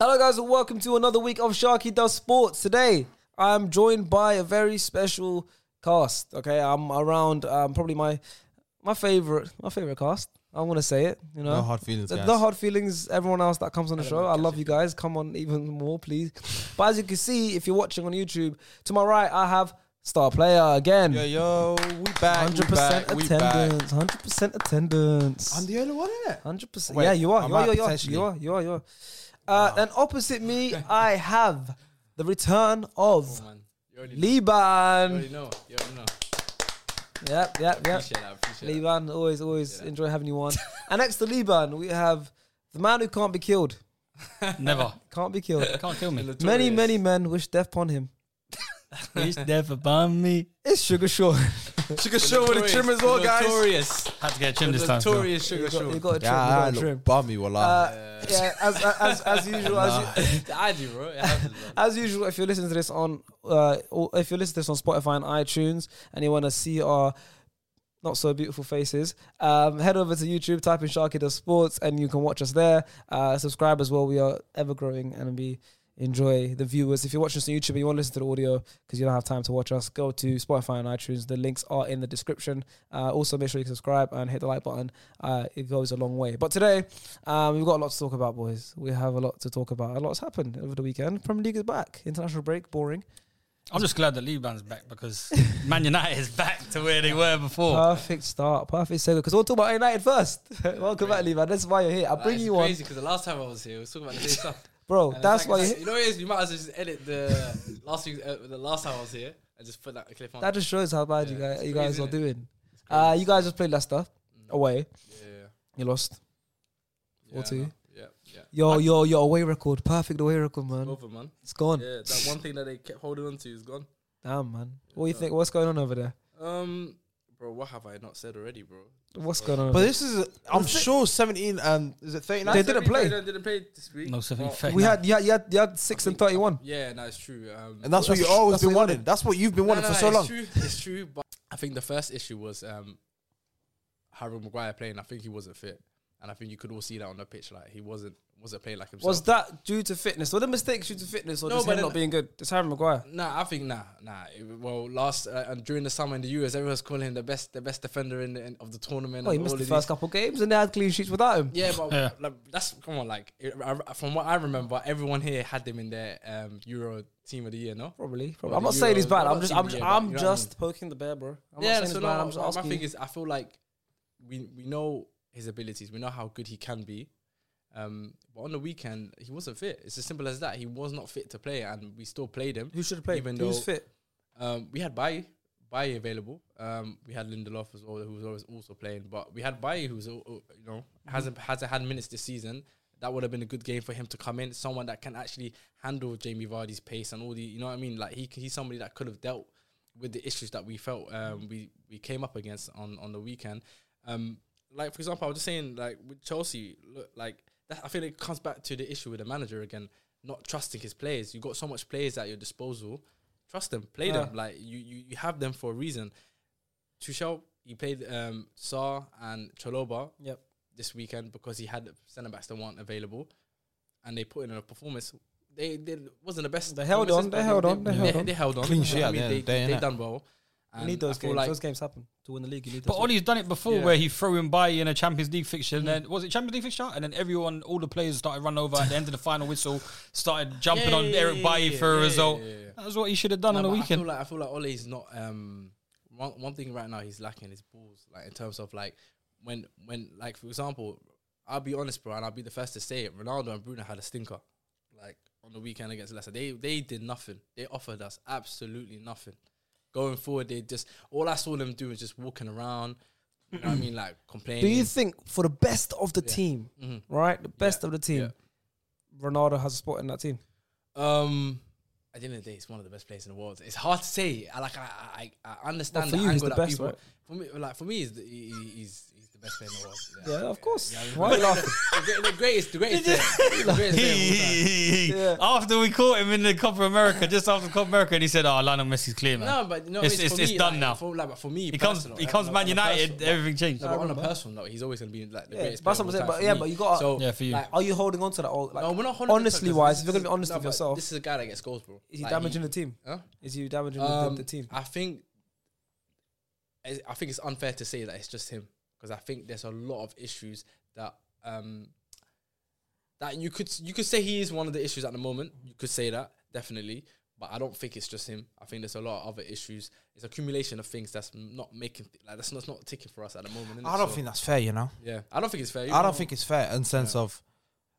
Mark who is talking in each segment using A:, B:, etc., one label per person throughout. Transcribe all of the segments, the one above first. A: Hello, guys, and welcome to another week of Sharky Does Sports. Today, I'm joined by a very special cast. Okay, I'm around um, probably my my favorite my favorite cast. I want to say it. You know,
B: No hard feelings,
A: The,
B: guys.
A: no hard feelings. Everyone else that comes on the show, I love you guys. Come on, even more, please. but as you can see, if you're watching on YouTube, to my right, I have star player again.
B: Yo, yo, we back.
A: Hundred
B: 100%
A: percent
B: we back. We back.
A: attendance. Hundred percent attendance.
B: the only one in it.
A: Hundred percent.
B: Wait,
A: Yeah, you are.
B: am
A: You are,
B: I
A: you are.
B: potentially?
A: You are. You are. You are. Uh, And opposite me, I have the return of
C: Oh, man. You already, you
A: Liban.
C: already know. You already know.
A: Yep, yep, yep.
C: Appreciate that. Appreciate that.
A: Liban, always, always enjoy having you on. and next to Liban, we have the man who can't be killed.
D: Never.
A: Can't be killed.
D: Can't kill me.
A: many, many men wish death upon him.
D: He's never banned me.
A: It's Sugar Shaw.
B: Sugar show with a trim as well, guys.
C: Notorious.
D: Had to get trimmed this time. Phil.
C: Notorious
A: You
C: sugar
A: got, you
C: show.
A: got a trim.
B: Yeah, I
A: you got a
B: look
A: trim.
B: bummy, wallah.
A: Uh, yeah, as, as, as usual, as, you,
C: I do, bro. It happens, man.
A: As usual, if you're listening to this on, uh, or if you're listening to this on Spotify and iTunes, and you want to see our not so beautiful faces, um, head over to YouTube, type in Sharky Does Sports, and you can watch us there. Uh, subscribe as well. We are ever growing, and we enjoy the viewers. If you're watching us on YouTube and you want to listen to the audio because you don't have time to watch us, go to Spotify and iTunes. The links are in the description. Uh, also, make sure you subscribe and hit the like button. Uh, it goes a long way. But today, um, we've got a lot to talk about, boys. We have a lot to talk about. A lot's happened over the weekend. Premier League is back. International break, boring.
D: I'm just glad that Liban's back because Man United is back to where they were before.
A: Perfect start, perfect segue. Because we'll talk about United first. Welcome back, Levi. That's why you're here. I
C: Nah,
A: bring
C: it's
A: you on,
C: crazy because the last time I was here, we was talking about the same stuff.
A: bro.
C: And
A: That's
C: it's
A: why
C: like,
A: you're
C: it's
A: here.
C: like- You know what it is? You might as well just edit the last week, uh, the last time I was here and just put that clip on.
A: That just shows how bad
C: Yeah,
A: you guys
C: it's
A: you
C: crazy,
A: guys are
C: isn't it?
A: doing. Uh, you guys just played Leicester away.
C: Mm. yeah.
A: You lost.
C: yeah,
A: two.
C: no. Yeah, yeah.
A: Your your your away record, perfect away record, man.
C: Over, man.
A: It's gone.
C: Yeah, that one thing that they kept holding on to is gone.
A: Damn, man. What do you think? What's going on over there?
C: Um, bro, what have I not said already, bro?
A: What's going on?
B: but
A: over
B: this is, I'm sure 17, um, is it 39?
A: They didn't play.
C: They didn't play this week.
D: No, so
C: Well,
A: there?
D: fact.
A: we had you had, you had you had six and thirty-one.
C: Yeah, no, it's true. Um,
B: And that's, what you
A: That's-
B: always
A: that's
B: been
A: what you
B: wanting.
A: wanted.
B: That's what you've been wanting
C: No,
B: for
C: no,
B: so
C: it's
B: long.
C: True, it's true, but I think the first issue was um, Harry Maguire playing. I think he wasn't fit, and I think you could all see that on the pitch. Like he wasn't wasn't playing like himself.
A: Was that due to fitness? Were the mistakes due to fitness or
C: No,
A: just
C: but
A: him
C: then-
A: not being good? It's Harry Maguire.
C: Nah, I think nah, nah. It- well, last uh, and during the summer in the US, everyone's calling him the best, the best defender in, the, in of the tournament.
A: Well, Oh, he
C: and all
A: missed the
C: of
A: first
C: these-
A: couple games and they had clean sheets without him.
C: Yeah, but
D: Yeah.
C: Like, that's come on. Like it, I, from what I remember, everyone here had them in their um, Euro team of the year. No,
A: Probably. probably.
C: Well,
A: I'm not
C: the
A: saying he's
C: Euros-
A: bad.
C: well,
A: I'm
C: not
A: just
C: team
A: I'm,
C: of the year, but
A: I'm
C: you know what I
A: just poking the bear, bro. I'm
C: yeah,
A: not saying
C: so
A: he's
C: no,
A: bad. I'm
C: my-
A: just asking.
C: my thing
A: you.
C: is, I feel like we we know his abilities, we know how good he can be. Um, but on the weekend, he wasn't fit. It's as simple as that. He was not fit to play, and we still played him.
A: Who should have played?
C: even
A: Who's
C: though-
A: fit?
C: Um, we had Baye, Baye available. Um, we had Lindelof as well, who was always also playing. But we had Baye, who's al- al- uh, you know hasn't hasn't had minutes this season. That would have been a good game for him to come in. Someone that can actually handle Jamie Vardy's pace and all the you know what I mean. Like he he's somebody that could have dealt with the issues that we felt um, we we came up against on on the weekend. Um, like for example, I was just saying like with Chelsea, look, like that, I feel it comes back to the issue with the manager again, not trusting his players. You got so much players at your disposal, trust them, play them. Like you, you you have them for a reason. Tuchel, he played um, Saar and Choloba
A: Yep.
C: this weekend because he had centre backs that weren't available, and they put in a performance. They, they wasn't the best.
A: They held on,
C: performances,
A: they
C: but
A: held on, they held on.
C: They held on.
B: Clean
C: You know
B: sheet
C: what I
B: at the
C: mean?
B: end
C: They
B: of the day,
C: they
B: innit?
C: done well.
A: You
C: And
A: need
C: I
A: those
C: feel
A: games.
C: like-
A: those games happen to win the league. You need.
D: But
A: those
D: Ollie's done it before
C: Yeah.
D: where he threw him by in a Champions League fixture. And then, was it Champions League fixture? And then everyone, all the players started running over at the end of the final whistle, started jumping
C: Yeah,
D: on
C: yeah,
D: Eric
C: yeah,
D: Bailly
C: yeah,
D: for a
C: yeah,
D: result.
C: yeah, yeah.
D: That's what he should have done on
C: No,
D: the
C: but
D: weekend.
C: I feel like I feel like Ole's not um one one thing right now he's lacking is balls like in terms of like when when like for example I'll be honest bro and I'll be the first to say it Ronaldo and Bruno had a stinker like on the weekend against Leicester they they did nothing they offered us absolutely nothing going forward they just all I saw them do was just walking around You know what I mean? Like complaining.
A: Do you think for the best of the
C: Yeah.
A: team,
C: Mhm.
A: right? The best of the team,
C: Yeah.
A: Ronaldo has a spot in that team.
C: Um, at the end of the day, it's one of the best places in the world. It's hard to say. I like I I, I understand
A: for
C: the
A: you, he's
C: angle
A: the
C: that
A: best,
C: people.
A: right?
C: For me, like for me, he's the, he, he- he's he's the best player in the world.
A: Yeah, of course.
C: Yeah, I mean,
A: Why are you laughing?
C: the, great- the greatest, the greatest, player, the greatest player of all time.
A: Yeah.
D: After we caught him in the Copa America, just after Copa America, and he said, "Oh, Lionel Messi's clear, man."
C: No, but no,
D: It's-
C: it's,
D: it's-
C: for
D: it's
C: me,
D: done
C: like,
D: now.
C: For, like, but for me,
D: he comes,
C: personal,
D: he
C: like,
D: comes
C: on a-
D: Man
C: on a
D: United.
C: personal-
D: Everything changed.
C: No, but on a personal note, he's always going to be like the
A: Yeah, that's
C: greatest. player
A: what
C: of
A: I'm
C: all
A: saying,
C: time
A: but yeah, but you gotta-
C: So,
D: Yeah, for you.
C: Like,
A: Are you holding on to that? Or, like,
C: no, we're not holding
A: honestly
C: this
A: wise,
C: because
A: if you're gonna be honest
C: this is-
A: with
C: no, but
A: yourself,
C: This is a guy that gets goals, bro.
A: is he
C: Like,
A: damaging the team?
C: Huh?
A: Is he damaging the-
C: Um,
A: the, the team?
C: I think I I think it's unfair to say that it's just him because I think there's a lot of issues that um that you could you could say he is one of the issues at the moment. You could say that definitely, but I don't think it's just him. I think there's a lot of other issues. It's accumulation of things that's not making like that's not, that's not ticking for us at the moment. innit?
B: I don't
C: So,
B: think that's fair, you know.
C: Yeah, I don't think it's fair.
B: I don't think it's fair in sense of,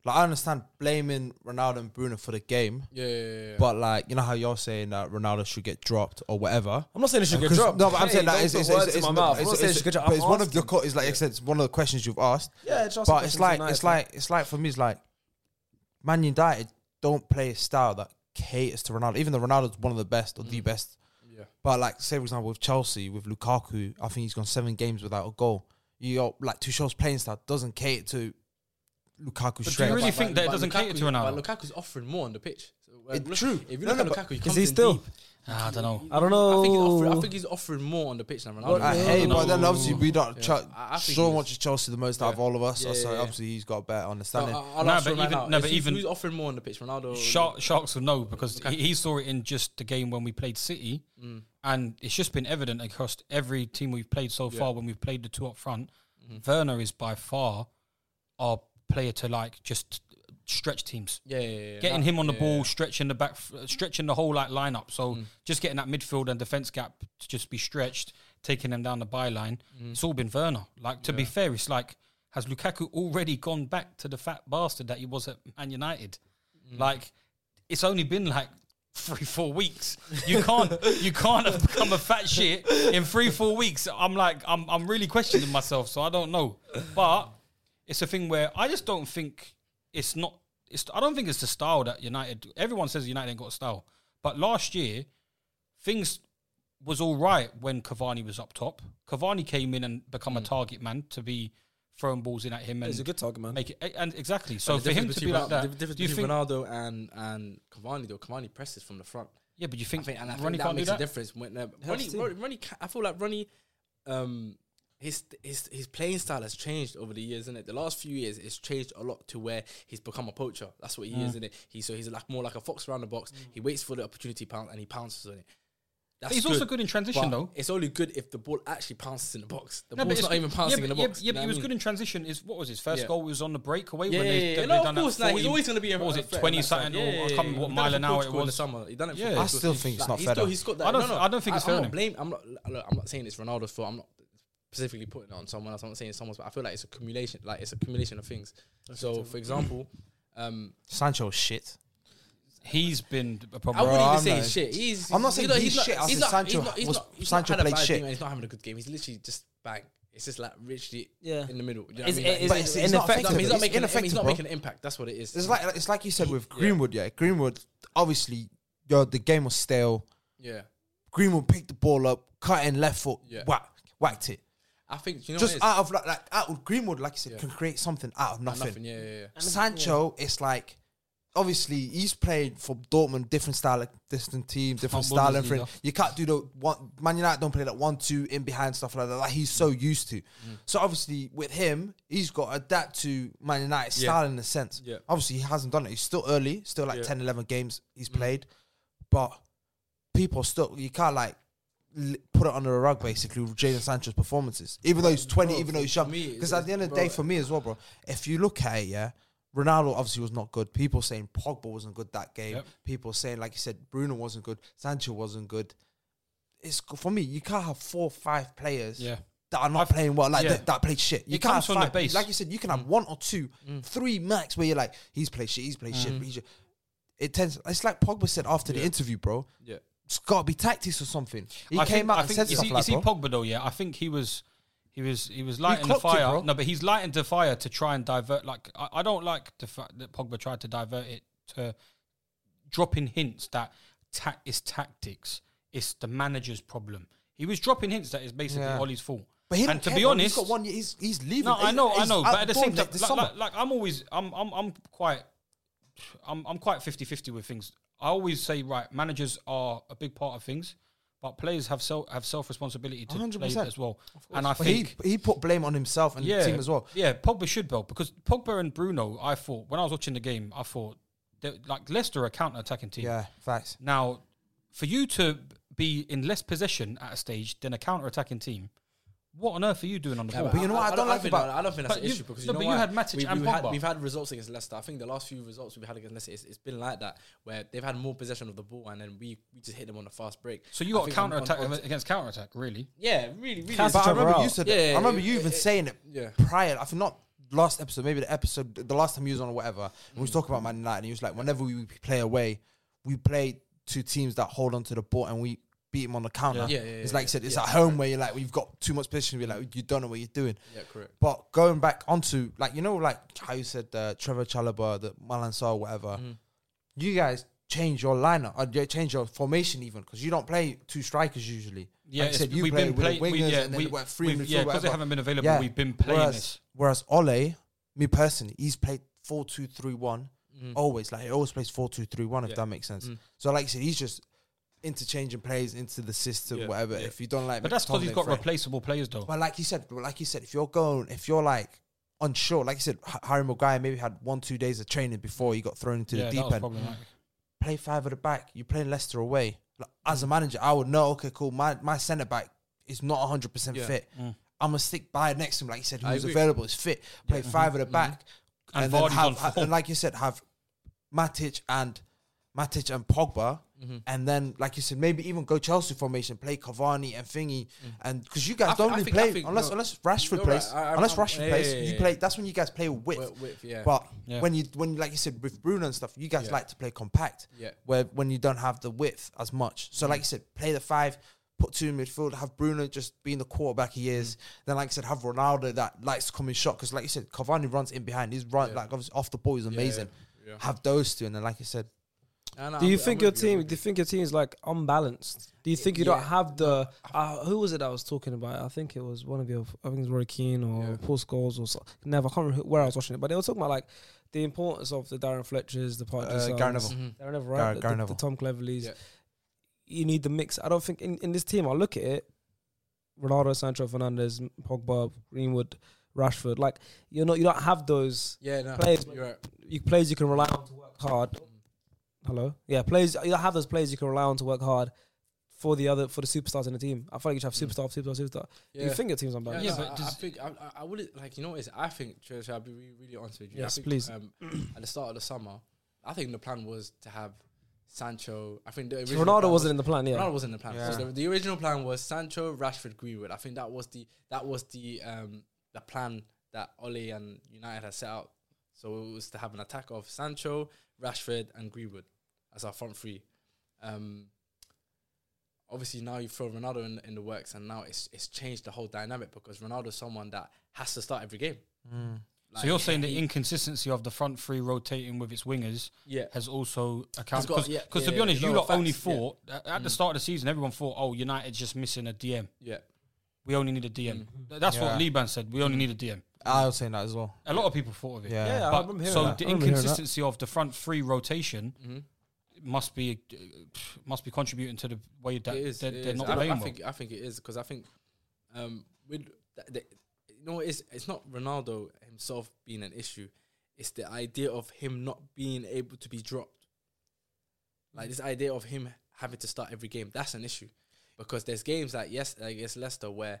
B: like, I understand blaming Ronaldo and Bruno for the game,
C: Yeah, yeah, yeah, yeah.
B: but like, you know how you're saying that Ronaldo should get dropped or whatever.
A: I'm not saying it should get
B: 'Cause-
A: dropped.
B: No, but I'm
A: Hey,
B: saying that
A: don't
B: is
A: put
B: it's,
A: words
B: it's,
A: in
B: it's,
A: my
B: it's,
A: mouth. I'm not
B: it's,
A: saying it
B: it's,
A: should get dropped.
B: but
A: I'm
B: it's one of
A: asking.
B: your co- it's like it's, it's one of the questions you've asked.
A: Yeah, it's
B: but it's like it's like it's like for me, it's like Man United don't play a style that caters to Ronaldo. Even though Ronaldo's one of the best or
A: Mm.
B: the best,
C: Yeah.
B: But like, say for example with Chelsea with Lukaku, I think he's gone seven games without a goal. You got like Tuchel's playing style doesn't cater to Lukaku
D: But do
B: straight.
D: you
B: up.
D: really think that it doesn't cater to Ronaldo?
C: But Lukaku's offering more on the pitch. So, uh,
B: It-
C: look-
B: true.
C: If you
B: No,
C: look
B: no,
C: at
B: but
C: Lukaku, he
A: is
C: comes
A: he
C: in
A: still?
C: deep.
D: Ah, I don't know.
A: I don't
C: I think, he's
A: know.
C: offering, I think he's offering more on the pitch than Ronaldo.
A: Well,
B: I
A: Yeah.
B: hate,
A: No.
B: but then obviously we don't.
C: Yeah.
B: Chel-
C: I- I think
B: Sean
C: he's-
B: watches Chelsea the most out of
C: Yeah.
B: all of us,
C: Yeah,
B: so
C: yeah, uh, yeah.
B: obviously he's got a better
C: No,
B: understanding.
C: I'll
D: Nah,
C: ask
D: but
C: you right
D: even-
C: now,
D: no,
C: is
D: but
C: he-
D: even-
C: who's offering more on the pitch, Ronaldo? or
D: Shark, sharks will know because he, he saw it in just the game when we played City, and it's just been evident across every team we've played so far. When we've played the two up front, Werner is by far our player to like just stretch teams.
C: Yeah, yeah, yeah, yeah.
D: Getting
C: Nah,
D: him on the
C: yeah,
D: ball,
C: yeah.
D: stretching the back, f- stretching the whole like lineup. So just getting that midfield and defense gap to just be stretched, taking them down the byline. It's all been Werner. Like to be fair, it's like has Lukaku already gone back to the fat bastard that he was at Man United? Like it's only been like three four weeks. You can't you can't have become a fat shit in three four weeks. I'm like I'm I'm really questioning myself, so I don't know. But it's a thing where I just don't think it's not. It's I don't think it's the style that United. Everyone says United ain't got a style, but last year things was all right when Cavani was up top. Cavani came in and become
C: Mm.
D: a target man to be throwing balls in at him and
A: He's a good target man.
D: make it and exactly. So
C: The
D: for him
C: difference
D: to be
C: between
D: like
C: Ronaldo-
D: that,
C: the difference
D: do you
C: between
D: think?
C: Ronaldo and and Cavani though, Cavani presses from the front.
D: Yeah, but you
C: I
D: think,
C: think, and I
D: Ronnie
C: think that
D: can't do
C: makes
D: that?
C: a difference. When uh,
A: Helps
C: Ronnie,
A: too.
C: Ronnie, Ronnie, ca- I feel like Ronnie, um, his his his playing style has changed over the years, isn't it? The last few years, it's changed a lot to where he's become a poacher. That's what he is,
D: Mm.
C: isn't it? He so he's like more like a fox around the box. He waits for the opportunity pound and he pounces on it. That's
D: He's also good in transition,
C: but
D: though.
C: It's only good if the ball actually pounces in the box. The
D: No, but
C: ball's
D: it's
C: not even
D: yeah,
C: pouncing
D: but-
C: in the
D: yeah,
C: box.
D: Yeah, but he was good
C: in.
D: in transition. Is what was his first
C: Yeah.
D: goal? was on the breakaway.
C: Yeah,
D: when
C: yeah,
D: they,
C: yeah,
D: they,
C: yeah.
D: they
C: No,
D: done
C: of
D: that
C: course, nah, he's
D: 40
C: always going to be. a-
D: What was
C: a
D: it,
C: threat in
D: twenty
C: that side.
D: something?
C: Yeah,
D: or I
C: yeah, yeah,
D: can't remember
C: yeah.
D: what
C: He done
D: mile
C: for
D: an hour it
C: Portugal in the
D: was.
C: summer. He done it for
D: Yeah. I
C: Portugal.
B: still think it's
C: Like,
B: not
C: he's
B: fair
C: Still,
B: though.
C: he's got that.
D: I don't-
C: no, no,
D: I don't think it's
C: I,
D: fair
C: I'm
D: on him.
C: not blame. I'm not. Look, I'm not saying it's Ronaldo's fault. I'm not specifically putting it on someone else. I'm not saying it's someone's. But I feel like it's accumulation. Like it's accumulation of things. So, for example, um,
B: Sancho is shit.
D: He's been a
C: I
D: problem.
C: wouldn't even
B: I'm
C: say
B: not-
C: he's shit. He's.
B: I'm not
C: he's
B: saying he's shit. I said Sancho was-
C: not
B: Sancho
C: had a
B: played
C: bad
B: shit.
C: game and He's not having a good game. He's literally just bang. It's just like literally
A: Yeah.
C: in the middle. Do you know
A: It's-
C: what I mean? Like,
A: it's-
C: he's-
A: it's
C: he's not- he's not-
A: ineffective.
C: He's
B: It's
C: not making. an- He's
B: ineffective,
C: not
B: bro.
C: making an impact. That's what it is.
B: It's like it's like you said with Greenwood, yeah. Greenwood, obviously, yo, the game was stale.
C: yeah.
B: Greenwood picked the ball up, cut in left foot,
C: Yeah.
B: whack, whacked it.
C: I think you know. what
B: Just
C: it is?
B: out of like, like out of Greenwood, like you said, can create something out of nothing.
C: nothing. Yeah, yeah, yeah.
B: Sancho, it's like obviously he's played for Dortmund, different style, like different team, different
D: Not
B: style. And
D: Bundesliga.
B: friend. You can't do the one Man United don't play that one two in behind stuff like that. Like he's so used
C: Mm.
B: to. So obviously with him, he's got to adapt to Man United
C: Yeah.
B: style in a sense.
C: Yeah.
B: Obviously he hasn't done it. He's still early, still like
C: Yeah. Mm.
B: 10, 11 games he's played, but people still you can't like. li- Put it under the rug, basically, with Jadon Sancho's performances. Even though he's twenty,
C: Bro,
B: even though he's
C: for
B: young,
C: me,
B: because at the end of the day,
C: bro,
B: for me as well, bro. If you look at it, yeah, Ronaldo obviously was not good. People saying Pogba wasn't good that game.
D: Yep.
B: People saying, like you said, Bruno wasn't good. Sancho wasn't good. It's g- for me. You can't have four, five players
D: Yeah.
B: that are not playing well, like
D: yeah.
B: that, that played shit. You
D: It
B: can't
D: comes
B: have
D: from the
B: five.
D: base. Mm.
B: Like you said, you can have one or two, three max, where you're like, he's played shit, he's played
D: Mm.
B: shit. He's, it tends. It's like Pogba said after the interview, bro.
C: Yeah.
B: It's got to be tactics or something. He
D: I
B: came
D: think,
B: out
D: I
B: and
D: think,
B: said
D: you
B: stuff
D: see,
B: like,
D: you see
B: bro.
D: Pogba though. Yeah, I think he was he He was he was lighting the
B: clocked it,
D: fire.
B: bro.
D: no, but he's lighting the fire to try and divert. Like I, I don't like the fact that Pogba tried to divert it to dropping hints that ta- it's tactics. It's the manager's problem. He was dropping hints that it's basically
B: Yeah.
D: Ollie's fault.
B: But he
D: and
B: don't
D: to
B: care,
D: be
B: bro. he's
D: honest,
B: got one. year- He's he's leaving.
D: no, I
B: He's-
D: know, I
B: he's
D: know.
B: out
D: But at the
B: door
D: same time,
B: this
D: like,
B: summer.
D: like, like I'm always, I'm, I'm, I'm quite, I'm, I'm quite 50-50 with things. I always say, right, managers are a big part of things, but players have self have self responsibility to play
B: 100%.
D: as well. And I
B: But
D: think
B: he he put blame on himself and the team as well.
D: yeah, Pogba should belt because Pogba and Bruno, I thought when I was watching the game, I thought they're- like Leicester are a counter attacking team.
B: Yeah, facts.
D: Now, for you to be in less possession at a stage than a counter attacking team, what on earth are you doing on the ball?
B: you know what I don't like
C: think-
B: about-
C: I don't think that's
D: But
C: an
D: you-
C: issue because
D: no,
C: you know
D: but you
C: why?
D: had Matic
C: we,
D: and
C: we've had,
D: Pogba.
C: we've had results against Leicester. I think the last few results we've had against Leicester, it's, it's been like that where they've had more possession of the ball and then we, we just hit them on a fast break.
D: so you
C: I
D: got a
C: think on-
D: counter attack
C: on- on-
D: against counter attack, really?
C: Yeah, really, really.
A: Cast
C: But
B: But
A: each
B: I
A: other
B: remember
A: out.
B: you said
C: Yeah,
B: that.
C: yeah,
B: I remember
C: it-
B: you even
C: it-
B: saying it
C: yeah.
B: prior. I think not last episode, maybe the episode, the last time you was on or whatever. When we
C: Mm.
B: was talking about Man United, and he was like, whenever we play away, we play two teams that hold onto the ball and we beat them on the counter.
C: Yeah, yeah, yeah,
B: it's
C: yeah.
B: like you said, it's
C: Yeah.
B: at home where you're like, we've got too much position. We're like, you don't know what you're doing.
C: Yeah, correct.
B: But going back onto like you know like how you said uh, Trevor Chalobah, the Malan Sarr, whatever.
C: Mm.
B: You guys change your lineup or you change your formation even because you don't play two strikers usually.
D: Yeah,
B: like you
D: it's-
B: said, you
D: we've
B: play
D: been
B: with the
D: play- we-
B: wingers
D: yeah,
B: and then
D: we-
B: what, three
D: we've-
B: midfield,
D: yeah, 'cause they
B: whatever.
D: haven't been available, we've been playing
B: whereas,
D: this.
B: Whereas Ole, me personally, he's played four two three one
D: Mm.
B: always. Like he always plays four two three one if that makes sense. So like you said, he's just interchanging plays into the system,
C: Yeah,
B: whatever.
C: yeah.
B: If you don't like,
D: But that's because he's
B: McTominay,
D: got
B: Fred.
D: replaceable players, though.
B: But like you said, but like you said, if you're going, if you're like unsure, like you said, H- Harry Maguire maybe had one two days of training before he got thrown into
D: yeah,
B: the
D: that
B: deep
D: was
B: end.
D: problematic.
B: Play five at the back. You're playing Leicester away. Like, as a manager, I would know. Okay, cool. My my centre back is not 100 percent
C: Yeah.
B: fit. I'm gonna stick by next to him, like you said,
C: I
B: who's
C: agree. Mm-hmm.
B: available, is fit. Play five at the back,
D: And
B: then
D: Vardy's
B: have,
D: on form.
B: and like you said, have Matic and Matic and Pogba,
C: Mm-hmm.
B: and then like you said, maybe even go Chelsea formation, play Cavani and Thingy, and because you guys
C: Mm. I thi- I
B: don't really
C: think- I
B: play
C: think-
B: unless
C: no.
B: unless Rashford
C: You're
B: plays,
C: right. I- I'm-
B: unless
C: I'm-
B: Rashford
C: yeah,
B: plays,
C: yeah, yeah,
B: you
C: yeah.
B: play. That's when you guys play with.
C: Wi- width, yeah.
B: But
D: Yeah.
B: when you when like you said with Bruno and stuff, you guys
C: Yeah.
B: like to play compact.
C: Yeah. Mm.
B: Where when you don't have the width as much, so like you said, play the five. Put two in midfield, have Bruno just being the quarterback he
C: Mm.
B: is. Then, like I said, have Ronaldo that likes to come in shot because, like you said, Cavani runs in behind. He's run like obviously off the ball, he's amazing.
C: yeah.
B: Have those two, and then, like I said,
C: And
A: Do
C: I'm
A: you
C: with-
A: think
C: I'm
A: your
C: with you, I'm
A: team?
C: with
A: Do you think your team is like unbalanced? Do you think you don't
C: Yeah.
A: have the? Uh, who was it that I was talking about? I think it was one of your. I think it was Roy Keane or Paul Scholes or so, never. I can't remember who- where I was watching it, but they were talking about like the importance of the Darren Fletchers, the part
B: uh, Gary Neville.
A: Darren Neville, right?
B: Darren-
A: The-
B: Gary
A: the,
B: Neville.
A: the Tom Cleverleys.
C: Mm-hmm. Yeah.
A: You need the mix. I don't think in, in this team. I look at it: Ronaldo, Sancho, Fernandez, Pogba, Greenwood, Rashford. Like you're not. You don't have those
C: you. Yeah, no,
A: players-
C: you're right.
A: you players you can rely on to work hard. Hello, yeah, players you have those players you can rely on to work hard for the other for the superstars in the team. I feel like you should have superstar, superstar, superstar. Do you
C: Hmm. Yeah.
A: think your team's
C: Yeah,
A: unbalanced?
D: Yeah,
C: no,
D: but
C: I, I
D: does-
C: think I, I- I would like you know what it is I think Trish, I'll be really, really honest with you. I
A: Yes,
C: think,
A: please.
C: Um, at the start of the summer, I think the plan was to have Sancho. I think the original plan
A: Ronaldo
C: was-
A: wasn't in the plan. Yeah,
C: Ronaldo wasn't in the plan.
B: Yeah.
C: So the, the original plan was Sancho, Rashford, Greenwood. I think that was the that was the um the plan that Ole and United had set out. So it was to have an attack of Sancho, Rashford, and Greenwood as our front three. Um, obviously now you throw Ronaldo in, in the works, and now it's it's changed the whole dynamic because Ronaldo's someone that has to start every game.
B: mm.
D: so you're saying the inconsistency of the front three rotating with its wingers
C: Yeah.
D: has also accounted
C: got-
D: because
C: yeah,
D: to
C: yeah,
D: be honest,
C: no,
D: you lot
C: facts,
D: only
C: yeah.
D: thought at at the start of the season, everyone thought, oh, United's just missing a DM.
C: Yeah,
D: We only need a
A: Mm.
D: DM. Th- That's what Liban said. We only need a DM.
B: I was saying that as well.
D: A lot of people thought of it.
B: Yeah.
A: yeah, I
D: But-
A: remember hearing
D: so
A: that.
D: the
A: I remember hearing that.
D: inconsistency of the front three rotation
C: mm-hmm.
D: must be uh, must be contributing to the way that
C: it is.
D: they're,
C: it
D: they're
C: is.
D: not
C: I,
D: playing
C: I
D: well.
C: think I think it is because I think um with th- the, you know it's it's not Ronaldo himself being an issue. It's the idea of him not being able to be dropped. Like this idea of him having to start every game. That's an issue because there's games like yes against Leicester where.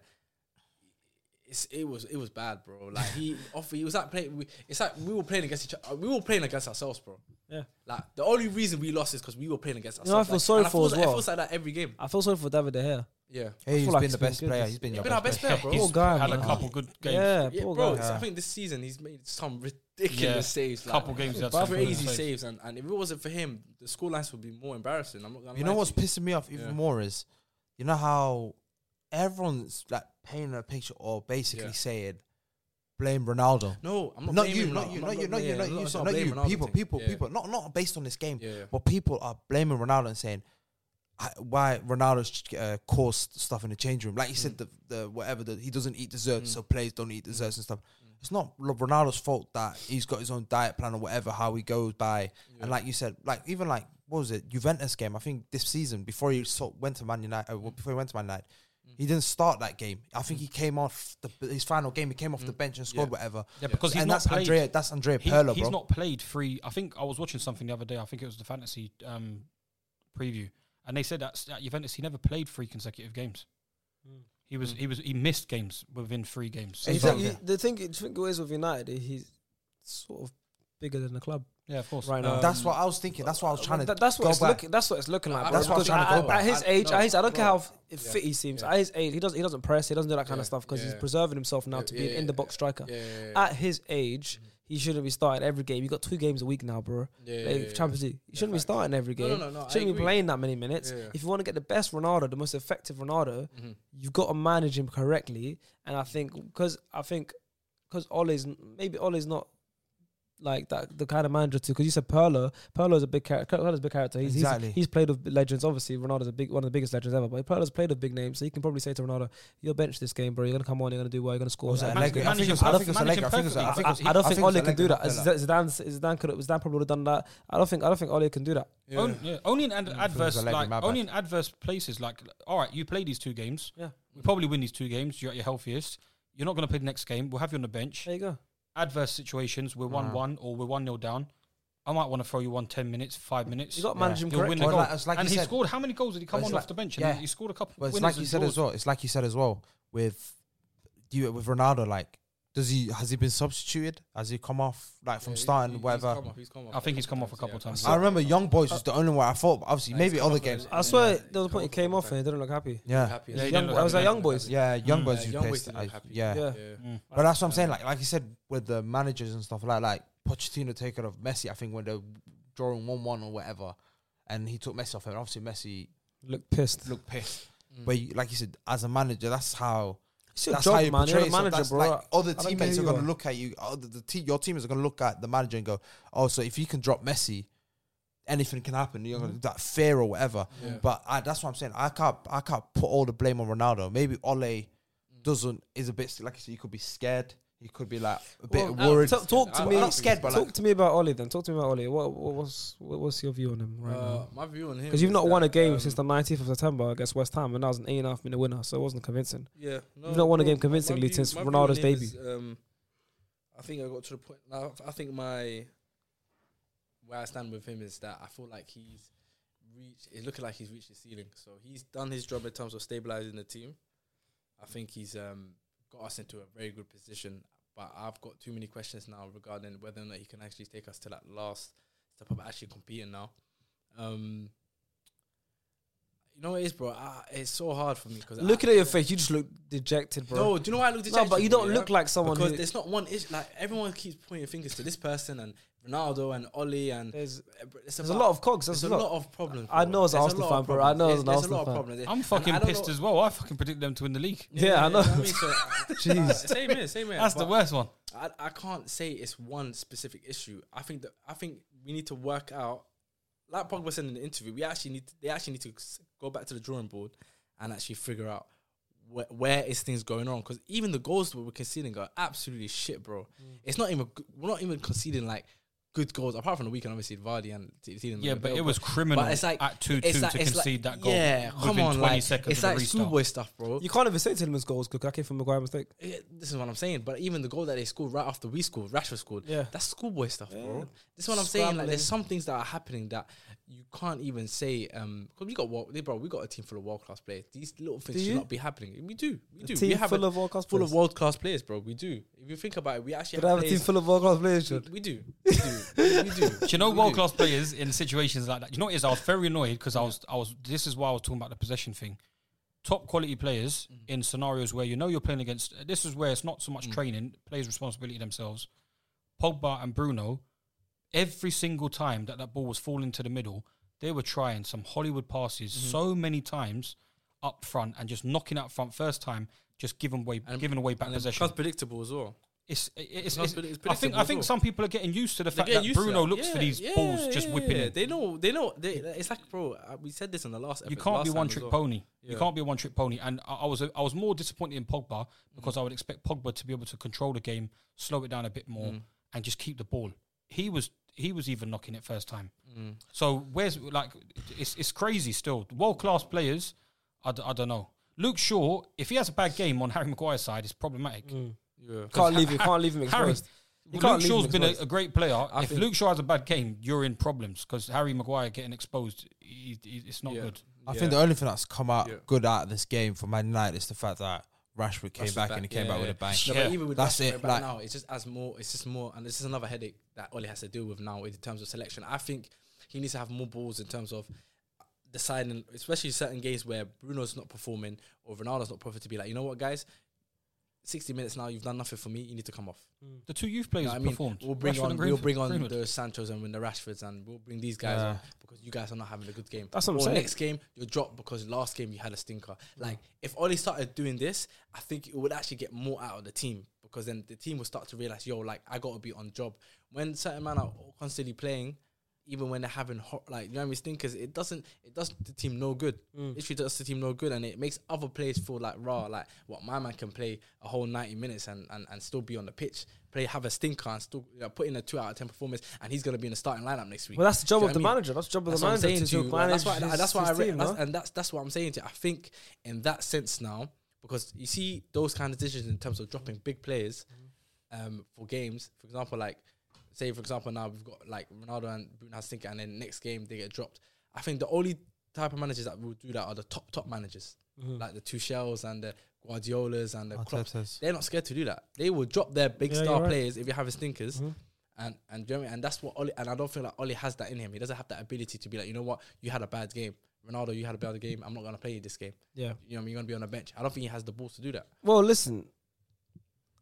C: It's, it was it was bad, bro. Like he, off, he was like playing. we- It's like we were playing against each other. We were playing against ourselves, bro.
A: Yeah.
C: Like the only reason we lost is because we were playing against
A: You know, I
C: ourselves.
A: feel sorry
C: like, and I
A: for
C: feel
A: as
C: like- It
A: well.
C: feels like that every game.
A: I feel sorry for David De Gea.
C: Yeah.
B: Hey, he's
A: feel like
B: been
A: it's
B: the
A: been
B: best
A: good
B: player.
A: this-
B: He's been
C: He's
B: your
C: been our
B: best.
C: best player, bro.
A: Poor guy,
D: had
A: man.
D: a couple good games.
A: Yeah,
C: Yeah,
A: poor
C: bro.
A: guy.
C: it's- I think this season he's made some ridiculous
D: Yeah,
C: saves. Like,
D: couple games he had some
C: crazy
D: good
C: saves,
D: saves.
C: and, and if it wasn't for him, the score lines would be more embarrassing. I'm not gonna
B: You
C: lie
B: know
C: to
B: what's pissing me off even
C: Yeah.
B: more is, you know how everyone's like painting a picture or basically
C: Yeah.
B: saying, blame Ronaldo.
C: No, I'm
B: Not,
C: not.
B: you,
C: blaming Ronaldo.
B: not you,
C: I'm
B: not you, not you,
C: yeah,
B: not
C: I'm
B: you, so
C: I'm
B: not
C: blaming
B: you.
C: Ronaldo
B: People,
C: thing.
B: people,
C: Yeah.
B: people. Not not based on this game,
C: Yeah, yeah.
B: but people are blaming Ronaldo and saying I- why Ronaldo's uh, caused stuff in the change room. Like you
C: Mm.
B: said, the, the whatever the, he doesn't eat desserts, so players don't eat desserts
C: Mm.
B: and stuff. It's not Lo- Ronaldo's fault that he's got his own diet plan or whatever how he goes by. And like you said, like even like what was it Juventus game? I think this season before he sort went to Man United, uh, well, before he went to Man United, he didn't start that game. I think he came off the, his final game. He came off the bench and scored whatever.
D: Yeah, because he's
B: and
D: not
B: that's
D: played.
B: Andrea. That's Andrea
D: He-
B: Pirlo,
D: he's
B: bro.
D: not played three. I think I was watching something the other day. I think it was the fantasy um, preview, and they said that at Juventus he never played three consecutive games.
C: Hmm.
D: He was he was he missed games within three games. So-
A: You
B: He's not-
A: think- you- the thing, the thing is with United, he's sort of bigger than the club.
D: yeah, of course.
A: Right now.
D: Um,
B: that's what I was thinking. That's what I was trying to.
A: That- that's what
B: go
A: it's
B: back.
A: looking. That's what it's looking like.
C: I-
A: bro,
C: that's what I'm
A: because
C: trying to
A: I-
C: go
A: I-
C: back.
A: At his
C: I-
A: age,
C: no,
A: at his, I don't care how f-
C: yeah,
A: fit he seems.
C: yeah.
A: At his age, he doesn't. He doesn't press. He doesn't do that kind of
C: Yeah,
A: stuff because he's
C: yeah.
A: preserving himself now
C: Yeah,
A: to
C: yeah,
A: be an
C: yeah,
A: in the box striker.
C: Yeah, yeah, yeah.
A: At his age, he shouldn't be starting every game. You got two games a week now, bro.
C: Yeah, yeah,
A: Like,
C: yeah, yeah.
A: Champions League. You
C: Yeah,
A: shouldn't be
C: facts.
A: starting every
C: No,
A: game.
C: no, no, no, I
A: shouldn't be
C: agree.
A: playing that many minutes.
C: Yeah, yeah.
A: If you want to get the best Ronaldo, the most effective Ronaldo,
C: Mhm.
A: you've got to manage him correctly. And I think because I think because Ole's maybe Ole's not like that the kind of manager too. Because you said Perlo, Perlo's a big character. Perlo's a big character. He's, he's-
B: Exactly.
A: he's played with legends. Obviously, Ronaldo's a big one of the biggest legends ever. But Perlo's played with big names, so he can probably say to Ronaldo, "You're bench this game, bro. You're gonna come on. You're gonna do well. You're gonna score."
B: Was it
A: And-
B: Allegri? I think it was- I think it was Allegri. I think it was-
A: I,
B: I think it was-
A: I don't think
B: I think it was
A: Ole can do that.
B: Allegri that
A: Z- Zidane, Zidane could, Zidane probably would have done that. I don't think, I don't think Ole can do that.
D: Only, yeah, only in ad- adverse,
B: Allegri,
D: like
B: my bad.
D: only in adverse places. Like, all right, you play these two games.
A: Yeah.
D: we probably win these two games. You're at your healthiest. You're not going to play the next game. We'll have you on the bench.
A: There you go.
D: Adverse situations. We're one one or we're one 0 down. I might want to throw you on ten minutes, five minutes.
A: You got to manage him
D: You'll win
A: correctly.
D: the
B: Well,
D: goal.
B: like- it's like
D: and
B: you
D: he
B: said-
D: scored how many goals did he come
B: It's
D: on
B: like-
D: off the bench?
B: yeah.
D: And he scored a couple.
B: But it's
D: winners
B: like you
D: and
B: said
D: draws.
B: as well. It's like you said as well with you with Ronaldo. Like, does he has he been substituted? Has he come off like from
C: Yeah, he-
B: starting
C: he- he's
B: whatever?
C: come off, he's come off
D: I think he's come off a
C: times,
D: couple
C: yeah.
D: times.
B: I remember Young Boys was the only one I thought. Obviously, maybe other games.
A: I swear, there was a point he came off and he didn't look happy.
B: Yeah,
C: Happy.
D: Yeah, he
A: Young,
D: didn't look
A: I was
D: happy.
A: like young boys.
B: yeah, Young Boys.
C: Yeah,
B: you
C: Young Boys
B: pissed.
C: didn't look
B: I-
C: happy.
B: Yeah,
A: Yeah.
D: Mm.
B: But that's what I'm saying. Like, like you said, with the managers and stuff like, like Pochettino taking off Messi. I think when they're drawing one-one or whatever, and he took Messi off, and obviously Messi
A: Look pissed.
B: looked pissed. But you, like you said, as a manager, that's
A: Mm.
B: how
A: It's your
B: that's
A: job,
B: how you
A: man. You're
B: portray
A: a
B: yourself.
A: manager,
B: That's
A: bro.
B: Like other
A: I don't care
B: teammates
A: who
B: are
A: you
B: going
A: are.
B: to look at you. Other, the te- your team is going to look at the manager and go, "Oh, so if you can drop Messi, anything can happen. You're
A: Mm.
B: going to that fear or whatever." But I, that's what I'm saying. I can't. I can't put all the blame on Ronaldo. Maybe Ole doesn't is a bit like you said. You could be scared. You could be like a bit
A: Well,
B: worried.
A: t- talk to
C: I'm
A: me.
C: not
B: scared, but
A: talk
B: like-
A: to me about Ollie then. Talk to me about Ollie. What, what what's what, what's your view on him right
C: Uh,
A: now?
C: my view on him
A: Because you've
C: is
A: not won a
C: that,
A: game
C: um,
A: since the 19th of September against West Ham, and that was an eight and a half minute winner, so it wasn't convincing.
C: Yeah, no,
A: You've not won a
C: no,
A: game
C: my- my
A: convincingly
C: view-
A: since
C: my view on
A: Ronaldo's
C: him
A: debut.
C: is, um, I think I got to the point. Now, I think my where I stand with him is that I feel like he's reached. It's looking like he's reached his ceiling. So he's done his job in terms of stabilizing the team. I think he's um, got us into a very good position. But I've got too many questions now regarding whether or not he can actually take us to that last step of actually competing now. Um, you know what it is, bro. I, it's so hard for me because
A: Looking at your face, you just look dejected, bro.
C: no, do you know why I look
A: No,
C: dejected?
A: but you don't
C: yeah?
A: look like someone
C: because
A: who-
C: there's not one issue. Like everyone keeps pointing fingers to this person and Ronaldo and Oli and eh,
A: There's-
C: it's
A: there's a lot of cogs,
C: There's
A: there's
C: a lot of problems.
A: I
C: bro.
A: know as an
C: There's a
A: Arsenal
C: lot of
A: fan, bro, I know
C: problems.
A: as an
C: There's-
A: Arsenal fan.
C: There's a lot of problems.
D: I'm
C: And
D: fucking
C: I don't
D: pissed
C: know-
D: as well. I fucking predict them to win the league.
A: yeah, I know.
C: you what mean? So,
A: Jeez.
C: Same here, same here.
D: That's the
C: but
D: worst one.
C: I, I can't say it's one specific issue. I think that I think we need to work out. Like Pogba said in the interview, we actually need they actually need to s- go back to the drawing board and actually figure out where, where is things going wrong. Because even the goals we were conceding are absolutely shit, bro.
D: Mm.
C: It's not even g- we're not even conceding like good goals apart from the weekend, obviously Vardy and T- Tielemans
D: Yeah,
C: and
D: but
C: Bale,
D: it was criminal at 2-2
C: it's
D: to
C: it's
D: concede that goal
C: Yeah, come
D: within
C: on,
D: 20
C: like,
D: seconds
C: it's
D: of a
C: like
D: restart.
C: schoolboy stuff, bro.
A: You can't even say Tillman's goals because I came from Maguire mistake.
C: Yeah, this is what I'm saying. But even the goal that they scored right after we scored, Rashford scored.
A: Yeah.
C: that's schoolboy stuff, bro. This is what I'm saying. Like, there's some things that are happening that you can't even say. Um, because we got world, bro, we got a team full of world class players. These little things
A: Do
C: should
A: you?
C: not be happening. We do, we do.
A: team
C: we have
A: full
C: a
A: of world-class
C: full
A: players?
C: of world class players, bro. We do. If you think about it, we actually
A: Did I have a team
C: players-
A: full of world class players?
C: we,
A: Jude?
C: we do, we do, we do.
D: Do you know
C: We
D: world
C: do.
D: class players in situations like that? You know what it is? I was very annoyed because I was I was this is why I was talking about the possession thing. Top quality players
C: Mm-hmm.
D: in scenarios where you know you're playing against this is where it's not so much
C: Mm.
D: training, players' responsibility themselves. Pogba and Bruno, every single time
C: Mm-hmm.
D: that that ball was falling to the middle, they were trying some Hollywood passes so many times. up front and just knocking out front first time, just giving away
C: And-
D: giving away back
C: And
D: possession.
C: because predictable as well.
D: It's, it- it's,
C: because
D: it's,
C: it's
D: I think I
C: predictable as
D: think
C: well.
D: some people are getting used to the
C: They're
D: fact
C: getting
D: that
C: used to
D: Bruno
C: that.
D: looks for
C: Yeah,
D: these
C: yeah,
D: balls just
C: yeah,
D: whipping
C: yeah.
D: in.
C: They know, they know. They, it's like, bro, uh, we said this in the last.
D: You
C: epi-
D: can't
C: last
D: be
C: time
D: one
C: as
D: trick
C: well.
D: pony. You
C: Yeah. Mm.
D: can't be a one trick pony. And I, I was I was more disappointed in Pogba because I would expect Pogba to be able to control the game, slow it down a bit more,
C: Mm.
D: and just keep the ball. He was he was even knocking it first time.
C: Mm.
D: So where's like it's it's crazy still. World class players, I, d- I don't know. Luke Shaw, if he has a bad game on Harry Maguire's side, it's problematic.
C: Yeah.
A: Can't leave him. Can't leave him
D: Harry,
A: exposed. You
D: Luke
A: can't leave
D: Shaw's
A: him
D: been a,
A: exposed.
D: a great player.
A: I
D: if
A: think-
D: Luke Shaw has a bad game, you're in problems because Harry Maguire getting exposed, he, he- it's not
C: Yeah.
D: good.
B: I
C: Yeah.
B: think the only thing that's come out
C: Yeah.
B: good out of this game for Man United is the fact that Rashford came
C: Rashford's
B: back, and he came
C: yeah,
B: back with
C: yeah.
B: a bang.
C: No,
D: Yeah.
C: but even with
B: That's
C: Rashford
B: it,
C: Right
B: like-
C: now, it's just as more. It's just more, and this is another headache that Oli has to deal with now in terms of selection. I think he needs to have more balls in terms of deciding, especially certain games where Bruno's not performing or Ronaldo's not perfect to be like, you know what, guys. 60 minutes now, you've done nothing for me. You need to come off.
D: The two youth
C: You
D: players
C: know what I mean,
D: performed.
C: we'll bring
D: Rashford
C: on,
D: and
C: we'll
D: Greenwood-
C: bring on
D: Greenwood.
C: the Sanchos and when the Rashfords, and we'll bring these guys
B: Yeah.
C: on because you guys are not having a good game.
A: That's what I'm
C: or
A: saying.
C: Next game, you'll drop because last game you had a stinker. Like if Oli started doing this, I think it would actually get more out of the team because then the team will start to realize, yo, like I got to be on job. When certain men are constantly playing, even when they're having hot, like you know what I mean, stinkers, it doesn't, it does the team no good.
A: Mm.
C: Literally does the team no good, and it makes other players feel like raw, like what my man can play a whole ninety minutes and and, and still be on the pitch, play have a stinker and still you know, put in a two out of ten performance, and he's gonna be in the starting lineup next week.
A: Well, that's the job
C: Do you
A: of
C: know
A: the
C: what I mean?
A: manager. That's the job of
C: That's
A: the
C: what I'm
A: manager.
C: saying
A: to,
C: to you.
A: manage
C: That's why.
A: his-
C: That's why
A: his
C: I. Re-
A: team,
C: that's,
A: no?
C: and that's that's what I'm saying to you. I think in that sense now, because you see those kind of decisions in terms of dropping big players um, for games. For example, like say for example now we've got like Ronaldo and Bruno has thinking, and then next game they get dropped. I think the only type of managers that will do that are the top top managers,
A: Mm. Mm-hmm.
C: like the Tuchels and the Guardiolas and the Klopps.
B: Arteta's.
C: They're not scared to do that. They will drop their big
A: Yeah,
C: star
A: you're right. Mm-hmm.
C: players if you have a stinkers. And and do you know what I mean? and that's what Oli and I don't feel like Oli has that in him. He doesn't have that ability to be like, you know what, you had a bad game, Ronaldo, you had a bad game. I'm not gonna play you this game.
A: Yeah.
C: You know, what I mean? you're gonna be on the bench. I don't think he has the balls to do that.
A: Well, listen.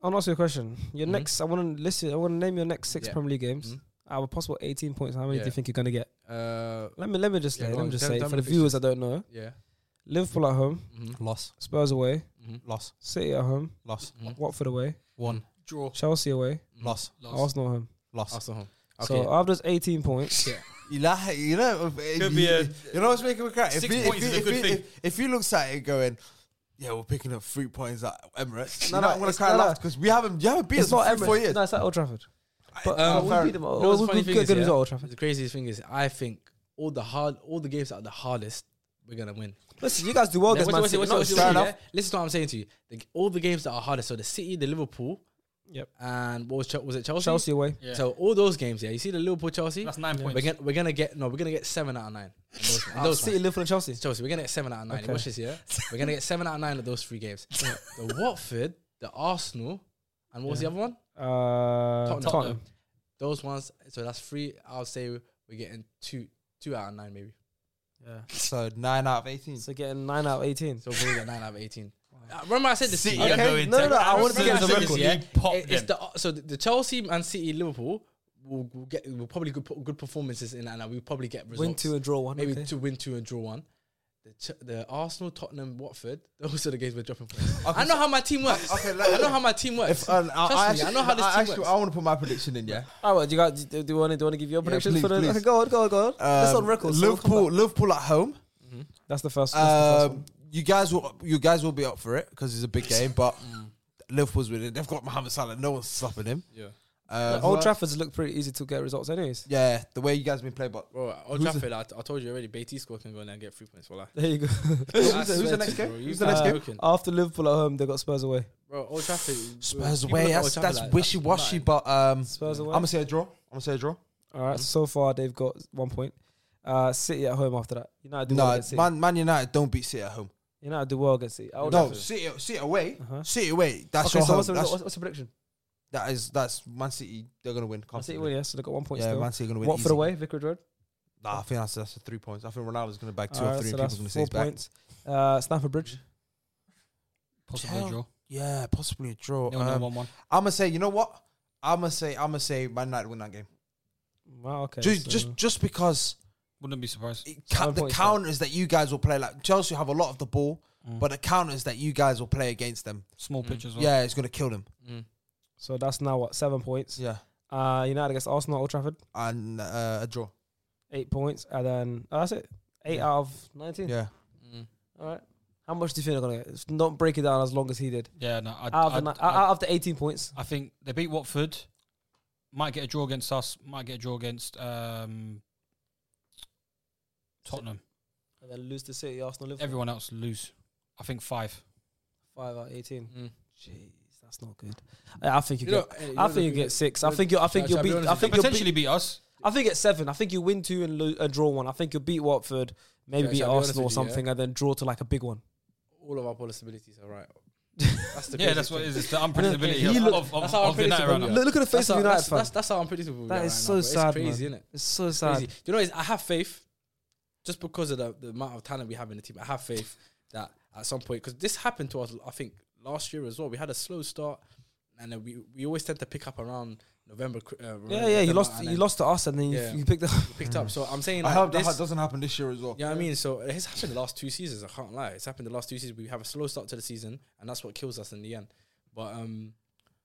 A: I'll ask you a question. Your
C: Mhm.
A: next, I want to listen. I want to name your next six
C: Yeah.
A: Premier League games.
C: Mhm.
A: Out of a possible 18 points, how many do
C: Yeah.
A: you think you're going to get?
C: Uh,
A: Let me let me just
C: Yeah,
A: say.
C: go
A: Let me
C: on.
A: just
C: Tell-
A: say
C: tell
A: for
C: me
A: the
C: the
A: viewers that don't know.
C: yeah.
A: Liverpool at home,
C: Mm-hmm.
B: Loss,
A: Spurs away,
B: loss,
A: City at home,
B: loss,
A: Watford away,
B: one,
D: Draw.
A: Chelsea away,
B: loss,
A: Arsenal at home.
B: loss.
C: Arsenal. home. Okay.
A: So after those 18 points,
B: You know, you know, if-
D: Could
B: you,
D: be a-
B: you know what's making me cry. If
D: Six
B: you,
D: points
B: if
D: is
B: you,
D: a good
B: if you,
D: thing.
B: if, if you look at it going, yeah, we're picking up three points at Emirates.
A: No,
B: No,
A: no,
B: no, I'm gonna
A: it's-
B: cry
A: no, no.
B: loud because we haven't, you haven't beat
A: it's
B: us for
A: not
B: three, four years.
A: Emirates. No, it's at Old Trafford. But
B: Um,
A: uh,
B: fair-
A: we beat them.
C: You know what's
A: We
C: funny
A: we
C: thing
A: get
C: is,
A: good result
C: yeah?
A: at Old Trafford.
C: The craziest thing is, I think all the hard, all the games that are the hardest, we're gonna win.
A: Listen, you guys do well
C: Now,
A: against Oh,
C: what's-
A: Man
C: what's-
A: City.
C: what's-
A: No,
C: what's-
A: it's
C: what's-
A: true,
C: yeah? Listen to what I'm saying to you. The, all the games that are hardest. So the City, the Liverpool.
A: Yep.
C: And what was, Chel- was it Chelsea?
A: Chelsea away.
D: Yeah.
C: So all those games, yeah. You see the Liverpool, Chelsea.
D: That's nine
C: We're
D: points.
C: gonna we're gonna get no, we're gonna get seven out of nine. in Those, in
A: Oh,
C: those
A: City,
C: ones.
A: Liverpool, and Chelsea.
C: Chelsea, we're gonna get seven out of nine.
A: Okay.
C: Watch this, yeah. We're gonna get seven out of nine of those three games. the Watford, the Arsenal, and what was
A: Yeah.
C: the other one?
A: Uh,
C: Tottenham.
A: Tottenham.
C: Those ones. So that's three. I'll say we're getting two two out of nine maybe.
A: Yeah.
B: So nine out of eighteen.
A: So getting nine out of 18.
C: So we'll get nine out of eighteen. Uh, remember I said the City.
A: Okay.
C: yeah?
A: No, no, no, I want to get
C: Remember
A: the
C: I said this,
A: record.
C: yeah?
D: Pop
C: It- it's
D: them.
C: the so the, the Chelsea and City Liverpool will, will get will probably good good performances in and we'll probably get results.
A: Win two and draw one.
C: maybe
A: okay.
C: two win two and draw one. The, Ch- the Arsenal, Tottenham, Watford. Those are the games we're dropping points. I know how my team works.
B: Okay, let-
C: I know how my team works.
B: If, um, I,
C: Trust
B: I,
C: me,
B: actually,
C: I know how this
B: I,
C: team
B: actually,
C: works.
B: I want to put my prediction in. Yeah,
A: All right, do you guys do, do you want to do you want to give your predictions
B: please,
A: for the?
B: please.
A: Okay, go on, go on, go on. That's on
B: Um,
A: record. so we'll come
B: Liverpool,
A: back.
B: Liverpool at home.
A: That's the first. That's the first
B: Um,
A: one.
B: you guys will you guys will be up for it because it's a big game, but Liverpool's winning. They've got Mohamed Salah. No one's stopping him.
C: yeah,
B: Uh,
A: Old Trafford's looked pretty easy to get results, anyways.
B: yeah, the way you guys been playing, but
C: bro. Old
B: Who's the-
C: Trafford. I, I told you already. Betis score can go in there and get three points. Voila.
A: There you go.
C: Who's,
B: who's the next game? Who's the next
A: Uh, After Liverpool at home, they got Spurs away.
C: Bro, Old Trafford.
B: Spurs
C: people
B: away.
C: look at Old
B: That's,
C: Trafford
B: that's
C: like- Mm,
B: wishy washy, but um,
A: Spurs
B: I'm
A: away.
B: gonna say a draw. I'm gonna say a draw.
A: All right, so far they've got one point. Uh, City at home after that. United do well
B: No,
A: against City.
B: Man, Man United don't beat City at home.
A: United do well against City. Old
B: No,
A: Trafford.
B: City, City away.
A: Uh-huh.
B: City away. That's
A: Okay, so
B: your home.
A: what's the,
B: That's,
A: result? what's, what's the prediction?
B: that is that's Man City. They're gonna win.
A: Man City
B: comfortably.
A: win, yeah, so they got one point
B: Yeah,
A: still.
B: Man City gonna win.
A: Watford
B: easy.
A: away, Vicarage Road.
B: Nah, I think that's that's the three points. I think Ronaldo's gonna bag two
A: All
B: or
A: right,
B: three.
A: so
B: and
A: that's
B: people gonna say
A: four
B: he's back.
A: points. Uh, Stamford Bridge.
D: Possibly
B: Tell-
D: a draw.
B: Yeah, possibly a draw.
D: Nil, nil,
B: Um,
D: one, one.
B: I'm gonna say, you know what? I'm gonna say, I'm gonna say, Man United win that game.
A: Wow, okay.
B: just,
A: so-
B: just, just because
D: Wouldn't be surprised.
B: it ca-
A: Seven
B: the
A: points,
B: counters that you guys will play, like Chelsea have a lot of the ball,
C: Mm.
A: Mm.
B: but the counters that you guys will play against them,
D: Small pitch as well.
B: yeah, it's gonna kill them.
A: So that's now what seven points.
B: Yeah,
A: Uh, United against Arsenal, at Old Trafford,
B: and uh, a draw.
A: eight points, and then oh, that's it. Eight
B: Yeah.
A: out of nineteen.
B: Yeah,
C: mm.
A: All right. How much do you think they're gonna get? Just Don't break it down as long as he did.
D: Yeah, no, I,
A: Out of,
D: I,
A: the, ni-
D: I-
C: uh,
A: out of the eighteen points,
D: I think they beat Watford. Might get a draw against us. Might get a draw against um, Tottenham.
A: and then lose to City, Arsenal, Liverpool.
D: Everyone else lose. I think five.
A: Five out of eighteen.
C: Mm.
A: Jeez, that's not good. I, I think you,
C: You
A: get.
C: know, eh, you
A: I
C: know
A: think you
C: the-
A: get six. I
C: the-
A: think you. I think you'll
C: Shall- shall I be
A: beat.
C: honest
A: I
C: with
A: think
C: you?
A: you'll beat.
D: Potentially beat us.
A: I think it's seven. I think you win two and, lo- and draw one. I think you'll beat Watford, maybe
C: Yeah,
A: beat
C: shall I be honest
A: Arsenal or
C: with you, yeah?
A: something, and then draw to like a big one.
C: all of our possibilities are right. That's the
D: Yeah,
C: basic
D: that's what it
C: thing.
D: is. It's the unpredictability
A: He
D: of,
A: looked-
D: of,
C: That's
D: of,
C: how
D: of United
C: unpredictable
D: right
C: you
D: now.
C: are.
A: Look, look at the face
C: that's
A: of
C: how,
A: United
C: that's,
A: fan.
C: that's, that's how unpredictable. we
A: That
C: are
A: is
C: right
A: so
C: now, bro.
A: sad,
C: It's crazy,
A: man.
C: innit?
A: It's so
C: It's crazy.
A: sad.
C: Do you know? Is I have faith, just because of the, the amount of talent we have in the team. I have faith that at some point, because this happened to us, I think last year as well. We had a slow start, and then we we always tend to pick up around November. cr- Uh,
A: Yeah, yeah. You
C: November,
A: lost.
C: and
A: You
C: then
A: lost to us, and then you,
C: Yeah.
A: you picked up.
C: we Picked up. So I'm saying,
B: I
C: like,
B: hope
C: this,
B: that doesn't happen this year as well.
C: you know what I mean? So it's happened the last two seasons. I can't lie. It's happened the last two seasons. We have a slow start to the season, and that's what kills us in the end. But um,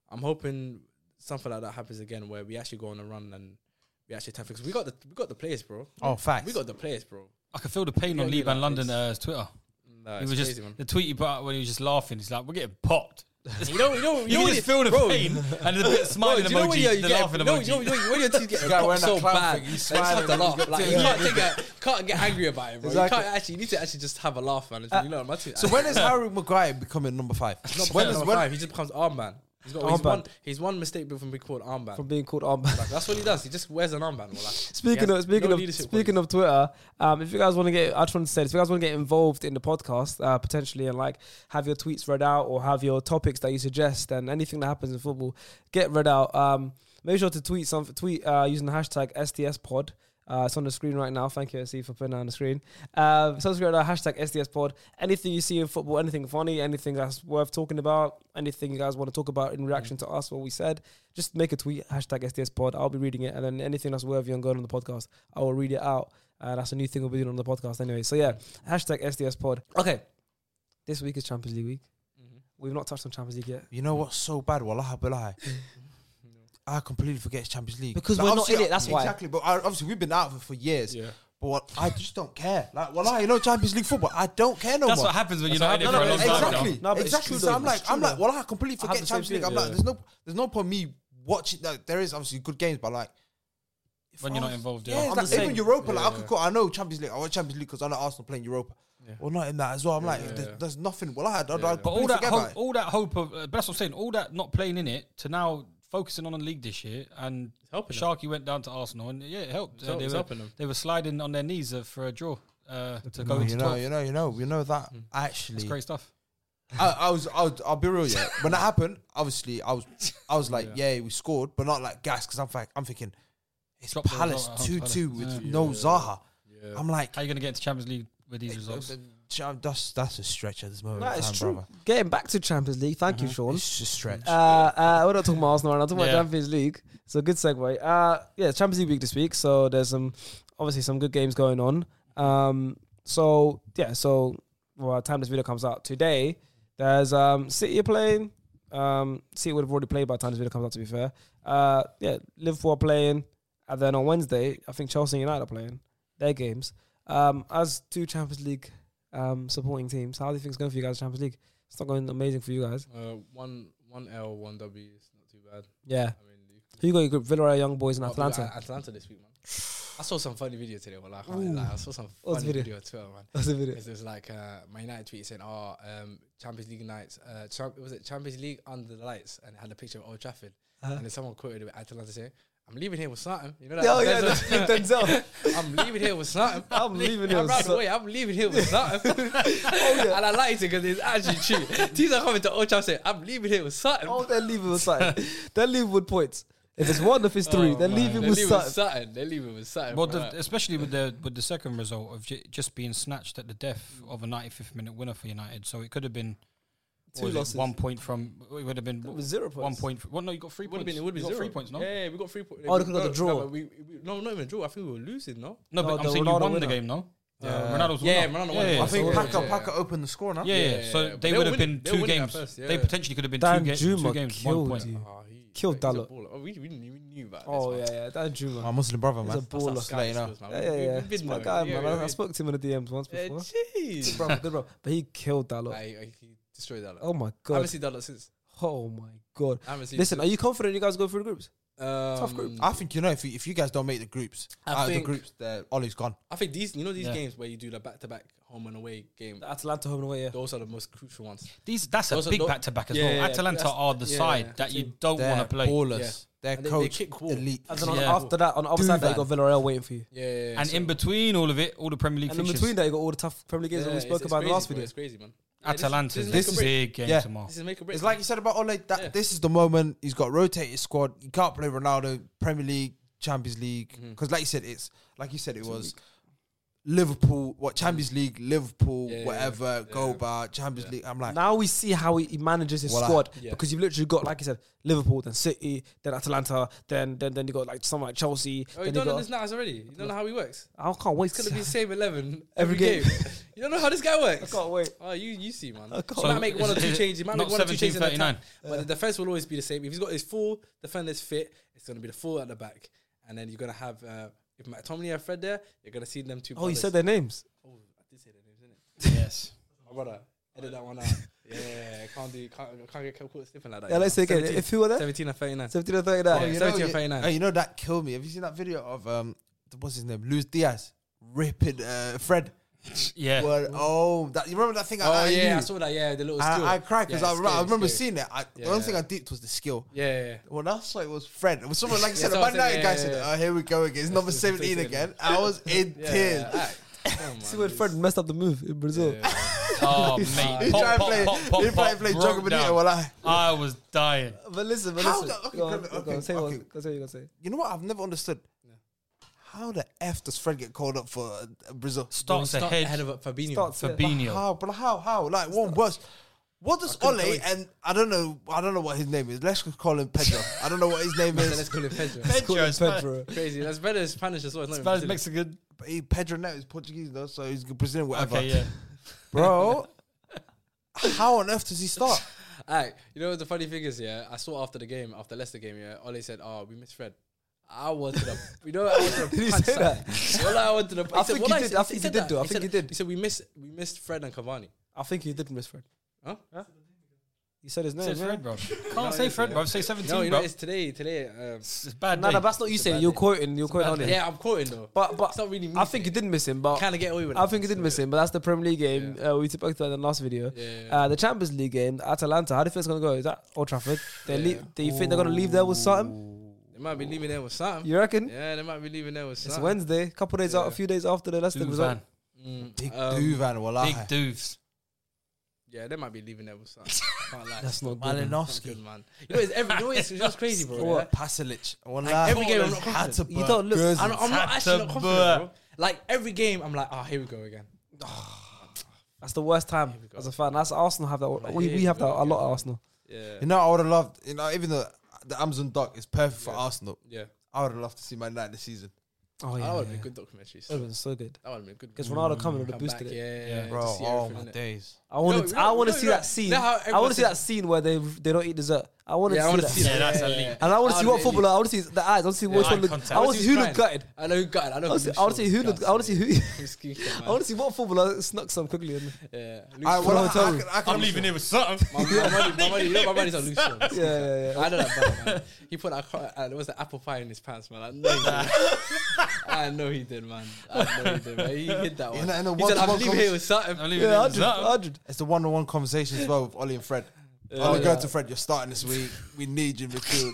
C: I'm hoping something like that happens again, where we actually go on a run and we actually tackle. Because we got the we got the players, bro.
B: Oh, facts.
C: We got the players, bro.
D: I could feel the pain
C: Yeah,
D: on
C: yeah,
D: Lee Van
C: like
D: London
C: it's-
D: uh, Twitter.
C: Nah,
D: He
C: it's
D: was just
C: crazy, man.
D: the tweet he put out when he was just laughing. He's like, "We're getting popped."
C: You know, you know,
D: You, can
C: when
D: just feel the
C: bro,
D: pain and the bit
C: Bro,
D: smiling
C: do you know when
D: emoji,
C: you're,
D: the
C: you get,
D: laughing
C: no,
D: emoji.
C: you know, you know, you know when your teeth get
B: guy
C: popped
B: wearing that
C: so
B: clown
C: bad,
B: thing, he's
C: you just have to laugh.
B: smiling, he's
C: Like,
B: got
C: you
B: tears.
C: can't, take a, can't get angry about it, bro.
B: Exactly.
C: You can't actually. You need to actually just have a laugh, man. If you know, my teeth,
B: So when is Harry Maguire becoming number five?
C: Not
B: when
C: when
B: is
C: five, he just becomes armband. He's got he's
A: Armband.
C: one he's one mistake from being called armband.
A: from being called armband.
C: like, that's what he does. He just wears an armband. Well, like,
A: Speaking
C: Yeah,
A: of speaking
C: no
A: of
C: leadership
A: speaking of Twitter, um, if you guys want to get, I just want to say, this, if you guys want to get involved in the podcast uh, potentially and like have your tweets read out or have your topics that you suggest and anything that happens in football get read out. Um, make sure to tweet some tweet uh, using the hashtag STSPod. Uh, it's on the screen right now. Thank you, SC, for putting it on the screen. Um, subscribe to our hashtag SDSPod. Anything you see in football, anything funny, anything that's worth talking about, anything you guys want to talk about in reaction to us, what we said, just make a tweet, hashtag SDSPod. I'll be reading it. And then anything that's worthy on going on the podcast, I will read it out. Uh, that's a new thing we'll be doing on the podcast anyway. So yeah, hashtag SDSPod. Okay. This week is Champions League week. We've not touched on Champions League yet.
B: You know what's so bad? Wallahi billahi. I completely forget it's Champions League
A: Because we're not
B: obviously-
A: in it, that's why.
B: Exactly, but I, obviously we've been out of it for years.
C: Yeah.
B: But what, I just don't care. Like, well, you know Champions League football. I don't care no
D: That's
B: more.
D: what happens when you're
C: That's
D: not
C: what
D: in it
C: happened.
D: for a
C: No,
D: long time.
C: no,
B: exactly,
D: you know?
A: No, but it's
B: exactly.
A: true
B: So
A: though,
B: I'm
A: it's
B: like,
A: true
B: I'm like,
A: though.
B: well, I completely
A: I have
B: forget
A: the same
B: Champions League. I'm
A: feeling,
B: like,
A: yeah.
B: there's no, there's no point me watching. Like, there is obviously good games, but like, if
D: When you're
B: I
D: not
B: was-
D: involved, yeah.
B: yeah,
A: I'm
B: it's
A: the
B: like,
A: same.
B: even Europa. Like, I
C: Yeah.
B: could call. I know Champions League. I watch Champions League because I know Arsenal playing Europa.
C: Yeah.
B: Well, not in that as well. I'm like,
C: Yeah.
B: there's, there's nothing. Well, I, I, I
C: Yeah.
D: But all
B: completely
D: that,
B: forget about
D: hope,
B: it.
D: all that hope of, uh, but that's what I'm saying. All that not playing in it to now focusing on the league this year, and
C: helping them.
D: Sharky went down to Arsenal, and yeah, it helped.
C: It's
D: Uh,
C: help-
D: they,
C: it's
D: were,
C: helping them.
D: they were sliding on their knees uh, for a draw uh, to go
B: No,
D: into
B: you know,
D: 12.
B: you know, you know, you know that
D: It's
B: actually.
D: great stuff.
B: I, I was, I was, I'll be real. Yeah, when that happened, obviously, I was, I was like, yeah, we scored, but not like gas because I'm, like, I'm thinking, it's
D: Drop the
B: Palace
D: result at home,
B: two two with
D: Palace.
B: no Zaha. I'm like, eh,
D: How are you going to get into Champions League with these results?
B: Cham- that's that's a stretch at this moment.
A: That
B: in
A: is
B: time,
A: true.
B: brother.
A: Getting back to Champions League, thank you, Sean.
B: It's just stretch.
A: Uh, uh, we're not talking about Arsenal right now, talking about
D: Yeah.
A: Champions League. So good segue. Uh, yeah, it's Champions League week this week. So there's some, obviously some good games going on. Um, so yeah, so well, by the time this video comes out today, there's um City are playing. Um, City would have already played by the time this video comes out. To be fair, uh, yeah, Liverpool are playing, and then on Wednesday, I think Chelsea and United are playing their games. Um, as two Champions League um supporting teams, how do you think it's going for you guys? Champions League, it's not going amazing for you guys.
C: Uh, one one L, one W. It's not too bad.
A: Yeah.
C: I mean, you-
A: Who you got your group? Villarreal, Young Boys, and
C: Oh,
A: Atlanta.
C: dude, Atlanta this week, man. I saw some funny video today. Well, I, can't
A: Ooh.
C: lie. I saw some
A: What's
C: funny
A: the video?
C: video? on Twitter, man.
A: That's a video.
C: Because there's like uh, my United tweet saying, "Oh, um, Champions League nights. Uh, champ- was it Champions League under the lights?" And it had a picture of Old Trafford.
A: Uh-huh.
C: And then someone quoted it with Atalanta saying, "I'm leaving here with something." You know that?
A: Oh yeah,
C: Denzel-
A: that's Nick Denzel.
C: I'm leaving here with something.
A: I'm leaving here
C: I'm
A: with Oh,
C: right
A: some-
C: away. I'm leaving here with something. And I liked it because it's actually true. These are coming to Old Trafford saying, "I'm leaving here with something."
A: Oh, they're leaving with something. they're leaving with points. If it's one, if it's three,
C: Oh,
A: they're
C: man.
A: leaving
C: They're
A: with
C: leaving with
A: something.
C: something. They're leaving with something.
D: Well,
C: bruh.
D: the, especially with the with the second result of j- just being snatched at the death of a 95th minute winner for United, so it could have been Or
A: Two
D: is it
A: losses.
D: One point from it would have been
A: That was zero points.
D: one point. fr- Well, no, you got three
C: It would have
D: points.
C: been, it would have
D: You
C: been
D: got
C: zero.
D: three points. No,
C: Yeah, yeah, we got three points.
A: Oh, they could've got the draw.
C: No, but we, we, no, not even a draw. I think we were losing, no?
D: no,
A: No,
D: but I'm
A: the Ronaldo
D: saying you won the
A: winner.
D: game, no?
B: Yeah.
D: Ronaldo's
C: Uh, Yeah,
D: winner.
C: Ronaldo won.
D: Yeah.
B: I think
A: Yeah.
B: Packer
C: Yeah.
B: Packer opened the score now.
D: Yeah, yeah,
C: Yeah,
D: so
C: yeah, but
D: they
C: they
D: would
C: were
D: have been
C: winning- they were
D: two
C: winning at
D: games.
C: first, yeah.
D: They potentially could have been
A: Dan
D: two, ga-
A: Juma
D: two games, one
A: killed
D: point.
A: you.
C: Ah, he-
A: Killed
C: he's a
A: Dalot.
C: baller. Oh, we, we, knew- we knew about
A: Oh
C: this. man.
A: yeah, yeah, Dan Juma.
B: My Muslim brother,
A: He's a
B: man.
C: That's our
A: baller.
C: Sky
B: Later.
C: skills, man.
A: Yeah,
C: We-
A: yeah,
C: we-
A: yeah.
C: we've been
A: Smart
C: knowing.
A: guy,
C: Yeah,
A: man. I-
C: yeah,
A: I
C: yeah.
A: spoke to him in the DMs once
C: Eh,
A: before. Good
C: Jeez.
A: brother, good brother. But he killed that lot.
C: I, I, he destroyed Dalot.
A: Oh my
C: I haven't
A: god.
C: seen Dalot since.
A: Oh my god.
C: I haven't seen
A: Listen, are you confident you guys go through the groups?
C: tough
A: group.
B: I think you know if you, if you guys don't make the groups,
C: I
B: out of the
C: think-
B: groups, the Ollie's gone.
C: I think these, you know, these
D: Yeah.
C: games where you do the back-to-back home and away game.
A: The Atalanta home and away, yeah.
C: Those are the most crucial ones.
D: These that's a
C: Those are
D: big
C: not-
D: back to back as
C: Yeah,
D: well.
C: yeah, yeah.
D: Atalanta
C: That's-
D: are the
C: yeah,
D: side
C: yeah.
D: that you
C: Team-
D: don't
B: They're
D: want to play.
B: ballers. They're
C: And they- they
B: coach.
C: kick ball.
B: elite.
A: And then on,
D: Yeah.
A: after that, on the other side, that you got Villarreal waiting for you.
C: Yeah, yeah, yeah.
D: And
C: So-
D: in between all of it, all the Premier League
A: And in
D: fixtures,
A: between that, you got all the tough Premier League games that
C: Yeah,
A: we
C: it's-
A: spoke
C: it's
A: about in the
C: crazy,
A: last
C: bro.
A: video.
C: It's crazy, man. Yeah, this-
D: Atalanta
C: this
D: is
C: is
D: this
C: make
D: is
C: or break.
D: big game
B: Yeah.
D: tomorrow.
C: This is make a break. Oh,
B: It's like you said about Ole. That
C: Yeah.
B: this is the moment he's got a rotated squad. You can't play Ronaldo, Premier League, Champions League,
C: Mm-hmm.
B: because like you said, it's like you said, it was Liverpool, what Champions League, Liverpool,
C: Mm. Yeah, yeah,
B: whatever,
C: yeah.
B: go bar, Champions League. I'm like,
A: Now we see how he, he manages his
B: Well, I-
A: squad
C: yeah.
A: because you've literally got, like I said, Liverpool, then City, then Atalanta, then then then you got like someone like Chelsea.
C: Oh,
A: then
C: you
A: you
C: don't know
A: got,
C: this now already. You don't know how he works.
A: I can't wait.
C: It's gonna be the same eleven
A: Every
C: every,
A: game.
C: game. you don't know how this guy
A: I
C: works.
A: can't wait.
C: Oh, you you see, man.
A: I
C: I
A: can't-
C: might make one or
D: So-
C: two changes. He might
D: Not
C: make one or two changes. in the
D: 17-39.
C: time, But the defense will always be the same. If he's got his full defenders fit, it's gonna be the full at the back, and then you're gonna have uh, if McTominay and Fred there, you're gonna see them two.
A: Oh, you
C: brothers.
A: said their names.
C: Oh, I did say their names, didn't it?
D: Yes.
C: My brother, edit that one out. yeah, can't do, can't, can't get caught slipping like that.
A: Yeah,
C: you
A: let's
C: know.
A: say again.
C: 17
A: If who were there?
C: 17 and 39.
A: 17 or 39.
C: Yeah.
B: oh, you know,
C: 17 or
B: you-
C: 39.
B: hey, you know that killed me. Have you seen that video of um, what's his name, Luis Diaz ripping uh, Fred?
D: Yeah.
B: Well, oh, that you remember that thing?
C: Oh
B: I,
C: yeah, I
B: I,
C: saw that. Yeah, the little.
B: I,
C: skill.
B: I cried because
C: Yeah,
B: I,
C: it's
B: re- I
C: scary,
B: remember
C: scary.
B: seeing it. I,
C: Yeah,
B: the only
C: yeah.
B: thing I deeped was the skill.
C: Yeah, yeah, yeah.
B: Well, that's why it was Fred. It was someone like you
C: Yeah,
B: said, the
C: someone
B: Man
C: said,
B: United
C: yeah,
B: guy
C: yeah,
B: said,
C: yeah.
B: "Oh, here we go again. It's number
C: it's the
B: seventeen
C: fifth,
B: again." I was in
C: Yeah,
B: tears.
C: yeah, yeah. Come on,
A: See when
C: man,
A: Fred
C: it's-
A: messed up the move in Brazil.
C: yeah, yeah.
D: Oh
C: He
D: mate.
B: He
D: Pop,
B: tried to
D: pop,
B: play.
D: pop, pop,
B: he tried to
D: pop,
B: play
D: broke
B: Jogo Bonito.
D: down.
B: Well, I.
D: I was dying.
A: But listen, but
B: How
A: listen.
B: the- okay,
A: go on,
B: okay,
A: go on, say
B: okay.
A: what go say what you gotta say.
B: You know what? I've never understood. How the f does Fred get called up for uh, Brazil?
D: Starts
C: Start
D: ahead,
C: ahead of uh, Fabinho.
A: Starts it.
D: Fabinho.
B: How? But how? How? Like one worse. What does
C: couldn't tell
B: Ole
C: you.
B: and I don't know. I don't know what his name is. Let's just call him Pedro. I don't know what his name
C: So let's
B: is.
C: call it Pedro.
A: Let's call
D: Pedro
A: it
D: is fine.
A: Pedro.
C: Crazy. That's better in Spanish as well. It's not even
D: Spanish,
C: Brazilian.
D: Mexican.
B: But he- Pedro now is Portuguese though, so he's Brazilian. Whatever,
D: Okay, yeah.
B: bro. how on earth does he start?
C: Aight, you know what the funny thing is, yeah? I saw after the game, after Leicester game, yeah, Ole said, Oh, we missed Fred. I wanted to, you know, I wanted to
A: Did he
C: punch
A: say that?
C: Well, I wanted to.
A: I
C: said-
A: think
C: well,
A: he did- I
C: said-
A: think he
C: said
A: did
C: that.
A: though. I
C: He
A: think
C: said-
A: he did.
C: He said we missed, we missed Fred and Cavani.
A: I think you did miss Fred.
C: Huh?
A: You said his name.
D: Say
A: yeah?
D: Fred, bro. Can't say Fred, bro. Say
C: No,
D: seventeen,
C: you know,
D: bro.
C: it's today. Today, um,
D: It's it's bad.
A: No, no,
D: day.
A: that's not you
C: It's a
A: saying.
C: bad
A: You're
C: day.
A: quoting. You're quoting on it.
C: yeah, I'm quoting though.
A: But but
C: It's not really
A: I think you did
C: music.
A: miss him. But
C: kind of get away with it.
A: I think you did miss him. But that's the Premier League game uh, we spoke about in the last video.
C: Yeah.
A: Uh, the Champions League game, Atalanta. How do you think it's gonna go? Is that Old Trafford? They
C: Yeah.
A: lea- do you think they're gonna leave there with something?
C: They might be leaving there with something.
A: You reckon?
C: Yeah, they might be leaving there with
A: It's
C: something.
A: Wednesday, couple days out, a
C: Yeah.
A: few days after the Leicester result.
D: Duvan.
C: Mm,
B: Big
C: um,
B: Duvan,
D: Big
B: wallahi.
D: Doves.
C: Yeah, they might be leaving there with something. Can't lie.
A: That's not good. man.
C: That's good,
B: Malinowski.
C: man. You know, it's every. You know, it's just crazy, bro. yeah?
B: What? Pasalic.
C: Like, every game I'm not
B: Hatterberg.
C: confident.
A: You don't look-
B: Gozens.
C: I'm, I'm not actually not confident, bro. Like every game, I'm like, ah, here we go again.
A: That's the worst time
C: we go.
A: as a fan. That's Arsenal have that. We,
C: here
A: we
C: we
A: have that
C: go
A: a lot
C: again.
A: at Arsenal.
C: Yeah,
B: You know, I would have loved, you know, even though the Amazon doc is perfect for
C: Yeah.
B: Arsenal,
C: yeah.
B: I would have loved to see Man United this season.
A: Oh
C: That
A: yeah,
C: would
A: yeah.
C: have been good documentaries.
A: That
C: That
A: would have been so good.
C: would have been good.
A: Because Ronaldo coming would have
C: Mm, Come
A: boosted
C: back,
A: it. Oh,
C: Yeah, yeah, yeah.
D: Bro,
C: to see everything, innit?
B: days.
A: I want
C: No,
A: to. I
C: no,
A: want to
C: no,
A: see
C: no.
A: that scene.
C: You know how
A: I
C: everyone
A: want to see
C: says-
A: that scene where they they don't eat dessert. I want to
C: Yeah, I
A: see
C: want
A: that.
C: to see
A: scene.
C: that.
D: Yeah, that's elite.
A: And I want to see
C: That'd
A: what
C: be
A: footballer. I want to see the eyes. I want to see which
D: eye
A: one. Look,
D: contact.
A: I want to see who looked
C: looked
A: gutted.
C: I know who got it. I know.
A: I want to see- I want to see who looked. I want to see who. I want
C: who.
A: to see what footballer snuck some quickly. And
C: Yeah.
B: I,
C: Luke
B: well, I,
A: Well, tell
B: I,
A: me.
B: can, I can
D: I'm leaving here with something.
C: My, my, money, my, money, you know, my money's on Luke Shaw.
A: yeah, yeah, yeah.
C: I know that brother, man. He put that, co- uh, there was the apple pie in his pants, man. I know he did. I know he did, man. I know he did, man. He hit that one.
B: And- and the
C: he said, I'm
B: one-to-one
C: leaving
B: comes-
C: here with something.
D: I'm leaving
A: Yeah,
D: here with
A: 100,
D: something.
A: 100.
B: It's the one on one conversation as well with Ollie and Fred. Ollie going to Fred, you're starting this week. We need you in midfield.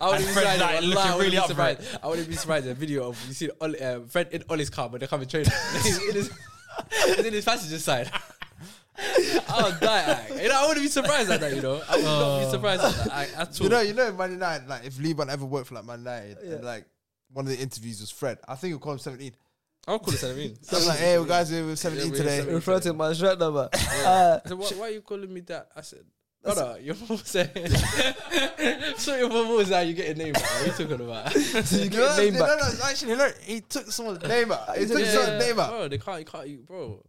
C: I
D: And
C: wouldn't be
D: Fred, like,
C: surprised. Like,
D: looking
C: I wouldn't
D: really
C: be
D: up for
C: surprised. I wouldn't be surprised. A video of you see Oli, uh, Fred in Ollie's car, but they're coming training. he's in his, he's in his passenger side. I would die. Like. You know, I wouldn't be surprised at that. You know, I would
D: Oh.
C: not be surprised at that like, at all.
B: you know, you know, Man United, like, if Liban ever worked for like Man United, and,
A: Yeah.
B: like, one of the interviews was Fred, I think you'll call him 17.
C: I'll call it Selamine.
B: So I'm like, hey, we guys, we're 17
C: we're
B: today.
C: 17.
A: Refer to my shirt number. Uh,
C: I said, why, why are you calling me that? I said, brother, your mom said. so your mom was like, you get a name. bro. What are you talking about?
A: so you get
B: No,
A: your name
B: no,
A: back.
B: no, no, it's actually, no, he took someone's name out. He took
A: Yeah.
B: someone's name out.
C: Bro, they can't, you can't, you, bro.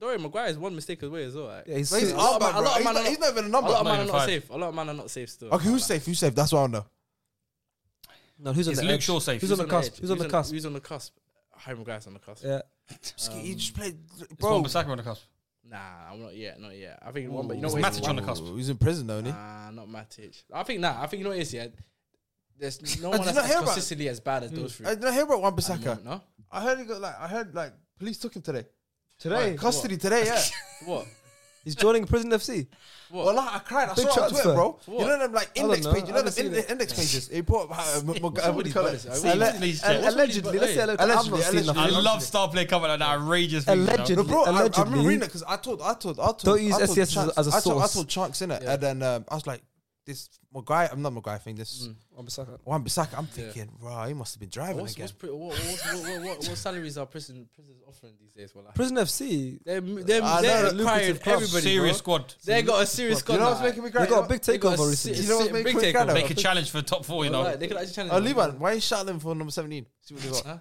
C: Dorian Maguire is one mistake away as well. Like.
A: Yeah, he's
B: But he's
A: sick.
B: out,
C: man-
B: bro.
C: a lot of
B: He's
C: man
B: not-
C: are
B: He's not even
C: A
B: a
C: lot
B: number.
C: of men are
D: even
C: not
D: five.
C: safe. A lot of men are not safe still.
B: Okay, who's safe? Who's safe? That's what I know.
A: No, who's on
D: Is
A: the
D: Luke
A: edge?
D: Shaw safe?
A: Who's
D: He's
A: on the cusp?
C: edge?
A: Who's on the cusp?
C: Who's on the cusp? Harry Maguire's on the cusp.
A: Yeah.
B: He just played,
D: Bro,
B: bro.
D: Bissaka on the cusp.
C: Nah, I'm not yet, not yet. I think one, but you know
D: Is
C: what? it is?
D: Matic on the
C: One-
D: cusp?
B: He's in prison, though, isn't he?
C: Nah, not Matic. I think nah. I think you know what it is. Yeah, there's no
B: did
C: one
B: not
C: that's
B: hear
C: as
B: about- Hmm.
C: consistently as bad as those three.
B: I did not hear about Wan
C: at the
B: Bissaka.
C: moment, No,
B: I heard he got like, I heard like police took him today.
A: Today,
B: Like, custody today, yeah.
C: what?
A: He's joining Prison FC.
B: well, like, I cried. I
A: Big
B: saw it on
A: transfer.
B: Twitter, bro.
C: What?
B: You know them like
A: don't
B: index
A: know.
B: pages.
A: I
B: You know
A: haven't
B: them
A: seen
B: in-
A: it.
B: index pages. He put uh, m- m- uh, what do you call it?
C: What's
B: Alle-
C: with these
B: alle-
C: brothers?
A: Allegedly, let's say alleg- I've not
B: Allegedly,
A: seen
B: allegedly.
D: I
A: nothing.
D: love star player coming like that outrageous things. you know?
A: Allegedly.
B: No, bro, I, I
A: Allegedly.
B: remember reading it because I told, I told, I told.
A: Don't use
B: I told
A: SCS as-
B: Chunks-
A: as a
B: I told, I
A: source.
B: told chunks in it,
C: Yeah.
B: and then um, I was like, "This Maguire, I'm not Maguire thing. This
A: Wan Bissaka.
B: Wan Bissaka." I'm thinking, "Wow, he must have been driving
C: What's,
B: again."
C: what's, pre- what, what's, what, what, what, what salaries are prison prisons offering these days? Well,
A: Prison FC.
C: they're they're,
B: I know,
C: they're
B: lucrative
C: acquiring
B: clubs.
C: everybody.
D: Serious
C: bro.
D: squad.
C: They got a serious squad.
B: you know
C: now,
B: what's making me
A: They
B: cry?
A: got a big
C: They got
A: takeover
C: a
A: recently.
C: si-
B: You know what's
C: si-
B: making
C: big
B: me cry,
C: takeover.
B: though?
D: Make a challenge for top four, you know.
C: Like, they could actually challenge.
B: Oh,
C: them.
B: Levan, why are you shouting for number 17? See what they got.
C: Huh?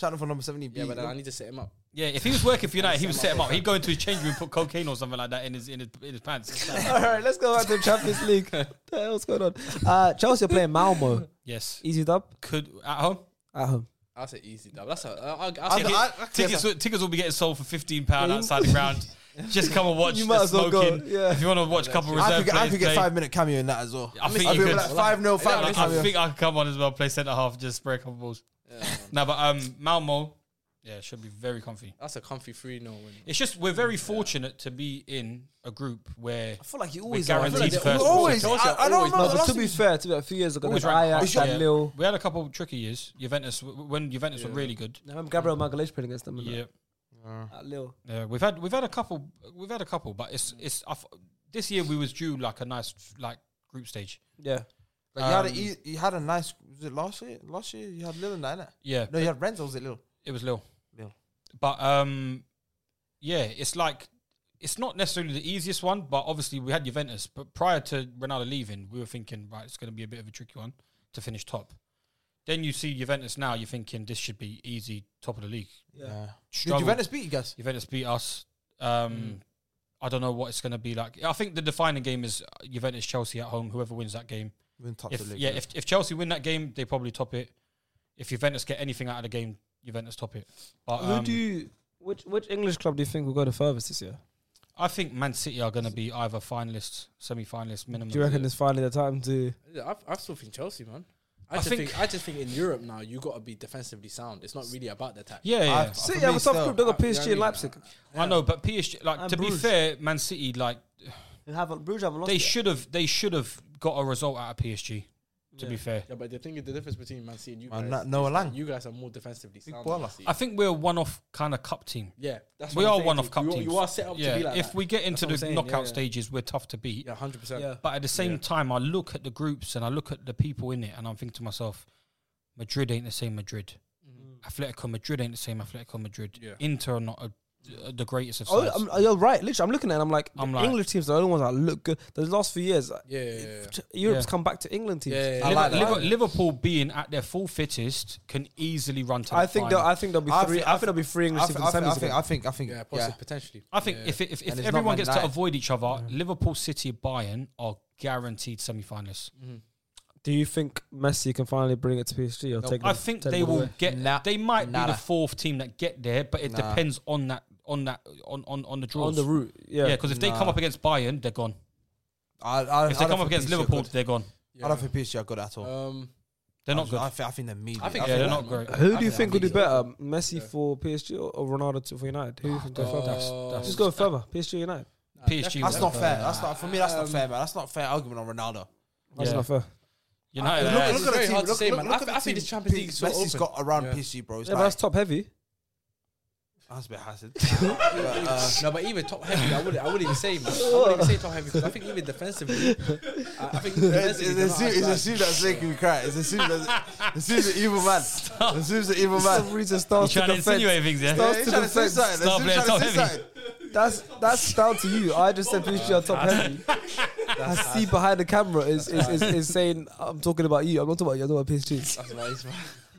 B: Shouting for number 17.
C: Yeah, but then I need to set him up.
D: Yeah, if he was working for United, he would set him up. He'd go into his change room, put cocaine or something like that in his in his, in his pants.
A: All right, let's go back to the Champions League. What the hell's going on? Uh, Chelsea are playing Malmo.
D: Yes,
A: Easy dub
D: could at home
A: at home.
C: I'll say easy though. That's how. I'll, I'll,
B: I,
C: say
B: I, I,
D: tickets will- tickets will be getting sold for fifteen pound outside the ground. Just come and watch.
A: You
D: the
A: might as well go,
D: smoking.
A: yeah.
D: If you want to watch a couple
B: I
D: reserve
B: could, get- I
D: players
B: could get
D: play,
B: five minute cameo in that as well.
D: I think
B: I'd
D: you
B: be
D: could.
B: like 5 0, 5
D: I,
B: minute
D: I
B: cameo.
D: think I could come on as well, play centre half, just spray a couple balls. No, but um, Malmo, yeah, should be very comfy.
C: that's a comfy three no win.
D: It's just we're very fortunate to be in a group where
A: feel like you
D: we're guaranteed
A: Like
B: Who
D: first.
B: Always.
C: Chelsea
B: I, I don't
C: always-
B: remember.
A: no,
B: the
A: but
B: last
A: to be
B: time-
A: fair, to be fair, a few years ago,
D: Always
A: like
D: rank
A: Ajax
D: high.
A: and Lille.
D: We had a couple of tricky years. Juventus, w- when Juventus were really good.
A: I remember Gabriel Magalhaes playing against them. innit?
D: Yeah,
A: At Lille.
D: yeah, we've had we've had a couple, we've had a couple, but it's it's I f- this year we was due like a nice like group stage.
A: Yeah.
B: Like, you, had
D: Um,
B: a, you, you had a nice. Was it last year? Last year you had Lil and that, innit?
D: Yeah,
B: No, you had Renzo, was it Lil?
D: it was Lil.
B: Lil.
D: But um, yeah, it's like it's not necessarily the easiest one, but obviously we had Juventus. But prior to Ronaldo leaving, we were thinking right, it's going to be a bit of a tricky one to finish top. Then you see Juventus now, you're thinking this should be easy, top of the league.
A: Yeah.
B: Did
D: Struggled.
B: Juventus beat you guys?
D: Juventus beat us. Um, I don't know what it's going to be like. I think the defining game is Juventus Chelsea at home. Whoever wins that game,
B: Win top
D: if,
B: of the league.
D: yeah, if, if Chelsea win that game, they probably top it. If Juventus get anything out of the game, Juventus top it. But um,
A: Who do you, which which English club do you think will go the furthest this year?
D: I think Man City are going to be either finalists, semi-finalists, minimum.
A: Do you reckon it's finally the time to?
C: I, I still think Chelsea, man. I,
D: I
C: just think,
D: think-
C: I just think in Europe now you got to be defensively sound. It's not really about the attack.
D: Yeah, yeah.
B: I've-
A: City
B: for
A: have
B: me
A: a tough
B: still,
A: group. They got
C: I- yeah, I
A: PSG and
C: mean,
A: Leipzig.
D: I know, but PSG, like
A: And
D: to be
A: Bruges.
D: fair, Man City, like
A: They have Bruges haven't lost.
D: they
A: yet.
D: should have, they should have got a result out of PSG. To
A: Yeah.
D: be fair,
C: Yeah, but the thing is, the difference between Man City and you
B: Man,
C: guys,
B: that
C: is
B: Noah
C: that
B: Lang.
C: you guys are more defensively sound. than
B: baller.
C: Man City.
D: I think we're a one-off kind of cup team.
C: yeah, that's
D: we
C: what I'm
D: are
C: saying,
D: one-off
C: dude.
D: cup
C: you,
D: teams.
C: You are set up
D: yeah,
C: to be like
D: if
C: that.
D: we get into
A: what I'm
D: the
A: saying, yeah,
D: knockout
A: yeah.
D: stages, we're tough to beat.
C: yeah, hundred percent.
A: Yeah.
D: But at the same
C: Yeah.
D: time, I look at the groups and I look at the people in it, and I'm thinking to myself, Madrid ain't the same Madrid.
C: Mm-hmm.
D: Atletico Madrid ain't the same Atletico Madrid.
C: Yeah.
D: Inter are not a, uh, the greatest of
A: Oh,
D: sides.
A: I'm, you're right. Literally, I'm looking at it and I'm like,
D: I'm
A: the
D: like-
A: English teams are the only ones that look good. The last few years, uh,
C: Yeah, yeah, yeah.
A: t- Europe's
D: Yeah.
A: come back to England teams.
C: Yeah, yeah, yeah.
B: I
D: Liver-
B: like that.
D: Liver- Liverpool being at their full fittest can easily run to.
A: I
D: the
A: think
D: final.
A: there'll, I think there'll be
B: I
A: three.
B: think-
A: I think there'll be three English
B: I
A: teams
B: think,
A: in
B: I
A: the
B: think, I
A: semis.
B: think,
A: again.
B: I think, I think,
C: Yeah, possi-
B: yeah.
C: potentially.
D: I think
C: Yeah.
D: if if, if
B: it's not
D: everyone
B: Man
D: gets to
B: United.
D: avoid each other, Liverpool, City, Bayern are guaranteed semi-finalists.
C: Mm-hmm.
A: Do you think Messi can finally bring it to PSG or take?
D: I
A: them-
D: think
A: take
D: they
A: them
D: will
A: away?
D: get.
B: Nah.
D: They might be
B: Nada.
D: the fourth team that get there, but it
B: Nah.
D: depends on that on that on on, on the draws.
A: on the route.
D: yeah,
A: Yeah,
D: because if they come
B: Nah.
D: up against Bayern, they're gone.
B: I, I,
D: If they
B: I don't
D: come up
B: think
D: against
B: PSG are
D: Liverpool,
B: good.
D: they're gone.
B: I
C: Yeah.
B: don't think PSG are good at all.
C: Um,
D: They're not
B: I-
D: good.
B: I, think, I think they're mediocre.
C: I think
D: Yeah, they're
C: Liverpool,
D: not
C: man.
D: great.
A: who
C: I
A: do you think will do
C: Liverpool.
A: better, Messi
C: Yeah.
A: for PSG or, or Ronaldo to, for United? Who do you think go
D: Oh,
A: further?
D: that's- that's-
A: Just go further. PSG or United.
C: Nah,
D: PSG
C: definitely
B: That's
D: Yeah.
B: not
C: Liverpool.
B: fair.
A: uh,
B: That's not for me. That's not
C: Um,
B: fair, man. That's not fair argument on Ronaldo.
A: That's uh.
D: Yeah.
A: not fair.
D: United.
C: Look-
D: yeah.
C: look- very hard to say, man. I- I think
B: the
C: this Champions
B: P-
C: League is so
B: Messi's
C: open.
B: got around
C: Yeah.
B: PSG, bro. It's
A: Yeah, but
B: like,
A: that's top heavy.
B: That's a bit hassle.
C: no, but even top heavy, I wouldn't. I wouldn't even say. Man. I wouldn't even say top heavy because I think even defensively, I, I think
B: It's
C: defensively. they're
B: it's
C: not
B: assumed, it's
C: as bad.
B: assumed that's making me cry. It's assumed that's it's assumed an evil man. It's assumed an evil man.
A: Some reason starts to
D: trying to
A: defend.
D: insinuate things there.
A: Stop.
B: Yeah, he's trying to say
A: defense.
D: Stop
B: something. It's
D: it,
B: him trying to say
D: stop it.
B: something.
A: That's that's down to you. I just said Felicia are top heavy. I see behind the camera is is, is, is saying I'm talking about you. I'm not talking about you. I'm talking about PSG.
C: That's what it is, man.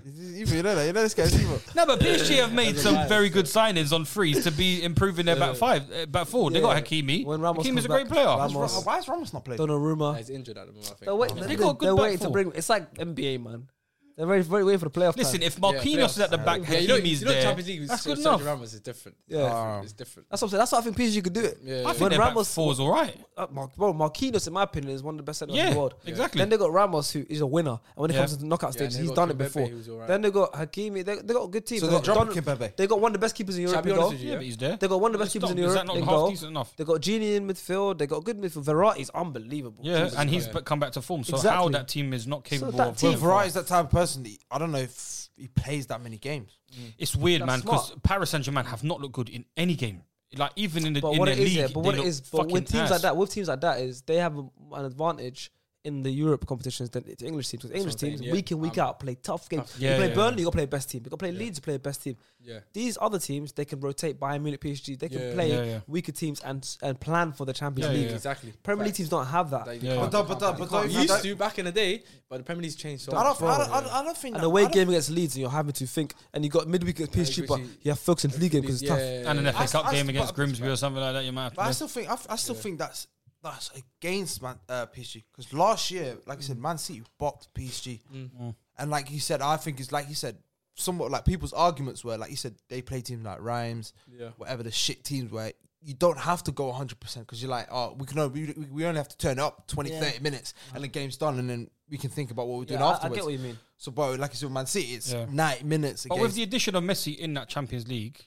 B: He's evil, you know that. You know this guy's evil.
D: No, but PSG have made some very good signings on threes to be improving their back five, uh, back four. They got
A: Yeah.
D: Hakimi.
A: When Ramos
D: Hakimi's
A: comes
D: a great
A: back,
D: player.
A: Ramos-
B: Why is- Why is Ramos not playing?
A: Donnarumma.
C: He's injured at the moment. I think.
A: They're, wait,
D: They
A: they're,
D: got a good
A: they're
D: back
A: waiting to
D: four.
A: bring. It's like NBA, man. They're ready, ready, waiting for the playoff.
D: Listen,
A: time.
D: if Marquinhos is Oh, at the back,
C: yeah, you know,
D: Hakimi's
C: you know,
D: there.
C: Champions League with
D: That's good
C: Sergio
D: enough.
C: Ramos is different. Ah,
A: Yeah.
C: it's different.
A: that's what I'm saying. That's what I think PSG could do it.
C: Yeah,
D: I
C: yeah,
D: think
A: When
D: their back
A: Ramos-
D: four's all right.
A: Uh, Mar- bro, Marquinhos, in my opinion, is one of the best centre backs in
D: Yeah,
A: the world.
D: exactly.
A: Then they got Ramos, who is a winner. And when it
D: Yeah.
A: comes to the knockout
C: Yeah,
A: stages,
C: and they
A: he's
C: got
A: done it
C: Kimpembe,
A: before.
C: who's all right.
A: Then they got Hakimi. They, they got a good team.
B: So
A: they,
B: they're
A: got
B: dropping
A: Don-
B: Kimpembe.
A: they got one of the best keepers in
C: Shall I
A: Europe.
C: be
A: in
C: honest
A: goal.
C: with you?
D: Yeah,
C: Yeah.
D: but he's there.
A: They got one of the
D: But
A: best
D: it's
A: keepers in
D: not- is
A: Europe.
D: that not
A: in
D: half
A: goal.
D: decent enough?
A: They got Genie in midfield. They got good midfield. Verratti is unbelievable.
D: Yeah, and he's
C: Christ.
D: but come back to form. So how
A: Exactly.
D: that team is not capable
A: that
D: of
A: team-
B: Well,
D: going far.
B: Varane is that type of person. that- I don't know if he plays that many games.
D: It's weird,
A: That's
D: man, because
A: smart.
D: Paris Saint Germain have not looked good in any game. Like even in the
A: But
D: in
A: what
D: the
A: it is,
D: league,
A: yeah, but what it
D: they look
A: is, but
D: fucking
A: with teams
D: ass.
A: like that, with teams like that, is they have a- an advantage in the Europe competitions than it's English teams. Because English
C: what I'm
A: teams,
C: saying, yeah.
A: week in week
C: Um,
A: out, play tough games.
D: Yeah,
A: you play
D: yeah,
A: Burnley, you got to play best team. You got to play Leeds, you play best team.
C: Yeah.
A: These other teams, they can rotate Bayern Munich, PSG. They can
C: Yeah.
A: play
D: Yeah, yeah.
A: weaker teams and and plan for the Champions
D: Yeah,
A: League.
D: yeah, yeah.
C: Exactly.
A: Premier League
C: Facts.
A: teams don't have that.
C: Like,
D: Yeah,
C: you
D: yeah.
C: can't-
B: But don't- but
C: you
B: don't- but
C: can't-
B: don't-
C: you used
B: don't-
C: to back in the day, but the Premier League's changed so
B: I
C: much.
B: don't. I don't. I don't, I don't
A: And
B: think. that-
A: the away
B: I don't-
A: game against Leeds, and you're having to think, and you got midweek against PSG, but
C: Everything-
A: you have to focus on the league game because it's
C: Yeah,
A: tough.
C: yeah,
D: and an
C: yeah.
D: FA
B: I-
D: Cup
B: I-
D: game against
B: but-
D: Grimsby or something like that, you might have to
B: But I
D: know.
B: still think. I, I still think that's that's against man, uh, PSG because last year, like I said, Man City bopped PSG,
D: Mm.
A: Mm.
B: and like you said, I think it's like you said, somewhat like people's arguments were like you said they play teams like Rhymes,
C: Yeah.
B: whatever the shit teams were. You don't have to go 100 percent because you're like, oh, we can only, we, we only have to turn it up 20, 30 minutes, and the game's done, and then we can think about what we're doing
A: I- I
B: afterwards.
A: get what you mean.
B: So, bro, like you said, with Man City, it's
D: Yeah.
B: 90 minutes.
D: But with
B: against-
D: the addition of Messi in that Champions League.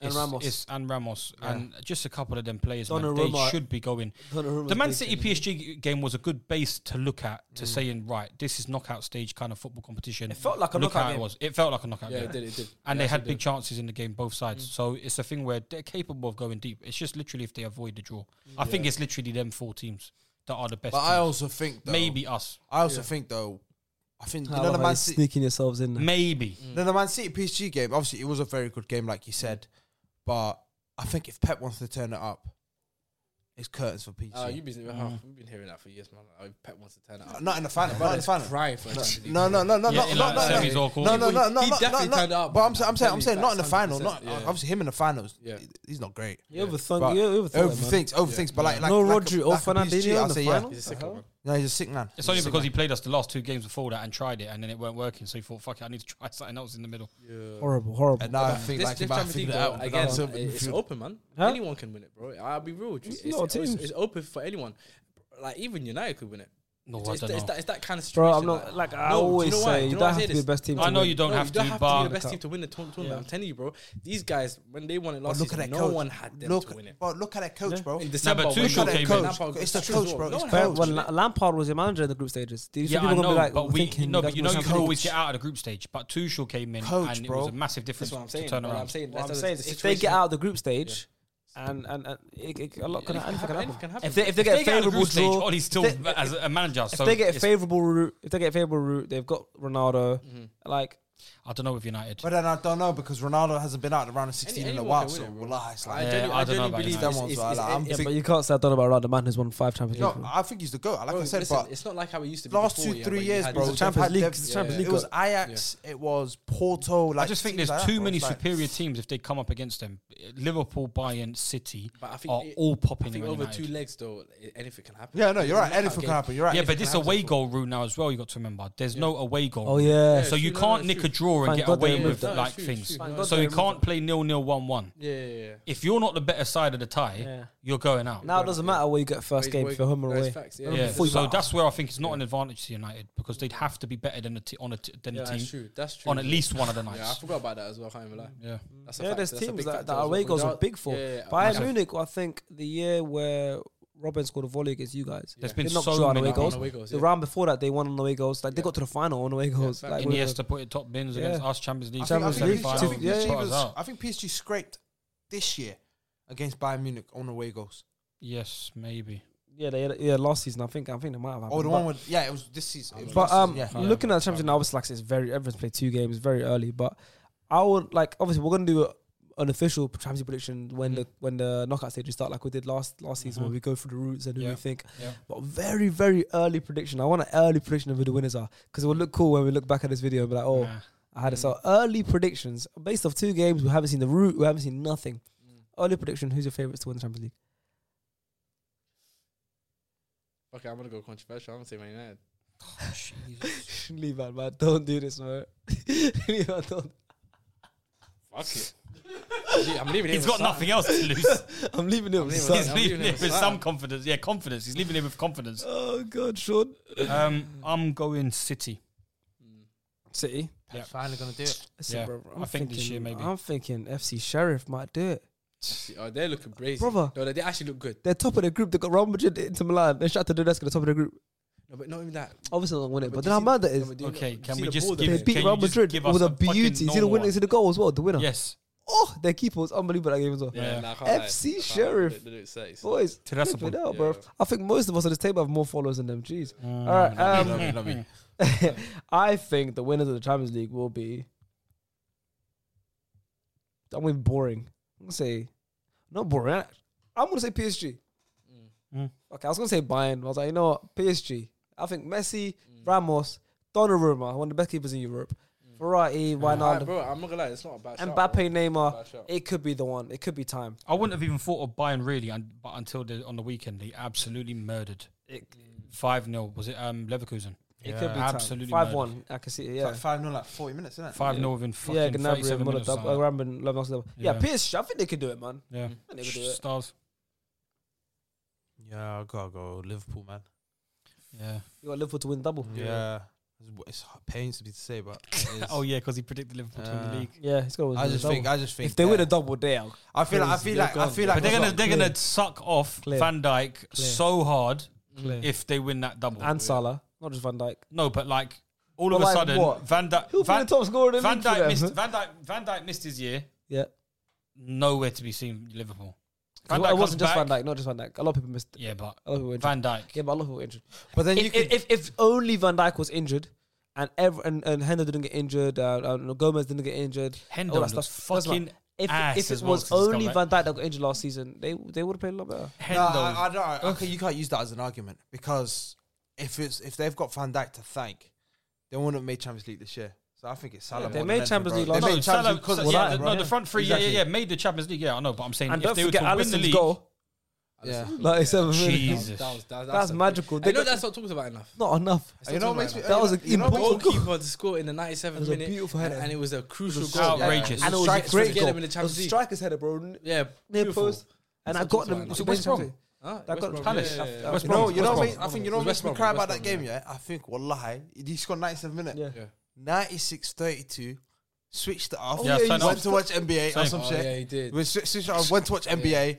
A: And
D: it's-
A: Ramos.
D: it's- and Ramos, and just a couple of them players, man, they
A: Donnarumma.
D: should be going.
A: Donnarumma's
D: The Man
A: big
D: City
A: thing.
D: PSG game was a good base to look at to saying, right, this is knockout stage kind of football competition. It
A: Mm. felt like a
D: look
A: knockout
D: how
A: game.
D: It was. It felt like a knockout
C: Yeah,
D: game.
C: it did. It did.
D: and
C: Yeah,
D: they
C: it
D: had
C: did.
D: big chances in the game both sides. So it's a thing where they're capable of going deep. It's just literally if they avoid the draw. I think it's literally them four teams that are the best.
B: But I
D: teams.
B: also think though,
D: maybe us,
B: I also think though, I think you
A: How
B: know the
A: about
B: Man
A: you
B: City,
A: sneaking yourselves in. there?
D: maybe.
C: Mm.
B: no, the Man City PSG game. Obviously, it was a very good game, like you said. But I think if Pep wants to turn it up, it's curtains for PSG.
C: Uh, you've been,
D: Mm.
C: oh, we've been hearing that for years, man. Like, Pep wants to turn it up.
B: Uh, not in the final. Not in the final.
C: Crying for a Champions League.
B: No, no, no, no,
D: Yeah,
B: no,
D: in
B: no,
D: like
B: no,
D: semis
B: no,
D: or quarters.
B: no, no, no,
C: He
B: no, no,
C: definitely
B: no,
C: turned up.
B: But I'm, sa- I'm saying, I'm saying, not in the
C: Definitely,
B: final.
C: that's
B: Not
C: 100%, yeah.
B: obviously him in the finals.
C: Yeah.
B: he's not great.
A: You overthink.
B: But
A: You overthink. it, man.
B: overthinks, overthinks. But like, like,
A: No
B: like a-
A: Rodri or
B: like a PSG,
A: Fernandinho in
B: I'll
A: the
B: say, yeah.
A: final?
C: He's a sick
A: What the
C: one. man.
A: hell?
B: No, he's a sick man.
D: It's only because he played us the last two games before that and tried it, and then it weren't working. So he thought, "Fuck it, I need to try something else in the middle."
A: Horrible, horrible.
B: And now I think
C: This,
B: like
C: this
B: if I
C: Champions League,
B: figured it
C: though,
B: out
C: again,
B: again.
C: it- it's open, man.
A: Huh?
C: Anyone can win it, bro. I'll be real with you.
A: It's
C: It's,
A: not
C: it's,
A: teams.
C: it's, open for anyone. Like, even United could win it.
D: No,
C: it's,
D: I
C: it's,
D: don't
C: that- it's,
D: know.
C: that, it's that kind of situation.
A: Bro, I'm not like I
C: No, do you
A: always
C: know why?
A: say.
C: Do you
A: You
C: know
A: don't
C: why I
A: have
C: say
A: to be the
C: this?
A: best team.
D: I
A: to
D: know
A: win.
D: you don't
C: No,
D: have
C: you
D: to,
C: don't have to
D: but
C: be the best team to win the tour- tournament. I'm telling you, bro. These guys, when they won it
B: But
C: last
B: look at
C: season,
B: that
C: no
B: coach.
C: one had them
B: Look,
C: to win it.
B: but look at that coach, bro.
C: In
B: Look
C: December,
D: but
C: when
D: Tuchel
B: at
C: Lampard-
B: that
D: came
C: when
D: in.
B: coach.
C: Lampard-
B: It's the
C: Tuchel's
B: coach,
C: wrong.
B: bro.
C: No
B: It's
C: one had
A: But
C: them to
A: when
C: win it.
A: La- Lampard was your manager in the group stages, do you
D: Yeah,
A: think
D: I
A: people
D: know,
A: are gonna be like,
D: but we
A: thinking
D: no,
A: that's
D: but you
A: what
D: know you
A: happened?
D: can
B: Coach.
D: always get out of the group stage. But Tuchel came in,
B: Coach,
D: and it
B: bro.
D: was a massive difference
C: That's what I'm
D: to
C: saying.
D: turn
C: What
D: around.
C: I'm saying,
A: What I'm
C: that's-
A: saying
C: that's
A: is
C: the
A: if they get
C: situation.
A: out of the group stage, and and, and it, it, a lot can, anything can
C: Anything
A: happen.
C: can
A: If they if they
D: If
A: get a
D: out of the
A: favourable
D: group stage,
A: draw,
D: Ollie's still
A: if they-
D: as a manager.
A: if
D: so
A: they get a
D: it's-
A: favourable route, if they get a favourable route, they've got Ronaldo. Like
D: I don't know with United.
B: But then I don't know because Ronaldo hasn't been out of the round of 16 in a
C: anyone
B: while,
C: can
B: so
C: win it, bro.
B: wallah, it's
C: I
B: like,
D: Yeah,
C: genuinely-
D: I
C: I
D: don't know
C: genuinely
D: about
C: believe
D: United.
C: it's-
B: Them ones
C: it's-
B: are
C: it's-
B: like, I'm
C: it's-
A: yeah, but you can't say I don't know about Ronaldo. The man who's won five Champions League.
B: no, I think he's the GOAT. Like I said,
C: Listen,
B: but
C: it's not like how it used to be.
B: last
C: before,
B: two,
C: yeah,
B: three
C: where you
B: years,
C: had-
B: bro,
A: It's a
B: they've
A: Champions
B: had-
A: League-
B: they've-
A: it's a Champions
B: yeah.
A: League
B: It was
A: GOAT.
B: Ajax, it was Porto. Like,
D: I just think
B: teams
D: there's
B: like that,
D: too
B: bro.
D: many
B: It's like-
D: superior teams if they come up against them. Liverpool, Bayern, City
C: But I think
D: are
C: it-
D: all
C: I
D: popping in
C: think over two
D: United.
C: legs, though, i- anything can happen.
B: Yeah, no, you're right.
C: Knockout
B: Anything can
C: game.
B: happen. You're right.
D: Yeah,
C: Anything
D: but
C: can
D: this
C: happen
D: away
C: in
D: goal rule now as well. You got to remember, there's no away goal.
A: Oh
D: rule.
A: yeah,
D: so
C: it's
D: you
C: true, no,
D: can't
C: it's
D: nick a
C: true.
D: draw and
A: Thank
D: get
A: God they
D: away
A: removed
D: with
A: that.
D: like
C: It's true, it's
D: things.
C: true. Thank
A: God
D: So
A: they
D: you
A: removed
D: can't play nil nil one one.
C: Yeah, yeah, yeah.
D: If you're not the better side of the tie,
A: Yeah.
D: you're going out.
A: now it doesn't matter where you get first
C: Wait,
A: game
C: wait,
A: for home or
C: that's
A: away.
C: facts, yeah.
A: Remember
D: yeah,
A: before you
D: so
A: got-
D: that's where I think it's not an advantage to United because they'd have to be better than the t- on a t- than
C: Yeah,
D: the team
C: that's true. That's true.
D: on at least one of the
C: Yeah, I
D: nights.
C: forgot about that as well. I can't even lie.
D: Yeah,
C: That's a
A: Yeah,
C: fact.
A: there's
C: That's a
A: teams
C: big
A: that,
C: factor
A: that
C: as well.
A: away goals are
C: Without-
A: big for.
C: Yeah, yeah, yeah.
A: Bayern
C: Massive.
A: Munich, I think the year where Robin scored a volley against you guys.
D: There's
C: Yeah.
D: been
A: They knocked you
D: so
A: out
D: many
A: away goals.
D: goals.
C: away goals,
A: The
C: yeah.
A: round before that, they won on away goals. Like they
C: Yeah.
A: got to the final on away goals.
C: fact.
A: like,
C: In the
A: with-
D: Iniesta put in top bins
A: Yeah.
D: against us Champions League.
B: I think, I,
A: Champions
B: think
A: League
B: PSG I
D: semi-finals.
B: think
A: final.
D: Put
B: PSG
D: us
B: was-
D: out.
B: I think PSG scraped this year against Bayern Munich on away goals.
D: Yes, maybe.
A: Yeah, they, yeah, last season I think I think they might have. Happened.
B: Oh, the
A: But-
B: one with yeah, it was this season. It was
A: But
B: last
A: um,
B: season, yeah.
D: yeah.
A: looking at the Champions League, obviously, like it's very everyone's played two games very early. But I would like obviously we're gonna do a, an official Champions League prediction when the when the knockout stages start, like we did last last season, where
D: Mhm.
A: we go through the routes and who we
D: Yeah.
A: think.
D: Yeah.
A: But very very early prediction. I want an early prediction of who the winners are because it will look cool when we look back at this video and be like, oh,
D: Nah.
A: I had it. So early predictions based off two games. We haven't seen the route. We haven't seen nothing.
C: Mm.
A: Early prediction. Who's your favourites to win the Champions League?
C: Okay, I'm gonna go controversial. I'm gonna say Man United.
A: Leave out, man. Don't do this, man. Leave out, don't.
C: Fuck it. I'm lea- I'm leaving. it
D: He's
C: with
D: got
C: Son.
D: nothing else to lose.
A: I'm leaving it.
C: I'm
A: with
C: leaving it.
A: Son.
D: He's
C: I'm
D: leaving
C: leaving it
D: it with
C: aside.
D: some confidence. Yeah, confidence. He's leaving it with confidence.
A: Oh God, Sean.
D: Um, I'm going City.
C: Mm.
A: City.
D: Yeah.
B: finally gonna do it.
D: Yeah, I think this year maybe.
A: I'm thinking FC Sheriff might do it.
C: See, Oh, they're looking crazy,
A: Brother.
C: No, they, they actually look good.
A: They're top of the group. They got Real Madrid, Inter Milan. They shot to the desk at the top of the group.
C: No, but not even that.
A: Obviously, they're not winning, but,
C: do
A: then how
C: you see-
A: mad that
C: no,
A: is.
C: but do you
D: Okay,
C: look-
D: can
C: see
D: we
C: the
D: just
C: ball
D: give?
C: they're
A: They
D: can
A: beat
C: playing?
D: you
A: Real
D: just
A: Madrid
D: give us
A: with a
D: fucking
A: beauty. See the
D: normal
A: winner,
D: one?
A: see the goal as well. The winner.
D: Yes,
A: Oh, their keeper was unbelievable that game as well.
D: Yeah.
C: nah, I can't lie.
A: FC
C: I can't lie.
A: Sheriff.
C: They- they look sexy.
A: Boys,
D: Terrace
A: flip it
D: one.
A: out, bro.
C: Yeah.
A: I think most of us on this table have more followers than them. Jeez.
D: Mm,
A: All right. Um,
B: Lovely, lovely.
A: I think the winners of the Champions League will be. I'm gonna be boring. I'm gonna say, not boring. I'm gonna say PSG.
D: Mm.
A: Okay, I was gonna say Bayern. I was like, you know what, PSG. I think Messi,
C: mm,
A: Ramos, Donnarumma, one of the best keepers in Europe, Ferrari,
C: Alright,
A: Wijnaldum,
C: bro, I'm not gonna lie. It's not a bad shout. bro.
A: Mbappe, Neymar.
C: Bad shout.
A: It could be the one. It could be time.
D: I wouldn't have even thought of Bayern really, and, but until they, on the weekend they absolutely murdered. Five 0 was it? Um, Leverkusen.
A: It could be
D: absolutely
A: time. Five one. I can see it.
B: It's
A: Yeah.
B: like five 0 like forty minutes, isn't it?
D: Five 0 within
A: yeah,
D: fucking
A: Gnabry,
D: thirty-seven
A: Müller,
D: minutes. or
A: Dub- uh,
D: something.
A: Ramben, Lewandowski, Lewandowski. Yeah,
D: Yeah.
A: PSG. I think they could do it, man.
D: Yeah,
A: I think they could do it.
D: stars.
B: Yeah, I gotta go Liverpool, man.
D: Yeah.
A: You got Liverpool to win double.
B: Yeah, it's, it's pains to be to say, but it is.
D: Oh yeah, because he predicted Liverpool to win the
B: Uh,
D: league.
A: Yeah, he's got to win.
B: I
A: the
B: just
A: double.
B: think, I just think
A: if they win
B: yeah.
A: a double, they are.
B: I feel like, I
A: crazy,
B: feel
A: they're
B: like, I
A: gone.
B: feel
D: But
B: like
D: they're
B: as
D: gonna
B: well-
D: they're gonna suck off
A: Clear.
D: Van Dyke
A: Clear.
D: so hard
A: Clear.
D: if they win that double.
A: and Salah, not just Van Dijk.
D: no, but like all
A: But
D: of a
A: like
D: sudden,
A: what?
D: Van Dyke
A: Who'll
D: Van,
A: be the top scorer in the
D: Van
A: league for
D: Dyke
A: them?
D: missed Van Dyke Van Dyke missed his year.
A: Yeah,
D: Nowhere to be seen. Liverpool. Van
A: it
D: Dijk
A: wasn't
D: comes
A: just Van
D: back.
A: Dyke, not just Van Dyke. A lot of people missed.
D: Yeah, but
A: A lot of people were injured.
D: Van Dyke.
A: yeah, but a lot of people were injured.
B: But then you
A: If,
B: could,
A: if, if, if only Van Dyke was injured, and ever and, and Hendo didn't get injured, uh, uh, Gomez didn't get injured,
D: Hendo
A: all that
D: looks
A: stuff. Doesn't
D: fucking
A: matter. If,
D: ass
A: if it
D: as well
A: was
D: since he's come
A: only
D: back.
A: Van Dyke that got injured last season, they they would have played a lot better.
D: Hendo.
B: no, I, I don't. Okay, you can't use that as an argument because if it's if they've got Van Dijk to thank, they wouldn't have made Champions League this year. So I think it's Salah.
A: Yeah, they
B: more than
A: made
B: anything,
A: Champions
B: bro.
A: League
B: They
A: last
D: no,
B: made
A: year.
B: Champions
D: Salah-
B: League 'cause
D: Sa-
B: of
A: Well,
D: yeah,
B: that,
D: the,
B: bro.
D: no, the front three,
B: Exactly.
D: yeah, yeah, yeah, made the Champions League. Yeah, I know, but I'm saying
A: And
D: if
A: don't
D: they were
A: forget
D: to win the
A: Alisson's
D: league,
A: goal,
B: Yeah.
A: like seven minutes.
D: Jesus.
C: That was, that, that's
A: That's
C: a-
A: magical.
C: Hey,
A: They
C: no,
A: got,
C: that's not talked about enough.
A: not enough.
C: That's
B: You
C: not
B: know what
C: talked
B: makes
C: about
B: me-
C: enough.
A: That was an
B: You know what-
A: important goal.
C: goalkeeper to score in the 97th
A: was a
C: minute.
A: beautiful
C: and,
A: header.
C: and it was a crucial
D: was
C: goal.
D: outrageous.
C: Yeah,
A: And it was
B: Strike
A: a
B: to
A: great
C: get
A: goal.
C: them in
A: It
C: the
A: was a
C: Champions League.
A: striker's header, bro.
C: yeah
A: Near
C: beautiful.
A: post. And I
C: That's
A: got
C: what I'm
A: them.
C: talking
D: about. West Brom.
C: Huh?
A: That got
C: West Brom,
D: Palace.
C: yeah, yeah, yeah.
D: West
B: You know,
D: Brom,
B: you know,
D: West
B: what
D: Brom.
B: makes- I think you know
C: It was
B: what makes
C: West
B: me
C: Brom,
B: cry
C: West
B: about that
C: Brom,
B: game. Yeah, I think Wallahi, he scored 97 minutes.
A: Yeah.
C: Yeah.
B: 96 32, switched it off.
D: Yeah,
A: Oh, yeah,
D: sign
A: you
D: off.
A: said-
B: Went to watch NBA or
D: Same.
B: some
C: Oh,
B: shit.
C: yeah, he did.
B: We swi- switched it off, went to watch NBA.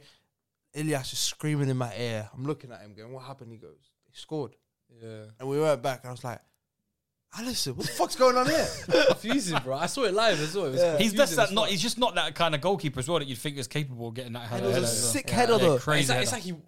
B: Ilias is screaming in my ear. I'm looking at him going, What happened? He goes, He scored.
C: Yeah.
B: And we went back and I was like, Alison, what the fuck's going on here?
C: confusing, bro. I saw it live as well. It was
A: Yeah.
D: He's
C: confusing
D: just that
C: as
D: not.
C: fuck.
D: He's just not that kind of goalkeeper as well that you'd think is capable of getting that
A: And
D: header.
A: it was a
D: header as well.
A: sick header,
D: Yeah,
A: though.
D: crazy.
C: It's like, it's
D: header.
C: like he,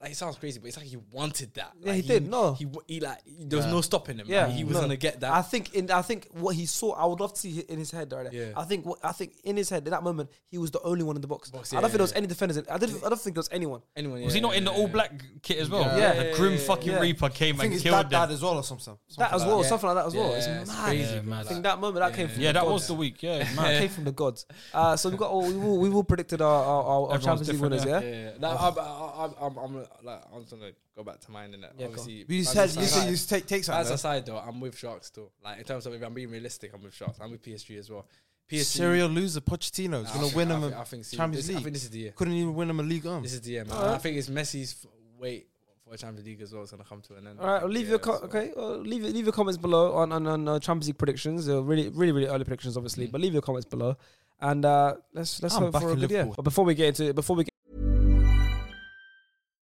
C: like, it sounds crazy, but it's like he wanted that.
A: Yeah,
C: Like,
A: he did, no.
C: he, he like there was no stopping him.
A: Yeah,
C: Yeah, he was
A: no.
C: gonna get that.
A: I think in I think what he saw, I would love to see it in his head right there.
C: Yeah.
A: I think what, I think in his head in that moment he was the only one in the box.
C: Box,
A: I
C: yeah,
A: don't think there was
C: yeah.
A: any defenders. In, I didn't. I don't think there was anyone.
C: Anyone
D: Was
C: yeah,
D: he not in the
C: yeah,
D: all
C: yeah.
D: black kit as well?
C: Yeah.
A: Yeah.
D: The grim fucking
A: Yeah.
D: Reaper came
B: I think
D: and
B: his
D: killed
B: dad died
D: them.
B: as well or something.
A: That as well,
C: that.
A: something like that as well.
C: Yeah,
A: it's
C: it's
A: mad.
C: crazy,
D: Yeah,
C: bro.
D: mad.
A: I think that moment that came from
D: Yeah,
A: the
D: that
A: gods.
D: was the week. Yeah,
A: That
D: man.
A: came from the gods. Uh, so we got all, we all we all predicted our uh, our, our, our
D: Everyone's
A: Champions League
D: different,
A: winners. Yeah.
C: Yeah, yeah. Nah, I'm, I'm, I'm, I'm, I'm, like, I'm just gonna go back to mine and
A: Yeah, go
C: obviously.
B: We just
C: as
B: had,
C: a
B: you said
C: side-
B: you just take, take
C: as
B: something.
C: a
B: man.
C: side though, I'm with Sharks still. Like in terms of if I'm being realistic, I'm with Sharks. I'm with PSG as well. PSG
B: Serial loser, Pochettino's
C: Nah, I
B: going
C: think-
B: to win
C: I
B: him
C: think-
B: a
C: I think see,
B: Champions
C: this- I
B: League.
C: think this is the year.
B: Couldn't even win him a league arm.
C: This is the year, man. I think it's Messi's f- wait for a Champions League as well is gonna come to an end.
A: All right, well, leave your co- okay. Well, leave your- leave your comments below on on, on uh, Champions League predictions. Uh, really, really, really early predictions, obviously. But leave your comments below, and uh, let's let's
B: I'm
A: hope
B: back
A: for a
B: in
A: good year.
B: Liverpool.
A: But before we get into before we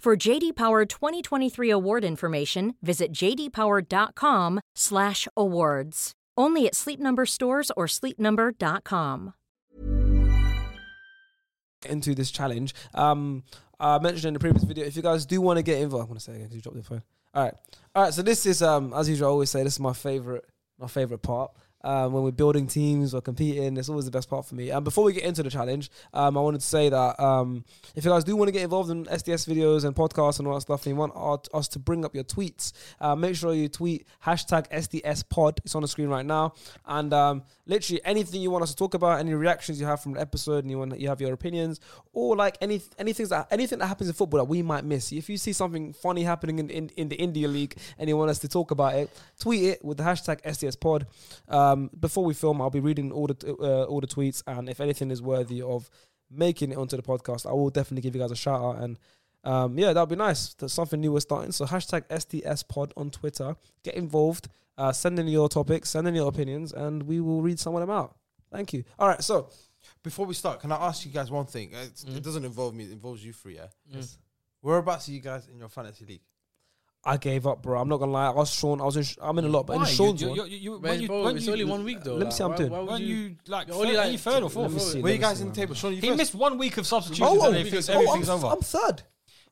E: For JD Power 2023 award information, visit jdpower.com/awards. Only at Sleep Number stores or sleepnumber.com.
A: into this challenge. Um, I mentioned in the previous video, if you guys do want to get involved, I'm gonna say it again because you dropped the phone. All right, all right. So this is, um, as usual, I always say this is my favorite, my favorite part. Um, when we're building teams or competing, it's always the best part for me. And before we get into the challenge, um, I wanted to say that um, if you guys do want to get involved in SDS videos and podcasts and all that stuff, and you want our, us to bring up your tweets, uh, make sure you tweet hashtag SDS Pod. It's on the screen right now. And um, literally anything you want us to talk about, any reactions you have from the episode, and you want you have your opinions, or like any anything that anything that happens in football that we might miss. If you see something funny happening in, in, in the India League and you want us to talk about it, tweet it with the hashtag SDS Pod. Um, before we film, I'll be reading all the t- uh, all the tweets, and if anything is worthy of making it onto the podcast, I will definitely give you guys a shout out. And um, yeah, that'd be nice. That's something new we're starting. So hashtag STS Pod on Twitter. Get involved. Uh, send in your topics. Send in your opinions, and we will read some of them out. Thank you. All right. So
B: Before we start, can I ask you guys one thing? Uh, It's, It doesn't involve me; it involves you three. Yeah. Yes. Whereabouts are you guys in your fantasy league?
A: I gave up, bro. I'm not gonna lie. I was Sean. I was in. Sh- I'm in a lot, but in Sean's one.
C: Wait, bro, it's only one week though.
A: let me see how I'm
C: why-
A: doing.
C: why would
D: When you like,
C: You're
D: third,
C: only,
D: only
C: like,
D: third or
C: let me
D: fourth.
C: see.
A: It
B: Where are you
A: doesn't
B: guys in the table? Sean, you
D: He
B: first.
D: missed one week of substitutions
A: Oh,
D: and
A: oh,
D: then he thinks
A: oh,
D: everything's
A: I'm,
D: over.
A: I'm third.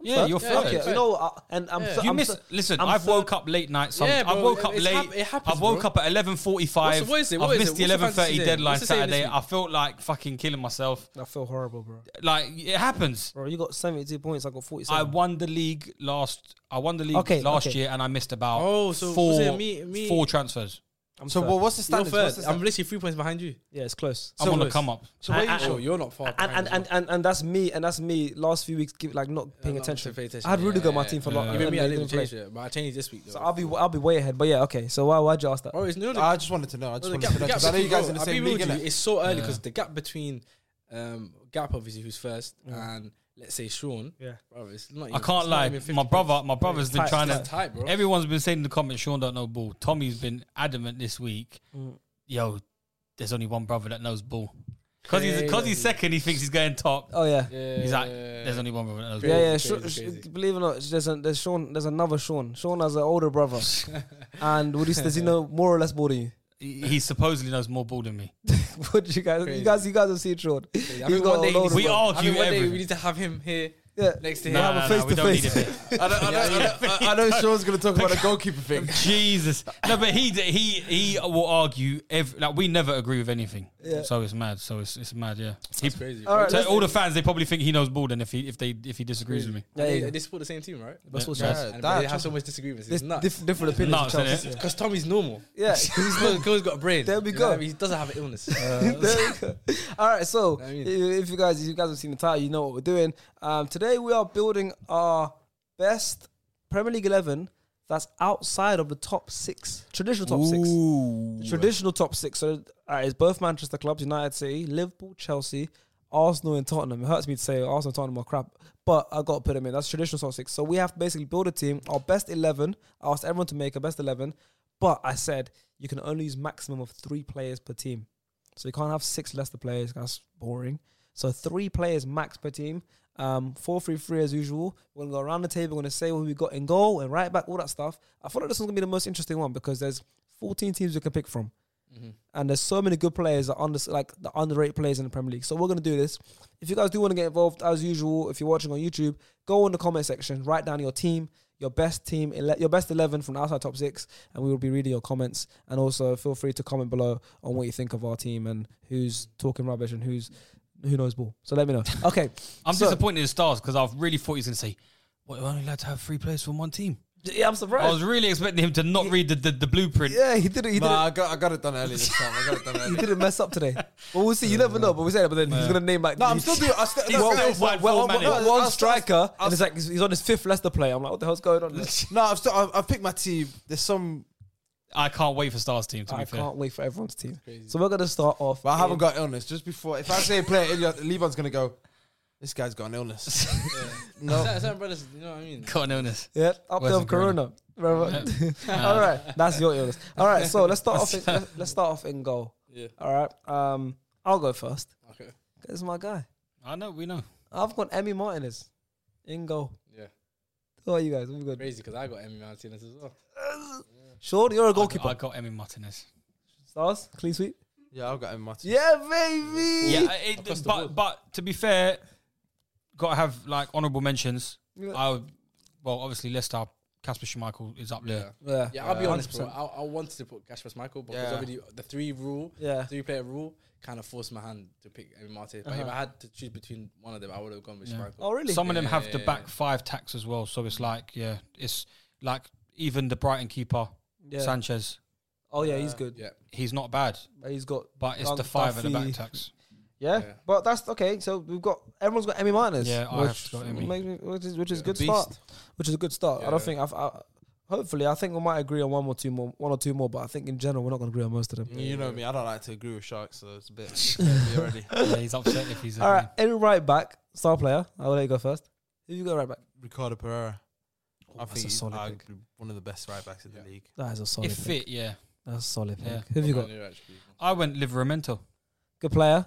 A: I'm
D: Yeah,
A: third.
D: you're
C: Yeah,
D: third.
C: yeah.
A: You know, I, and I'm.
C: Yeah.
A: Third,
D: You
A: I'm
D: miss.
A: third.
D: Listen,
A: I'm
D: i have
A: third.
D: woke up late night. Some,
C: Yeah,
D: I've
C: bro,
D: woke up
C: it's
D: late.
C: hap- it happens,
D: I've woke
C: bro.
D: up at eleven forty-five.
C: What's- what is it?
D: I've
C: What is
D: missed the
C: it? What's the
D: eleven thirty
C: fantasy day?
D: deadline
C: What's the saying this
D: Saturday.
C: week?
D: I felt like fucking killing myself.
A: I feel horrible, bro.
D: Like it happens.
A: Bro, you got 72 points. I got 47.
D: I won the league last. I won the league
A: Okay,
D: last
A: okay.
D: year, and I missed about
C: Oh, so was
D: four
C: it me- me-
D: four transfers.
A: I'm
B: So,
A: third.
B: well, what's the
C: You're
B: standard?
C: third. I'm literally three points behind you.
A: yeah, it's close.
D: I'm
C: So
D: on the
C: was-
D: come up.
B: So where are you,
C: Oh,
B: Sean?
C: you're not far.
A: And and, and, and and that's me and that's me last few weeks give, like not paying
C: not
A: attention.
C: paying attention,
A: I had
C: yeah,
A: Rudiger on my
C: yeah,
A: team for
D: yeah.
A: long.
D: Even
C: even
A: and
C: me,
A: they
C: I didn't
A: didn't play.
C: change it, but I changed this week though.
A: So I'll be I'll be way ahead. But yeah, okay. So why why'd you ask that?
C: Bro, it's no.
B: I just wanted to know. I just
C: No, the
B: wanted
C: gap,
B: to know.
C: the gap
B: 'cause I know you
C: between-
B: guys in the
C: I'll be
B: same
C: real
B: league,
C: with you,
B: innit?
C: It's so early
D: Yeah.
C: because the gap between um, Gap, obviously, who's first, and let's say Sean.
A: Yeah.
C: bro, it's not. Even,
D: I
C: it's
D: can't
C: not
D: lie.
C: even 50
D: My brother,
C: points.
D: my brother's been
A: tight,
D: trying
C: it's
D: to.
C: tight, bro.
D: Everyone's been saying in the comments, Sean don't know ball. Tommy's been adamant this week.
C: Mm.
D: Yo, there's only one brother that knows ball. Cause he's cause he's
C: Crazy.
D: second, he thinks he's going top.
A: Oh yeah.
C: yeah,
D: He's like, there's only one brother that knows
A: Yeah, yeah.
C: Crazy,
A: Sho-
C: crazy,
A: sh-
C: crazy.
A: Believe it or not, there's a, there's Sean. There's another Sean. Sean has an older brother, and what is does he know more or less more than you?
D: ball. He supposedly knows more ball than me.
A: what do you guys? You
C: Crazy.
A: guys, you guys have seen Sean.
C: I mean,
A: He's
C: one
A: got
C: day
A: a load
C: needs-
A: of
D: We
A: brother.
D: argue
C: I mean, one day
D: every-
C: we need to have him here
A: Yeah.
C: next to him.
D: Nah,
A: have a
D: nah,
A: face
D: nah,
A: to
D: we don't need
A: face.
D: him.
B: I know, I, know, I, know, I know Sean's going to talk about the goalkeeper thing.
D: Jesus, no, but he he he will argue. Every, like we never agree with anything, so it's mad. So it's it's mad. Yeah, he,
C: It's crazy.
A: All
C: bro.
A: right,
D: so
A: let's-
D: all the fans they probably think he knows ball than if he if they if he disagrees with me.
A: Yeah,
C: They,
A: yeah.
C: they support the same team, right?
A: That's what
D: Yeah.
A: Sean's.
B: Yeah,
C: And
B: that-
C: they have so much disagreements.
A: There's
C: It's nuts.
A: diff- different opinions.
D: Nuts,
A: of Chelsea.
D: innit?
C: Because Tommy's normal.
A: Yeah, 'cause
C: he's has got a brain.
A: There we
C: You know what I
A: go.
C: mean? He doesn't have an illness.
A: There we go. All right, so
C: I mean-
A: if you guys, if you guys have seen the title, you know what we're doing. Um, today we are building our best Premier League eleven that's outside of the top six, traditional top six,
D: Ooh.
A: The traditional top six. So uh, it's both Manchester clubs, United City, Liverpool, Chelsea, Arsenal, and Tottenham. It hurts me to say Arsenal, and Tottenham are crap, but I got to put them in. That's traditional top six. So we have to basically build a team, our best eleven. I asked everyone to make a best eleven, but I said you can only use maximum of three players per team. So you can't have six Leicester players. That's boring. So three players max per team. Um, four three three as usual. We're gonna go around the table. We're gonna say who we got in goal and right back, all that stuff. I thought that this one's gonna be the most interesting one because there's 14 teams we can pick from. And there's so many good players that under like the underrated players in the Premier League. So we're gonna do this. If you guys do want to get involved, as usual, if you're watching on YouTube, go in the comment section, write down your team, your best team, ele- your best eleven from the outside top six, and we will be reading your comments. And also feel free to comment below on what you think of our team and who's talking rubbish and who's who knows ball. So let me know. Okay,
D: I'm
A: so-
D: disappointed in Stars because I really thought he was going to say, "Well, we're only allowed to have three players from one team."
A: Yeah, I'm surprised.
D: I was really expecting him to not read the, the, the blueprint.
A: yeah, he did it. He did
B: Oh, Nah,
A: it.
B: I got, I got it done early this time. I got it done
A: He
B: early.
A: didn't mess up today. But we'll see. You never know. But we said it. But then he's gonna name like.
B: No, I'm still doing. I still,
D: He's
B: no,
D: still
B: guys,
D: wide
B: well,
D: full
B: well,
D: man.
B: no,
A: one
B: I'll- I'll-
A: striker,
B: I'll-
A: and it's like he's he's on his fifth Leicester player. I'm like, what the hell's going on? there?
B: No, I've still. I've, I've picked my team. There's some,
D: I can't wait for Stars team to be
A: I
D: fair.
A: can't wait for everyone's team. So we're gonna start off.
B: but I haven't
A: in-
B: got illness. Just before, if I say a player, Levon's gonna go. This guy's got an illness.
C: No. It's not brothers, you know what I mean?
D: Got an illness.
A: Yeah, up there
D: Where's
A: of
D: the corona?
A: Corona. Remember? All right, that's your illness. All right, so let's start off. In, let's- let's start off in goal.
C: Yeah.
A: All right, um, I'll go first.
C: Okay.
A: This is my guy.
D: I know, we know.
A: I've got Emmy Martinez in goal.
C: Yeah.
A: Who are you guys? What have you got?
C: Crazy because I got Emmy Martinez as well.
A: Sean, you're a
D: I,
A: goalkeeper.
D: got Emmy Martinez.
A: Stars, clean sweep.
B: yeah, I've got him. Martin.
A: Yeah, baby.
D: Yeah, it,
C: Across the
D: but
C: board.
D: but to be fair, got to have like honourable mentions.
A: Yeah.
D: I would, well, obviously Leicester, Casper Schmeichel is up there.
A: Yeah.
C: Yeah, I'll be
A: Yeah.
C: honest, bro.
A: 100%.
C: I, I wanted to put Gaspar Michael because
B: Yeah.
C: already the three rule,
A: Yeah.
C: three player rule, kind of forced my hand to pick Emmy Martinez. But if
A: Uh-huh.
C: I had to choose between one of them, I would have gone with
D: Yeah.
C: Schmeichel.
A: Oh, really?
D: Some of them have the
C: Yeah.
D: back five tax as well, so it's like yeah, it's like even the Brighton keeper
A: Yeah.
D: Sanchez,
A: oh, yeah, he's good.
C: Uh, Yeah.
D: he's not bad,
A: But He's got.
D: but it's
A: Dunk-
D: the five at the back
A: Duffy.
D: tax.
A: Yeah,
C: Yeah.
A: but that's okay. So we've got everyone's got Emmy Martinez.
D: Yeah, I have
A: which
D: got Emmy.
A: makes me- which is which is a good
B: Beast.
A: start. Which is a good start. I
C: Yeah.
A: don't think I've. I, hopefully, I think we might agree on one or two more, one or two more. But I think in general, we're not going to agree on most of them.
B: You know me. I don't like to agree with sharks, so it's a bit it's me already.
D: yeah, he's upset if he's.
A: All right, every right back star player. I'll let you go first. Who you got right back?
B: Ricardo Pereira. I
A: that's a
B: think he's
A: solid
B: arguably
A: pick.
B: one of the best right backs in the league.
A: That is a solid.
D: If
A: pick.
D: fit, yeah.
A: That's a solid pick.
D: Yeah.
A: Who have you
C: I
A: got?
C: knew actually.
D: I went Liveramento.
A: Good player.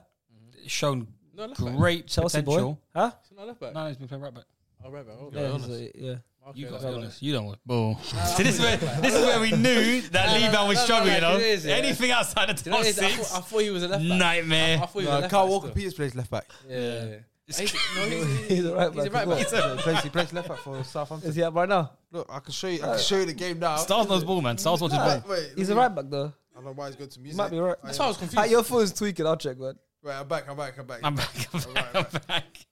D: Shown
C: No, left back.
D: great
A: Chelsea
D: potential.
A: boy. Huh?
C: It's not left back.
D: No, he's been playing right back.
C: Oh, right back. Okay.
A: Yeah.
B: honest.
A: he's a- yeah.
C: Okay,
D: You got
C: that's
D: to be
C: all right.
D: honest. You don't want. Boo. See, this is where this is where we knew that
C: No, no,
D: Levan
C: no,
D: was
C: no,
D: struggling.
C: no,
D: You
C: no,
D: know,
C: it is, yeah.
D: anything outside of
C: Do you
D: top
C: know what it is? I
D: six,
C: thought, I thought he was a left back. I,
D: nightmare.
C: I thought he was a
B: No,
C: left
B: Carl
C: back
B: Walker
C: still.
B: Peters plays left back.
C: Yeah, yeah, yeah.
D: It's
C: He's, no, he's,
A: He's a right
C: he's a
A: back.
C: right
A: as
C: back.
A: well.
B: he, plays, he plays left back for Southampton.
A: Is he up right now?
B: Look, I can show you. I can show you the game now.
D: Stars knows ball, man. Stars watches ball.
B: Wait, wait,
A: He's a
B: let me-
A: right back though.
B: I don't know why he's going to music.
A: Might be right.
C: That's why I was confused.
A: Ah, your phone's tweaking. I'll check, man.
B: Right, I'm back. I'm back. I'm back.
D: I'm back. I'm back. I'm back.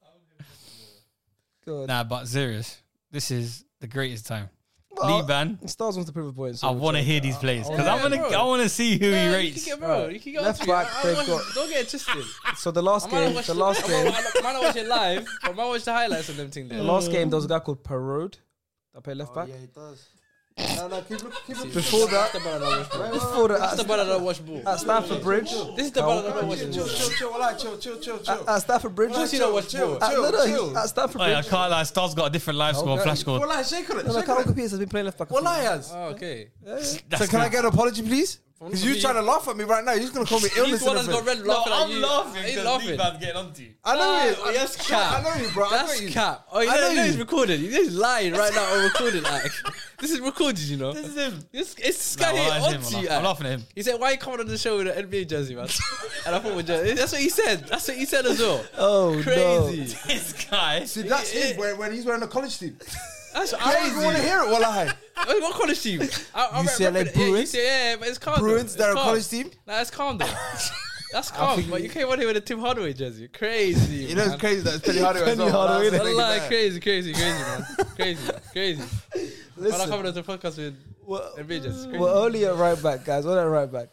A: Good.
D: Nah, but serious. This is the greatest time.
A: Well,
D: Levan,
A: Stars wants to prove a point. So
D: I
A: we'll
D: want to
A: check.
D: hear these plays because
C: Oh, Yeah,
D: I want to.
C: bro.
D: I want to see who
C: Yeah,
D: he
C: you can
D: rates.
C: get, bro. You can get
A: Left
C: onto it.
A: back,
C: I- I
A: they've
C: watched-
A: got-
C: Don't get twisted.
A: So the last
C: I might
A: game,
C: not watch
A: the last
C: I
A: game,
C: might, I might not watch it live, but I might watch the highlights of them thing there.
A: the last game, there was a guy called Perode that played left back.
B: Yeah, he does. No, no, keep looking. Keep looking.
A: Before
C: That's
A: that,
C: the brother that watch ball.
A: before
C: That's the
A: that,
C: brother that watch ball.
A: at, at Stamford Bridge,
C: This is the brother that watch
B: Chill,
C: ball.
B: chill, chill. Well, chill, chill, chill, chill.
A: at, at Stamford Bridge,
C: Why
A: at,
C: don't you not watch
B: chill,
C: ball?
B: chill,
A: no, no,
B: chill.
A: he's at Stamford
D: Wait, Oh, I
A: Bridge.
D: can't lie. Stars got a different live score,
A: Okay.
D: flash score.
B: Well, shake on it.
A: No, no,
B: shake on
A: Kyle
B: it.
A: Pierce has been playing left back.
B: Well, has.
C: Oh, okay.
B: So can I get an apology, please? Because you trying to laugh at me right now. You're just gonna call me illness.
C: He's the one that's
B: and
C: got
B: everything.
C: red laughing at you. He's laughing.
D: getting onto you.
B: I know you. I-
C: That's
B: I
C: cap.
B: know you, bro. I know
C: That's
B: you.
C: cap. Oh, you
B: I
C: know,
B: know
C: you know he's
B: you.
C: recorded. He's just lying right now on recorded. Like this is recorded, you know. This is him. This, it's this guy here onto you.
D: I'm
C: like.
D: laughing at him.
C: He said, "Why you coming on the show with an NBA jersey, man?" and I thought, with jersey. "That's what he said. That's what he said as well."
A: Oh, no.
C: crazy!
D: This guy.
B: See, that's him when, when he's wearing a college team.
C: That's
B: I don't even want to
C: crazy.
B: hear it. Wallahi.
C: Oh, What college team? I, I
B: UCLA
C: reckon- yeah,
B: Bruins?
C: Yeah, yeah, but it's calm. though.
B: Bruins,
C: It's
B: they're a
C: calm.
B: college team.
C: Nah, it's calm though. That's calm. But you came on here with a Tim Hardaway jersey. Crazy.
B: You know,
C: man.
B: it's crazy that it's Penny Hardaway as
A: Penny
B: well.
A: Hardaway,
B: That's
A: innit?
B: the
C: Wallah,
B: thing there.
C: crazy, crazy, crazy, man. crazy, crazy. When I
A: Listen,
C: come on the podcast with
A: we're,
C: NBA jerseys, crazy.
A: we're only at right back, guys. We're at right back.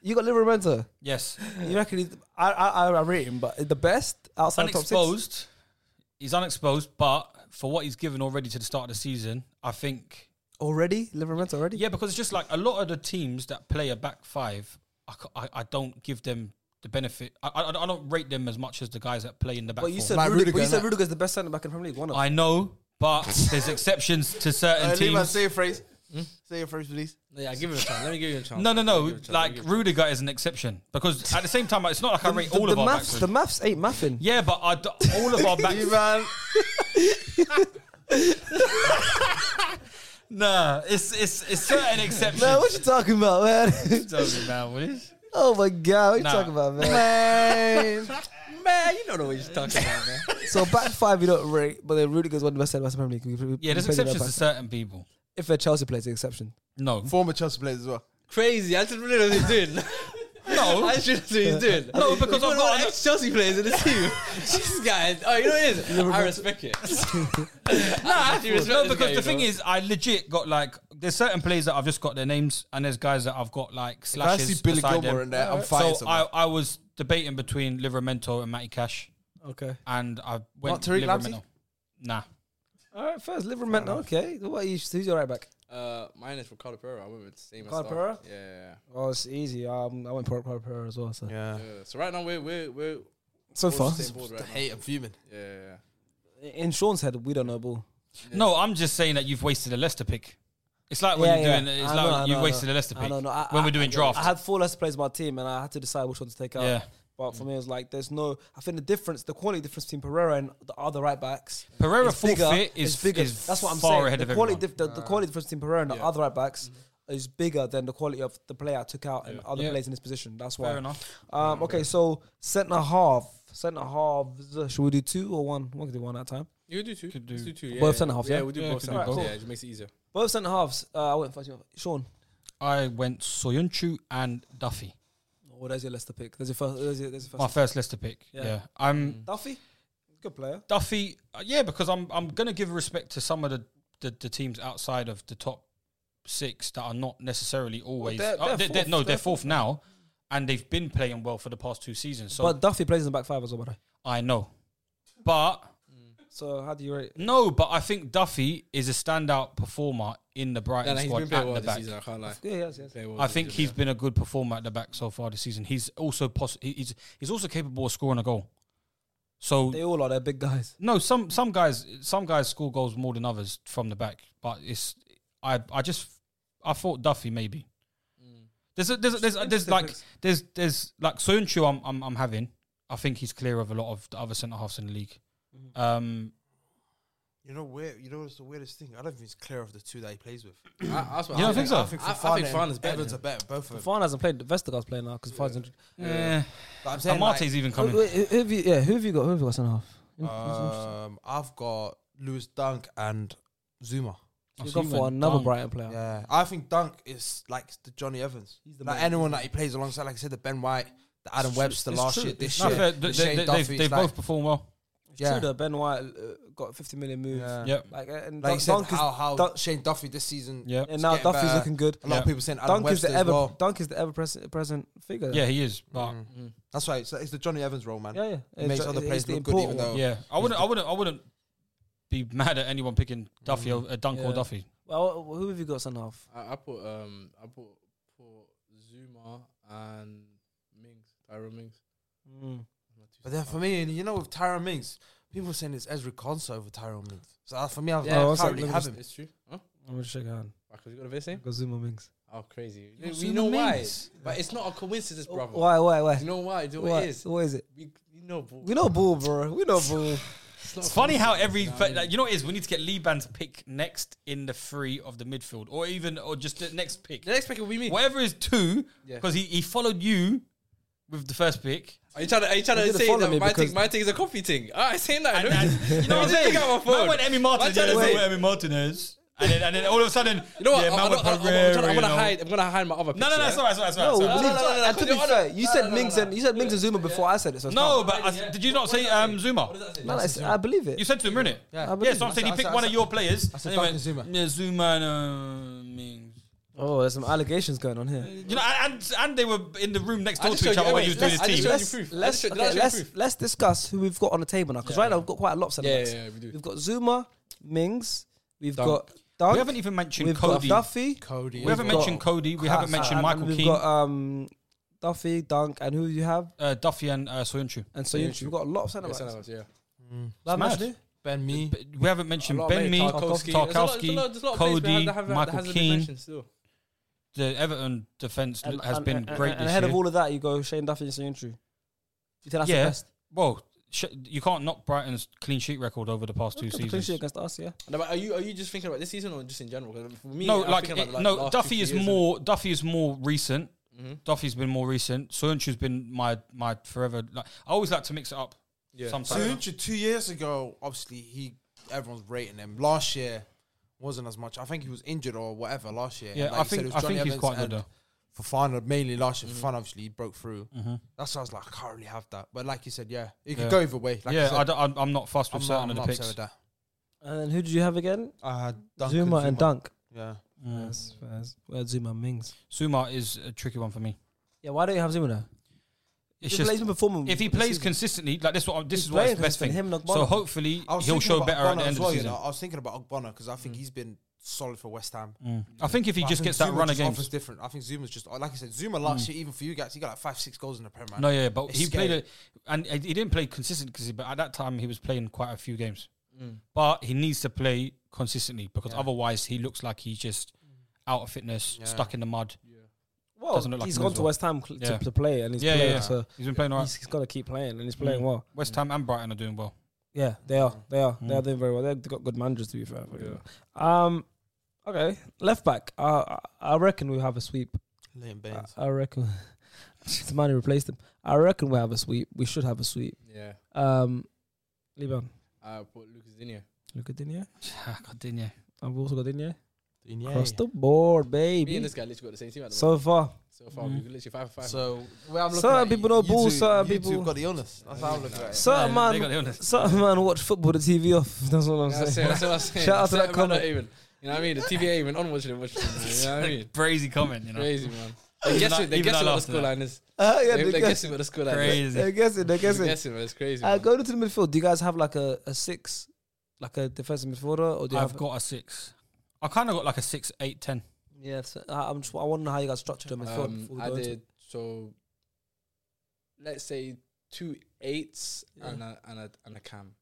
A: You got Livermento.
D: Yes.
A: You reckon he's, I, I, I, I rate him, but the best outside the top six.
D: Unexposed. He's unexposed, but for what he's given already to the start of the season, I think
A: Already? Livermento already?
D: Yeah, because it's just like a lot of the teams that play a back five, I, c- I- I don't give them the benefit. I, I, I don't rate them as much as the guys that play in the back.
A: But you
D: four.
A: said
B: Like
A: Rudiger, but
B: Rudiger,
A: you said
B: innit?
A: Rudiger's the best centre back in Premier League. One of
D: I know, but there's exceptions to certain
B: Uh, Lehman,
D: teams.
B: say your phrase. Say your phrase, please.
C: yeah, give him a chance. Let me give you a chance.
D: No, no,
C: Let me
D: no.
C: give him a chance. Let me
D: Like
C: give him a
D: Rudiger is an exception because at the same time, it's not like I rate
A: the,
D: all
A: the
D: of our
A: maths,
D: backs.
A: the maths ain't mathing.
D: Yeah, but I d- all of our backs.
B: Lehman.
D: Nah, it's it's it's certain exceptions.
A: Man, what you talking about, man?
D: Doesn't matter, what is-
A: oh my god, what you
D: Nah.
A: talking about, man?
D: Man, you don't know what you're talking about, man.
A: so back five, you don't rate, but then Rudiger's one of the best centre backs in the Premier League. We- we-
D: Yeah,
A: we
D: there's
A: played him
D: exceptions to
A: back.
D: certain people.
A: If they're Chelsea players, the exception.
D: No,
F: Former Chelsea players as well.
C: Crazy. I should really know what he's doing.
D: No.
C: I should know what he's doing.
D: No, because I've got an-
C: ex Chelsea players in the team. this guy, oh, you know what it is? I respect it. no, I actually respect
D: no,
C: this
D: because
C: guy,
D: the
C: you
D: thing
C: know.
D: is, I legit got like there's certain players that I've just got their names, and there's guys that I've got like slashes.
F: I see Billy
D: beside
F: Gilmore
D: them.
F: in there, I'm fighting
D: so I,
F: someone.
D: I was debating between Livermento and Matty Cash,
A: Okay.
D: and I went
B: Tariq Lamptey?
D: Livermento. Nah,
A: All right, first Livermore. Okay, what are you, who's your right back?
C: Uh, mine is Ricardo Pereira. I went with the same as
A: Ricardo
C: Starr. Yeah, yeah,
A: Oh, it's easy. Um, I went Pro Pereira as well. So
F: Yeah.
C: yeah. yeah. So right now we're we're we're
A: so
C: all
A: far,
C: on the same board right now.
F: Hey, I'm fuming.
C: Yeah, yeah, yeah.
A: in Sean's head, we don't know ball.
D: no, I'm just saying that you've wasted a Leicester pick. It's like when
A: Yeah,
D: you're
A: yeah.
D: doing it's
A: I
D: like
A: know, I
D: you've
A: know, I
D: wasted
A: know.
D: a Leicester
A: I
D: pick
A: know, no, I-
D: when
A: I-
D: we're doing draft.
A: I had four Leicester players on my team, and I had to decide which one to take out.
D: Yeah.
A: But for me, it was like there's no. I think the difference, the quality difference between Pereira and the other right backs.
D: Pereira
A: is
D: full
A: bigger-
D: fit is- is
A: That's what I'm
D: far
A: saying.
D: ahead
A: the
D: of
A: quality,
D: everyone.
A: dif- the, the quality difference between Pereira and the other right backs is bigger than the quality of the player I took out and other
D: Yeah.
A: players in this position. That's why.
D: Fair enough.
A: Um, okay, so centre half, centre halves. uh, Should we do two or one? We can do one at a time.
C: You do two.
D: Could do-
C: Let's do two. Yeah,
A: Both
C: yeah.
A: centre-halves,
C: Yeah,
A: yeah?
C: we do
D: Yeah,
C: both
D: could
C: centre halves.
A: do both.
C: Yeah, it makes it easier.
A: Both centre halves. Uh, I went first. Sean.
D: I went Soyuncu and Duffy.
A: Oh, there's your Leicester pick. There's your first. There's your, there's your
D: My
A: first.
D: first Leicester pick.
A: Yeah. Mm.
D: Yeah,
F: Mm.
D: I'm
C: Mm.
A: Duffy, good player.
D: Duffy, uh, yeah, because I'm I'm gonna give respect to some of the, the, the teams outside of the top six that are not necessarily always.
A: they're- they're
D: uh, they- they-
A: fourth,
D: no, they're,
A: they're
D: fourth now, and they've been playing well for the past two seasons. So
A: but Duffy plays in the back five as well, by the way.
D: I know, but
A: So how do you rate?
D: no, but I think Duffy is a standout performer in the Brighton
C: Yeah, nah, he's been
D: squad
C: playing
D: at
C: well
D: the
C: this
D: back.
C: season. I can't lie.
A: Yeah, yes, yes.
C: Playing well
D: I
C: this
D: think
C: season,
D: he's been a good performer at the back so far this season. He's also poss- he- he's he's also capable of scoring a goal. So
A: They all are. They're big guys.
D: No, some some guys some guys score goals more than others from the back, but it's I I just I thought Duffy maybe. There's a, there's a, there's a, there's
A: Interesting
D: like
A: picks.
D: there's there's like Soyuncu I'm, I'm I'm having. I think he's clear of a lot of the other centre halves in the league. Um,
F: You know where? You know what's the weirdest thing? I don't think it's clear of the two that he plays with.
C: yeah. I, that's what
D: You
C: I
D: don't think so?
C: I think Fafana is better.
F: Evans are
C: than him.
F: better. Both of them.
A: Fafana hasn't played. Vestergaard's playing now because Fafana's injured.
D: eh,
F: But I'm saying,
D: and Marte's even
A: Who,
D: coming.
A: who, who have you? Yeah, who have you got? Who have you got centre half? In-
F: like, um, I've got Lewis Dunk and Zuma.
A: You've
D: I've
A: gone
D: seen
A: for
D: Van
A: another
D: Dijk.
A: Brighton player.
F: Yeah, I think Dunk is like the Johnny Evans.
A: He's the
F: like
A: man.
F: anyone that he plays alongside, like I said, the Ben White, the Adam Webster
D: It's
F: last
D: true.
F: year, this
D: No,
F: year,
D: fair.
F: the
D: They,
F: Shane
D: they,
F: Duffy.
D: have
F: it's like-
D: both performed well.
F: yeah,
A: True that Ben White uh, got a 50 million move.
F: yeah.
D: Yep.
A: Like uh, and
F: Like you
A: Dunk,
F: said,
A: Dunk is,
F: how, how
A: Dunk-
F: Shane Duffy this season,
D: Yeah.
A: and now
F: It's getting
A: Duffy's
F: better.
A: looking good.
F: a lot
D: Yeah.
F: of people saying Adam
A: Dunk is
F: Webster
A: the
F: as
A: ever
F: well.
A: Dunk is the ever present present figure.
D: Yeah, he is. But
F: Mm. That's why it's, it's the Johnny Evans role, man.
A: yeah, yeah.
F: It makes
A: It's-
F: other
A: it's
F: players
A: the
F: look good, even
A: important one.
F: though
D: yeah, I wouldn't I wouldn't I wouldn't be mad at anyone picking Duffy
F: Mm.
D: over uh, Dunk
A: Yeah.
D: or Duffy.
A: Well, who have you got centre half?
C: I, I put um I put put Zuma and Mings Tyrone Mings.
A: Mm.
F: But then for me, and you know, with Tyrone Mings, people are saying it's Ezra Conso over Tyrone Mings. So uh, for me, I've,
A: Yeah,
F: I
A: I was
F: can't
A: like,
F: really
A: look
F: have
A: at
F: him.
C: It's true. Huh?
A: I'm gonna shake a hand.
C: Because you got a best name?
A: Got Zuma Mings.
C: Oh, crazy.
D: got
C: we
D: Zuma
C: know why,
D: Mings.
C: but it's not a coincidence,
D: Oh,
C: brother.
A: Why? Why? Why?
C: You know why? Do you know
A: What
C: what it is?
A: What is it?
C: We, you know, bro.
A: We know bull, bro. We know bull.
C: not
D: It's
C: a
D: funny how
C: coincidence,
D: every
C: know what I
D: fa-
C: mean?
D: like, you know what it is we need to get Lee Ban to pick next in the three of the midfield, or even or just the next pick,
C: the next pick will be me.
D: whatever is two,
C: Yeah.
D: because he, he followed you with the first pick.
C: Are you trying to? Are you trying
A: You
C: to
A: didn't
C: say
A: follow
C: that
A: me
C: my
A: because-
C: thing, my thing is a coffee thing? Ah, I saying that.
D: And, and, you know what I'm
C: Just
D: saying?
C: pick out my phone.
D: Man went Emmy
C: I'm
D: Martinez.
C: trying
D: Yeah,
C: to
D: man
C: say-
D: went Emmy Martinez, and then and then all of a sudden,
C: You know what?
D: Yeah,
C: I'm,
D: man
C: I'm,
D: went
C: not- I'm, I'm,
D: Pereira,
C: I'm, trying, I'm
D: you
C: gonna
D: know.
C: hide. I'm gonna hide my other.
D: No, no, no,
C: picture,
D: that's all right, that's all
A: No,
D: right,
A: believe
D: that's all right.
C: no, no,
A: and to
C: no,
A: be
C: no,
A: fair,
C: no,
A: you
C: no,
A: said
C: no, no,
A: Mings
C: no.
A: and you said Mings and Zuma before I said it. So it's
D: No,
A: not-
D: but I, did you not say um, Zuma?
A: no, no, it's- I believe it.
D: You said to him, innit?
F: Yeah.
A: I
D: Yeah,
A: believe
D: so I'm
A: it.
D: saying he
F: I
D: picked
F: said-
D: one
F: I
D: of your players. and
F: said
D: he
F: Duncan
D: went,
F: Zuma.
D: Yeah, Zuma and uh, Mings.
A: Oh, there's some allegations going on here.
D: You know, and and- and they were in the room next
C: I
D: door
C: just
D: to each
C: showed you
D: other while you
C: evidence.
D: was doing his
C: Let's- I just
D: team.
A: Let's
C: showed you proof. I
A: let's
C: just showed-
A: okay,
C: I just showed you
A: let's
C: proof.
A: let's discuss who we've got on the table now because right now we've got quite a lot of
C: Yeah,
A: centre-backs.
C: yeah, yeah, we do.
A: We've got Zuma, Mings, we've
C: Dunk.
A: got Dunk,
D: We haven't even mentioned
A: we've
D: Cody.
A: got Duffy,
F: Cody.
D: we haven't
A: got
D: mentioned Cody. We haven't
A: Kras,
D: mentioned
A: and
D: Michael
A: We've
D: Keane,
A: got um, Duffy, Dunk, and who do you have?
D: uh, Duffy, and uh, Soyuncu.
A: And so you- we've got a lot of
C: Yeah,
A: centre-backs.
C: centre-backs, yeah.
A: That
D: mad.
A: match new?
F: Ben Me.
D: But we haven't mentioned
C: A lot of
D: Ben
C: men,
D: Mee,
C: Tarkowski,
D: Tarkowski, Cody, Michael Keane.
C: Still.
D: The Everton defense
A: And-
D: has
A: and-
D: been
A: and-
D: great
A: And
D: this
A: ahead
D: year.
A: of all of that, you go Shane Duffy and Soyuncu. You think that's
D: Yeah.
A: the best?
D: well, sh- you can't knock Brighton's clean sheet record over the past two
A: Look at the clean sheet
D: seasons.
A: against us, yeah.
C: No, but are you are you just thinking about this season or just in general? 'Cause For me,
D: No,
C: I'm
D: like,
C: thinking
D: it-
C: about, like,
D: no.
C: last
D: Duffy
C: two
D: is
C: years
D: more. Duffy is more recent.
C: and- Mhm.
D: Duffy's been more recent. Soyuncu's been my my forever. Like I always like to mix it up.
C: Yeah.
D: Sometimes
B: Soyuncu two years ago, obviously he everyone's rating him. Last year wasn't as much. I think he was injured or whatever last year.
D: Yeah,
B: And
D: I
B: you said,
D: think-
B: it was
D: I think
B: Johnny
D: he's
B: Evans
D: quite good
B: and
D: though.
B: Fofana mainly last year. Fofana obviously he broke through.
D: Mm-hmm.
B: That's why I was like, I can't really have that. But like you said, yeah, it could
D: Yeah.
B: go either way. Like you
D: yeah,
B: said,
D: I don't, I'm, I'm not fussed with
B: I'm not,
D: certain
B: I'm
D: of
B: not
D: the
B: upset
D: picks.
B: with that.
A: And then who did you have again?
B: I had Duncan,
A: Zuma and Dunk.
B: Yeah,
D: Mm.
A: Yes, yes. Where's Zuma Mings?
D: Suma is a tricky one for me.
A: Yeah, why don't you have Zuma now?
D: It's
A: He's
D: just
A: been performing
D: if he
A: this
D: plays
A: season.
D: consistly, like this, is what I'm- this
A: He's
D: is what's
A: playing
D: the best thing.
A: consistent, him and Ogbonna.
D: so hopefully
B: I was
D: he'll
B: thinking
D: show
B: about
D: better at
B: Ogbonna
D: the end
B: as
D: of
B: well,
D: the
B: you
D: season.
B: know. I was thinking about Ogbonna because I think he's been solid for West Ham.
D: Mm. I think if he
B: But I
D: just
B: think
D: gets that
B: Zuma
D: run
B: just
D: again,
B: offers different. I think Zuma's just like I said, Zuma last year, even for you guys, he got like five, six goals in the Premier. man.
D: no, yeah, but
B: It's
D: he played
B: scary.
D: it, and he he didn't play consistently. But at that time, he was playing quite a few games.
C: Mm.
D: But he needs to play consistently because
B: Yeah.
D: otherwise, he looks like he's just out of fitness,
B: Yeah.
D: stuck in the mud.
A: Well,
D: Doesn't look like
A: he's
D: him
A: gone
D: as
A: to
D: well.
A: West Ham cl-
D: Yeah.
A: to, to play, and he's
D: Yeah, yeah,
A: playing,
D: yeah.
A: so
D: He's been playing all
A: he's,
D: right.
A: he's got to keep playing, and he's playing
D: Mm.
A: well.
D: West Ham and Brighton are doing well.
A: Yeah, they are. They are. They are
D: Mm.
A: doing very well. They've got good managers, to be fair. Um, okay, left back. Uh, I I reckon we have a sweep.
B: Liam
A: I,
B: Baines.
A: I reckon. Samani replaced him. I reckon we have a sweep. We should have a sweep.
C: Yeah,
A: Um, Liban,
C: I put Lucas in here.
A: look at Dinier.
D: Ah, God, didn't you?
A: I've also got Dinier.
B: Digne.
A: Across the board,
C: Me and
A: baby.
C: this guy literally got the same team at the moment.
A: So far,
C: So far,
D: Mm.
C: we literally five for five.
B: So where I'm looking
A: Certain
B: at,
A: people
B: you-
A: know
B: you
A: ball,
B: two-
A: certain
B: you two
A: people-
B: got the illness. That's how I'm looking at it.
A: certain
D: They got
A: man,
D: the illness.
A: certain man watch football the TV off. That's what I'm
C: Yeah, that's it,
A: saying.
C: that's what I'm saying.
A: Shout out to
C: Certain
A: that
C: man not
A: comment.
C: Even, you know what I mean? The TVA even on watching it, watching it. You know what I mean?
D: Crazy comment, you know.
C: Crazy man. They guess
D: I-
C: it. They
D: even
C: guess
D: I
C: it what the
D: laughed at
C: score
D: that.
C: line is.
A: Uh, yeah,
C: They
A: they
C: they
A: guess-
C: guess it what the score line is.
D: Crazy.
A: they're guessing. They're
C: They
A: guessing.
C: guess it. man, It's crazy.
A: Uh,
C: man.
A: going into the midfield, do you guys have like a, a six, like a defensive midfielder, or do you
D: I've
A: have
D: got a six. I kind of got like a six, eight, ten.
A: Yeah, so I, I'm just, I want to know how you guys structured the midfield.
C: Um,
A: before we
C: I
A: go into
C: did so. Let's say two eights
A: Yeah.
C: and a and a and a cam.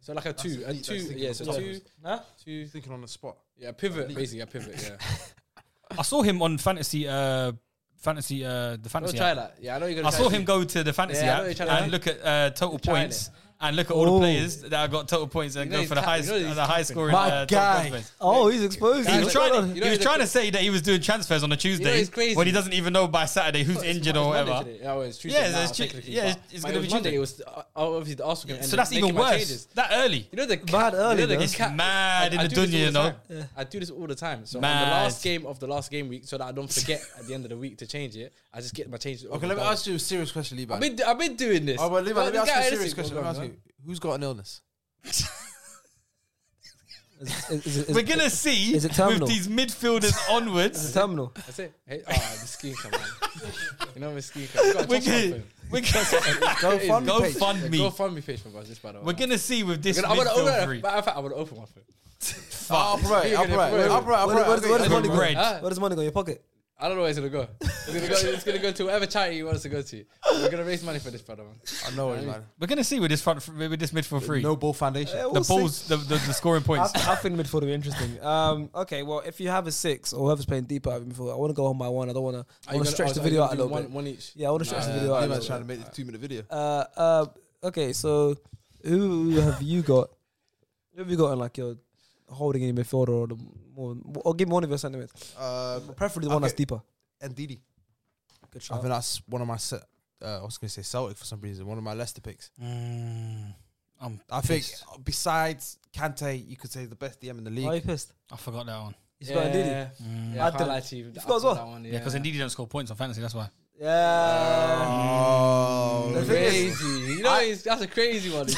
C: So like a two,
B: elite,
C: a
B: that's
C: two,
B: thinking
C: yeah.
B: of
C: So
B: top.
C: two,
A: Huh?
C: two,
B: You're thinking on the spot.
C: yeah. Pivot
B: Elite.
C: basically, a pivot. Yeah.
D: I saw him on fantasy, uh, fantasy, uh, the
C: Don't
D: fantasy.
C: try
D: app.
C: that. Yeah, I know you're gonna.
D: I
C: try
D: saw
C: to-
D: him go to the fantasy
C: Yeah, I know you're
D: app
C: trying to-
D: and look at uh, total
C: You're trying
D: points and look at all the
A: Oh.
D: players that have got total points and
C: You know
D: go
C: he's
D: for the
C: tap-
D: highest,
C: you know he's
D: the highest
C: tapping.
D: scoring.
B: My
D: uh, total
B: guy.
D: transfers.
A: Oh, he's exposed.
C: Guys,
D: He
A: He's
D: was
C: like-
D: trying to,
C: you know
D: he was
C: he's
D: trying
C: a-
D: to say that he was doing transfers on a Tuesday
C: he's crazy.
D: when he doesn't even know by Saturday who's
C: It's
D: injured
C: Mon-
D: or
C: it's Monday
D: whatever.
C: today. Oh, it's Tuesday.
D: Yeah,
C: now,
D: it's Tu-
C: technically,
D: yeah,
C: but-
D: it's- it's
C: but
D: gonna
C: it was
D: be
C: Monday.
D: Tuesday.
C: It was uh, obviously the Arsenal game.
D: So that's even worse. That early.
C: You know the
A: Mad early,
C: You know
A: though.
C: the cat,
D: Mad in
C: I
D: the
C: do this all
D: dunya, you know.
C: time. I do this all the time. So on
D: Mad.
C: the last game of the last game week, so that I don't forget at the end of the week to change it. I just get my changes.
B: Okay, let me ask you a serious question, Levi.
C: I've been I've been doing this.
B: oh, well, Levi, let me
C: Well,
B: ask you a
C: guy,
B: serious
C: listen,
B: question.
C: go
B: Let me
C: on,
B: ask
C: go
B: you, who's got an illness?
A: Is, is, is, is,
D: We're gonna see
A: is it
D: with
A: terminal?
D: these midfielders
A: is it
D: onwards.
A: terminal.
C: on. That's it. Hey, oh, I'm a skin come on. You know I'm a skin come. You got a
D: We're
C: top
D: gonna,
C: up
D: we're gonna
C: phone. Crazy.
D: go fund
C: Go
D: me.
C: fund me page for us, just by the way.
D: We're gonna see with
C: I'm
D: this
C: gonna, I'm gonna
D: midfield
C: open.
D: three.
C: Matter of fact, I would open one for.
B: Oh, upright,
C: You're gonna throw
B: upright,
C: it.
B: upright,
A: Where, where,
B: upright.
A: does- where, does
D: okay.
A: money go?
D: Red.
C: Ah.
A: Where does money go? Your pocket.
C: I don't know where it's gonna go. It's gonna go. It's gonna go to whatever charity you want us to go to. We're gonna raise money for this brother. Man.
B: I know it, man.
D: We're gonna see with this front, with this midfield three.
B: No ball foundation.
A: Yeah,
D: the
A: we'll see.
D: balls, the, the, the scoring
A: I,
D: points.
A: I think midfield would be interesting. Um, okay, well, if you have a six or whoever's playing deeper out of midfield, I want to go one by one. I don't want to. I want to
C: oh,
A: stretch the video out a little
C: one,
A: bit.
C: One each.
A: Yeah, I want to stretch the video out a
B: Levi's
A: little
B: trying
A: bit.
B: to make this two-minute video.
A: Uh, uh, okay, so who have you got? Who have you got in like your holding in your midfield or the more? Or give me one of your sentiments.
B: Um,
A: Preferably the one
B: Okay.
A: that's deeper.
B: and Didi.
A: Good
B: I
A: shot.
B: think that's one of my. Se- uh, I was going to say Celtic for some reason. One of my Leicester picks.
D: Mm, I'm
B: I think
D: pissed.
B: besides Kante, you could say the best DM in the
A: Why are you
B: league.
A: pissed?
D: I forgot that one.
A: He's got Ndidi. Yeah,
D: Mm.
C: Yeah,
A: I
C: I can't
A: didn't-
C: lie to you.
A: got
C: I
A: as
C: thought
A: well.
C: that one,
D: Yeah, because indeed you don't score points on fantasy. That's why. Mm.
B: Oh,
A: The thing is-
C: Crazy. You know, it's, that's a crazy one.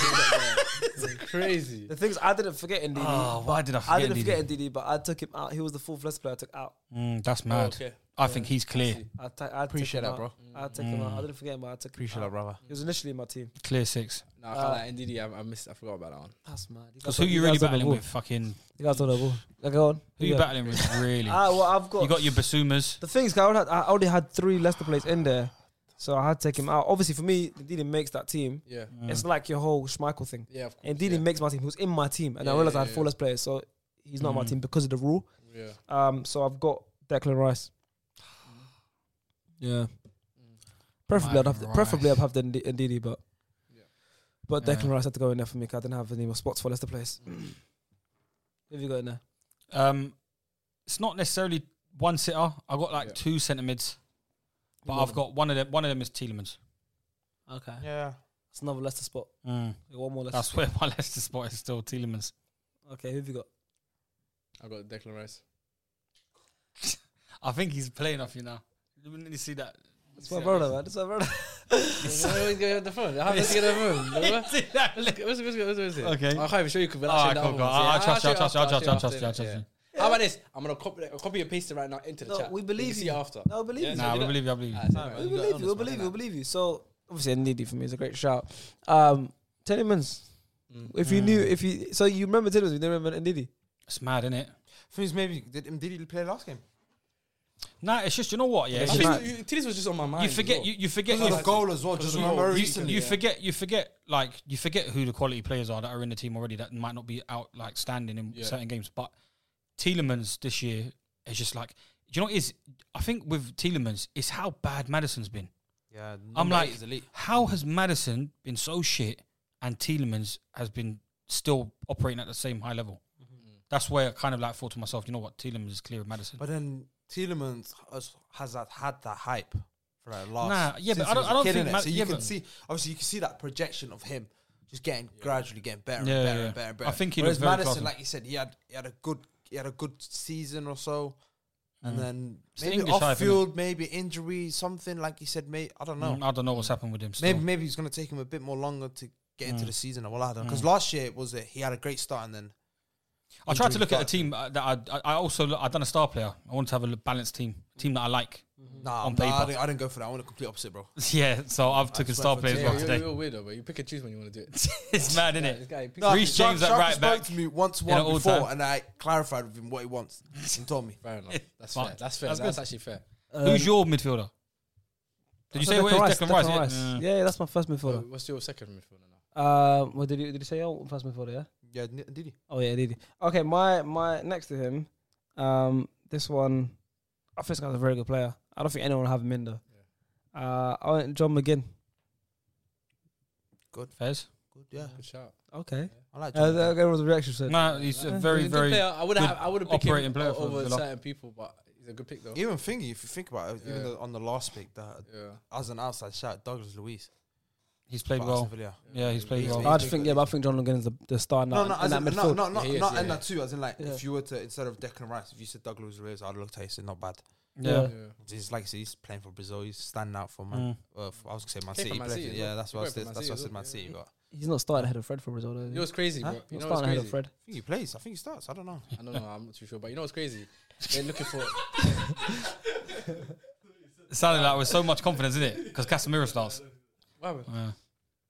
C: It's crazy.
A: The things I didn't forget Ndidi.
D: Oh, why did I forget?
A: I didn't
D: Ndidi?
A: forget Ndidi, but I took him out. He was the fourth less player I took out.
D: Mm,
A: Oh,
D: that's mad.
C: okay.
D: I think he's clear,
A: I, ta- I
B: Appreciate
A: took
B: that,
A: him out.
B: bro.
A: I took him
D: Mm.
A: out. I didn't forget him, but I took
B: Appreciate
A: him
B: that,
A: out.
B: brother.
A: He was initially in my team.
D: clear six.
C: No, I can't lie. Indeed, I, I missed. I forgot about that one.
A: That's mad. You
D: Because
A: guys
D: who
A: are-
D: you really
A: guys are on the
D: battling
A: ball.
D: with? Fucking
A: You guys on the ball. Okay, go on.
D: who you
A: got?
D: battling with? Really?
A: Ah, well, I've got.
D: you got your Basumas.
A: The thing is, I only had, I only had three Leicester players in there, so I had to take him out. Obviously, for me, Ndidi makes that team.
C: Yeah.
D: Mm.
A: It's like your whole Schmeichel thing.
C: Yeah, of course.
A: And Ndidi
C: yeah.
A: makes my team. He was in my team, and I
C: Yeah,
A: realized I
C: yeah,
A: had four
C: yeah.
A: less players, so he's not in my
D: Mm.
A: team because of the rule.
C: yeah.
A: Um, so I've got Declan Rice. Yeah. Preferably,
D: My
A: I'd have to, preferably I'd
D: Mm. Rice.
A: have the Ndidi, but But Declan Rice had to go in there for me 'cause I didn't have any more spots for Leicester Place.
D: Mm.
A: Who have you got in there?
D: Um, it's not necessarily one sitter. I got like two centre mids, but I've got one of them. One of them is Tielemans.
A: Okay.
B: Yeah.
A: It's another Leicester spot.
D: Mm.
A: One more Leicester.
D: That's where my Leicester spot is still Tielemans.
A: okay, who have you got?
C: I got Declan Rice.
D: I think he's playing off you now. You really see that.
A: It's my brother, man. It's my brother.
C: Let's get the phone. How does he get the phone? Let's
D: See that? Ah,
C: go, let's go, let's go, let's go.
D: Okay.
C: I can't even show you because
D: All right, cool, cool. I- I trust you, I trust you, I trust you, I trust you, I trust
C: How about this? I'm gonna copy, I'll copy and paste it right now into the
A: No,
C: chat.
A: we
C: You can
A: believe
C: see
A: you.
C: it after.
A: No, I believe you.
D: Nah, we believe you. I believe you.
A: We believe you. We believe you. We believe you. So obviously, Ndidi for me is a great shout. Um, Tenemans.
D: Mm.
A: If you knew, if you so you remember Tenemans, you didn't remember Ndidi.
D: It's mad, isn't it?
B: Things maybe did, um, did he play last game?
D: Nah, it's just you know what? Yeah,
A: Yeah,
D: it's
C: I
D: just-
C: think you- you- Tilis was just on my mind.
D: you
C: as
D: forget.
C: well.
D: You, you forget.
B: He
D: you-
B: got a goal as well. Just
C: goal.
B: remember
C: You-
B: recently.
D: you forget you forget like you forget who the quality players are that are in the team already that might not be out like standing in
C: Yeah.
D: certain games. But Tielemans this year is just like do you know what it is I think with Tielemans it's how bad Madison's been.
B: Yeah,
D: I'm
B: number
D: like
B: eight is elite.
D: how has Madison been so shit and Tielemans has been still operating at the same high level?
B: Mm-hmm.
D: That's where I kind of like thought to myself, you know what, Tielemans is clear of Madison.
B: But then Tielemans has, has that, had that hype for that last.
D: Nah, yeah, but
B: since
D: I don't-
B: he was
D: I
B: a
D: don't
B: kid,
D: think
B: innit?
D: Ma-
B: so. You
D: yeah,
B: can
D: but-
B: see obviously you can see that projection of him just getting gradually getting better,
D: Yeah,
B: and better,
D: yeah.
B: and better, and
D: I
B: better.
D: think he
B: Whereas
D: looked very
B: Madison,
D: classy.
B: like you said, he had he had a good he had a good season or so, and then
D: Mm. It's the
B: maybe
D: English hype,
B: off
D: innit?
B: field, maybe injury, something like you said. May I don't know.
D: Mm, I don't Mm. know what's happened with him. Still.
B: Maybe maybe it's gonna take him a bit more longer to get into the season. Well, I don't because last year it was a, he had a great start and then
D: I tried to
B: Injury
D: look at a
B: bug.
D: team uh, that I, I- I also look, I done a star player. I wanted to have a look- balanced team, team that I like.
B: nah,
D: Mm. On
B: nah, I,
D: paper.
B: didn't, I didn't go for that. I want the complete opposite, bro.
D: yeah, so I've taken star
B: for
D: players
C: Yeah,
D: well
C: you're,
D: today.
C: you're weird though, but you pick and choose when you want to do it.
D: it's mad, isn't
C: This
D: it?
C: guy, he picks
D: No, Reece
B: Shark-
D: James at
B: Sharky
D: right
B: spoke
D: back.
B: to me once
D: an
B: one
D: all
B: before,
D: time.
B: and I clarified with him what he wants. He told me.
C: Fair enough. That's
D: Fuck.
C: fair. That's fair.
D: That's
C: That's,
D: good.
C: actually fair.
A: Uh,
D: Who's your midfielder? Did you say where is Declan Rice? Yeah.
A: Yeah, yeah, that's my first midfielder.
C: What's your second midfielder now?
A: Um, what did you did you say? Oh, first midfielder. Yeah.
B: Yeah, n- did he?
A: Oh yeah, Didi. Okay, my my next to him, um, this one, I think this guy's a very good player. I don't think anyone will have him in though. Uh, I went John McGinn.
D: Fez?
B: Good, yeah.
C: Good shout.
A: Okay.
B: I like
A: Uh,
B: John.
A: that that was a reaction. So
D: No, he's a
A: Yeah.
D: very,
C: Good
D: very.
C: player. I would have.
D: good
C: I would have picked
D: operating
C: him
D: player
C: o-
D: for
C: over
D: Villa.
C: certain people, but he's a good pick though. Yeah.
B: even thingy, if you think about it, even
C: Yeah.
B: though on the last pick, that as an outside shout, Douglas Luis.
D: He's played
B: for
D: well.
B: Aston Villa.
D: Yeah, he's played
B: He's
D: well.
A: I just think yeah, but I think John McGinn is the, the star now
B: No, no,
A: in-
B: as
A: in that
B: in, no,
A: midfield.
B: no, not,
C: Yeah, he is,
B: not
C: yeah,
B: in
C: yeah.
B: that too. As in, like,
A: Yeah.
B: if you were to instead of Declan Rice, if you said Douglas Luiz, I'd look at it. and say not bad.
D: Yeah.
B: He's like I said, he's playing for Brazil. He's standing out for
D: Mm.
B: Man. Uh, for- I was gonna say
C: Came
B: Man City.
C: from Man
B: but-
C: City as
B: yeah,
C: well.
B: that's
C: He
B: what I
C: played for
B: said.
C: Man
B: That's
C: City
B: what I
C: as
B: said.
C: well,
B: Man City. got. I
A: He's not starting ahead of Fred for Brazil. Though, is he?
C: You know what's crazy,
B: Huh?
C: bro? You
A: He's
C: know
A: not
C: what's
A: starting ahead
C: crazy?
A: of Fred.
B: think he plays. I think he starts. I don't know.
C: I don't know. I'm not too sure, but you know what's crazy? They're looking for.
D: It sounded like with so much confidence, isn't it? Because Casemiro starts.
C: What happened?
D: Yeah.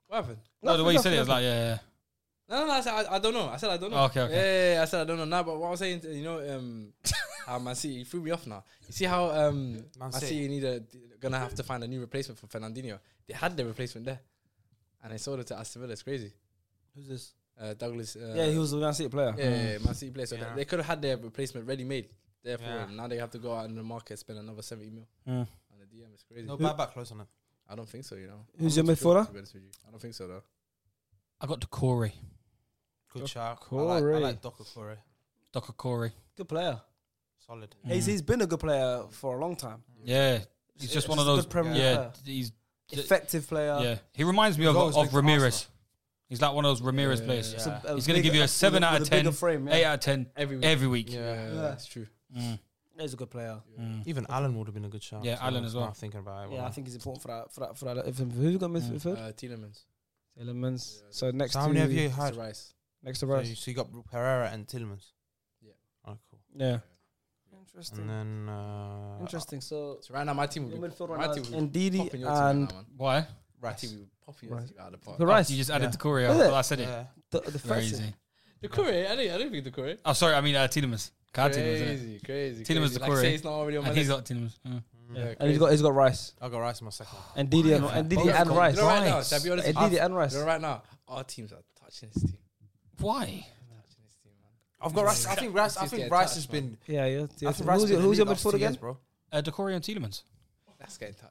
C: What happened?
D: No, the way you said it, it was like, yeah, yeah.
C: No, no, no. I said I, I don't know. I said I don't know.
D: Okay, okay.
C: Yeah, yeah, yeah, I said I don't know. Nah, but what I was saying, you know, um, how Man City you threw me off now. You see how um, Man
B: City.
C: City need a gonna have to find a new replacement for Fernandinho. They had their replacement there, and they sold it to Aston Villa. It's crazy.
A: Who's this?
C: Uh, Douglas. Uh,
A: Yeah, he was a Man City player.
C: Yeah, yeah, yeah, Man City player. So they-
B: Yeah.
C: they could have had their replacement ready made. Therefore,
B: Yeah.
C: now they have to go out in the market spend another seventy mil
D: Mm.
C: on the DM. It's crazy.
B: No bad back close on it.
C: I don't think so. You know.
A: Who's
C: I'm
A: your
C: not too sure,
A: midfielder?
C: to be honest with you. I don't think so though.
D: I got to Corey.
B: Good shout. I
A: Corey.
B: like, I like Docker Corey.
D: Docker Corey.
A: Good player.
B: Solid.
A: He's he's been a good player for a long time.
D: Yeah. Mm. He's
A: It's
D: just one of
A: just a
D: those.
A: good Premier
D: yeah,
A: player.
D: he's
A: Effective player.
D: yeah. He reminds me of,
B: Goals big
D: of
B: for
D: Ramirez.
B: Arsenal.
D: He's like one of those Ramirez
C: Yeah,
D: players.
A: It's a- a
D: He's gonna
A: big-
D: give you a
A: with
D: seven out
A: with
D: of
A: a bigger
D: ten,
A: Frame, yeah.
D: Eight out of ten
C: Every week.
D: every week.
C: Yeah,
A: Yeah.
C: that's true.
D: Mm.
A: He's a good player.
D: Mm.
B: Even Allen would have been a good shout.
D: Yeah,
B: So
D: Allen as
B: now
D: well.
B: I'm thinking about it.
A: Yeah,
B: well.
A: I think he's important for that. For that. For that. If, who have you got
D: Mm.
A: midfield?
C: Uh, Tielemans.
A: Elements. So next
B: So
A: to
B: how many have you
C: It's
B: had?
C: Rice.
A: next to
B: So
A: Rice.
B: you, so you got Pereira and Tillman's.
C: Yeah.
B: Oh, cool.
A: yeah.
B: And
A: Interesting.
B: then uh,
A: Interesting. So
C: So right now my team
A: your
C: will be
A: midfield
C: my
A: right now
C: team
A: is
C: will be
A: Ndidi
C: popping your team right now,
A: and
C: man.
D: Why? Oh,
C: My
B: uh, Rice.
C: team will be popping your
A: Right.
C: team out of the
A: The
C: park.
A: Rice.
D: You just added
B: Yeah.
D: the Corey.
A: Is it?
D: I said it.
B: Yeah.
A: the, the first.
D: Crazy.
C: The Corey, I didn't, I didn't think the Corey.
D: Oh, sorry. I mean, uh, Tielemans. Can't Tielemans, innit?
C: Crazy, crazy.
D: Tielemans
C: crazy.
D: the
C: like,
D: Corey.
C: say it's not already on my
D: And he's
C: list.
D: got Tielemans. Mm.
C: Yeah,
A: And he's
C: crazy.
A: got he's got Rice
B: I Mm-hmm. got Rice in my second. one.
A: and Didi and,
D: Why?
A: and Didi
D: Both
A: and
D: got
A: Rice.
C: You know right now,
D: Rice.
C: to be honest,
A: And
C: our,
A: Didi and
C: you
A: Rice.
C: know right now, our teams are touching this team.
D: Why?
C: Touching this team, man.
B: I've got Rice. I think Rice. I
C: He's
B: think
C: getting
B: Rice
C: touched,
B: has
C: man.
B: been.
A: Yeah, yeah. yeah.
B: I think Rice
A: Who's your, who's your midfield again?
B: bro?
D: Uh, Decorio and Tielemans.
C: Let's get in touch.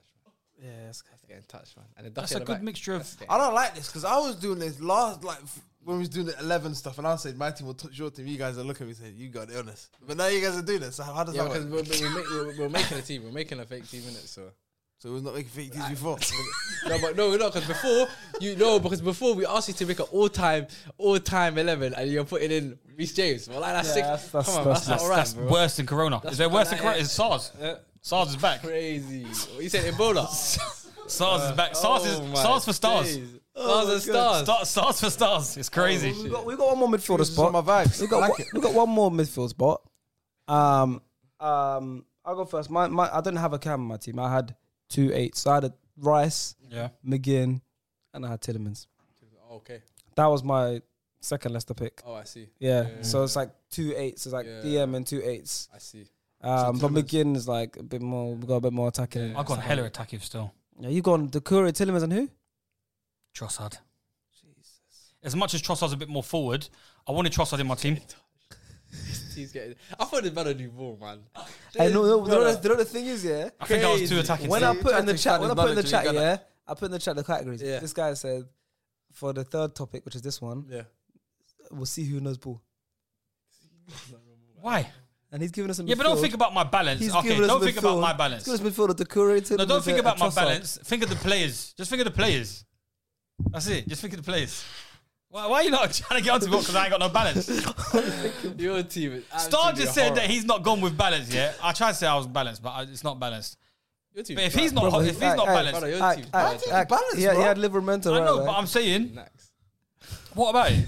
A: Yeah, it's good.
C: Get in touch, man. And the
D: That's
C: ducky
D: a
C: at the
D: good
C: back.
D: mixture of-
C: That's it.
B: I don't like this because I was doing this last, like f- when we was doing the eleven stuff, and I said my team will touch your team. You guys are looking at me saying you got illness, but now you guys are doing this. So how does
C: Yeah,
B: that
C: because
B: work?
C: we're, we're, make- we're, we're making a team. We're making a fake team, innit? So
B: So we're not making fake teams before.
C: no, but no, no, because before you know, because before we asked you to make an all-time, all-time eleven, and you're putting in Reece James. Well, like that's
A: Yeah,
C: sick.
A: that's- that's-
C: Come on,
A: that's-
C: that's,
D: That's,
C: not right,
D: that's
C: bro.
D: worse than Corona. is there worse than Corona? It's SARS. SARS is back.
C: Crazy. What You said Ebola.
D: SARS is back. SARS
C: Oh
D: is
C: my
D: SARS for stars.
C: days. Oh Stars and stars.
D: Star, SARS for stars.
C: Oh,
D: It's crazy.
A: We got we got one more midfielder spot.
B: my vibes.
A: We got one, we got one more midfield spot. Um, um, I'll go first. My my I didn't have a cam on my team. I had two eights. So I had a Rice,
D: yeah.
A: McGinn, and I had Tillemans.
C: Oh, okay.
A: That was my second Leicester pick.
C: Oh, I see.
A: Yeah.
C: Yeah.
A: So it's like two eights. It's like
C: Yeah.
A: DM and two eights.
C: I see.
A: Um, but McGinn is like a bit more. We got a bit more attacking.
D: I've gone hella attackive still.
A: Yeah, you gone Dakura, Tillemans, and who?
D: Trossard. Jesus. As much as Trossard's a bit more forward, I wanted Trossard in my team.
C: He's getting. I thought it better do more, man.
A: Hey, no, no, no, no, the thing is, yeah.
D: I think I was too attacking.
A: when
D: still.
A: I put in the
B: tactics
A: chat, when I
B: and
A: put in the
B: knowledge
A: chat,
B: we
A: yeah, I put in the chat the categories.
C: Yeah.
A: This guy said for the third topic, which is this one,
C: Yeah.
A: we'll see who knows ball,
D: Why?
A: and he's giving us a
D: Yeah, but don't
A: midfield.
D: think about my balance.
A: He's
D: okay,
A: given us
D: don't think about
A: midfield.
D: my balance.
A: He's given us midfield of Dakura.
D: No, don't think about my balance. Think of the players. Just think of the players. That's it. Just think of the players. Why, why are you not trying to get onto me? Because I ain't got no balance.
C: Your team is.
D: Star
C: absolutely
D: just said
C: horrible.
D: that he's not gone with balance yet. I tried to say I was balanced, but I, it's not balanced.
C: Your team
D: But
C: is
D: if he's
C: bad.
D: not, if he's not
C: brother,
D: balanced,
C: your
A: I,
C: team's
A: I,
C: bad.
A: I, balance, yeah, he had Livermore.
D: I know. But I'm saying,
C: Next.
D: what about it?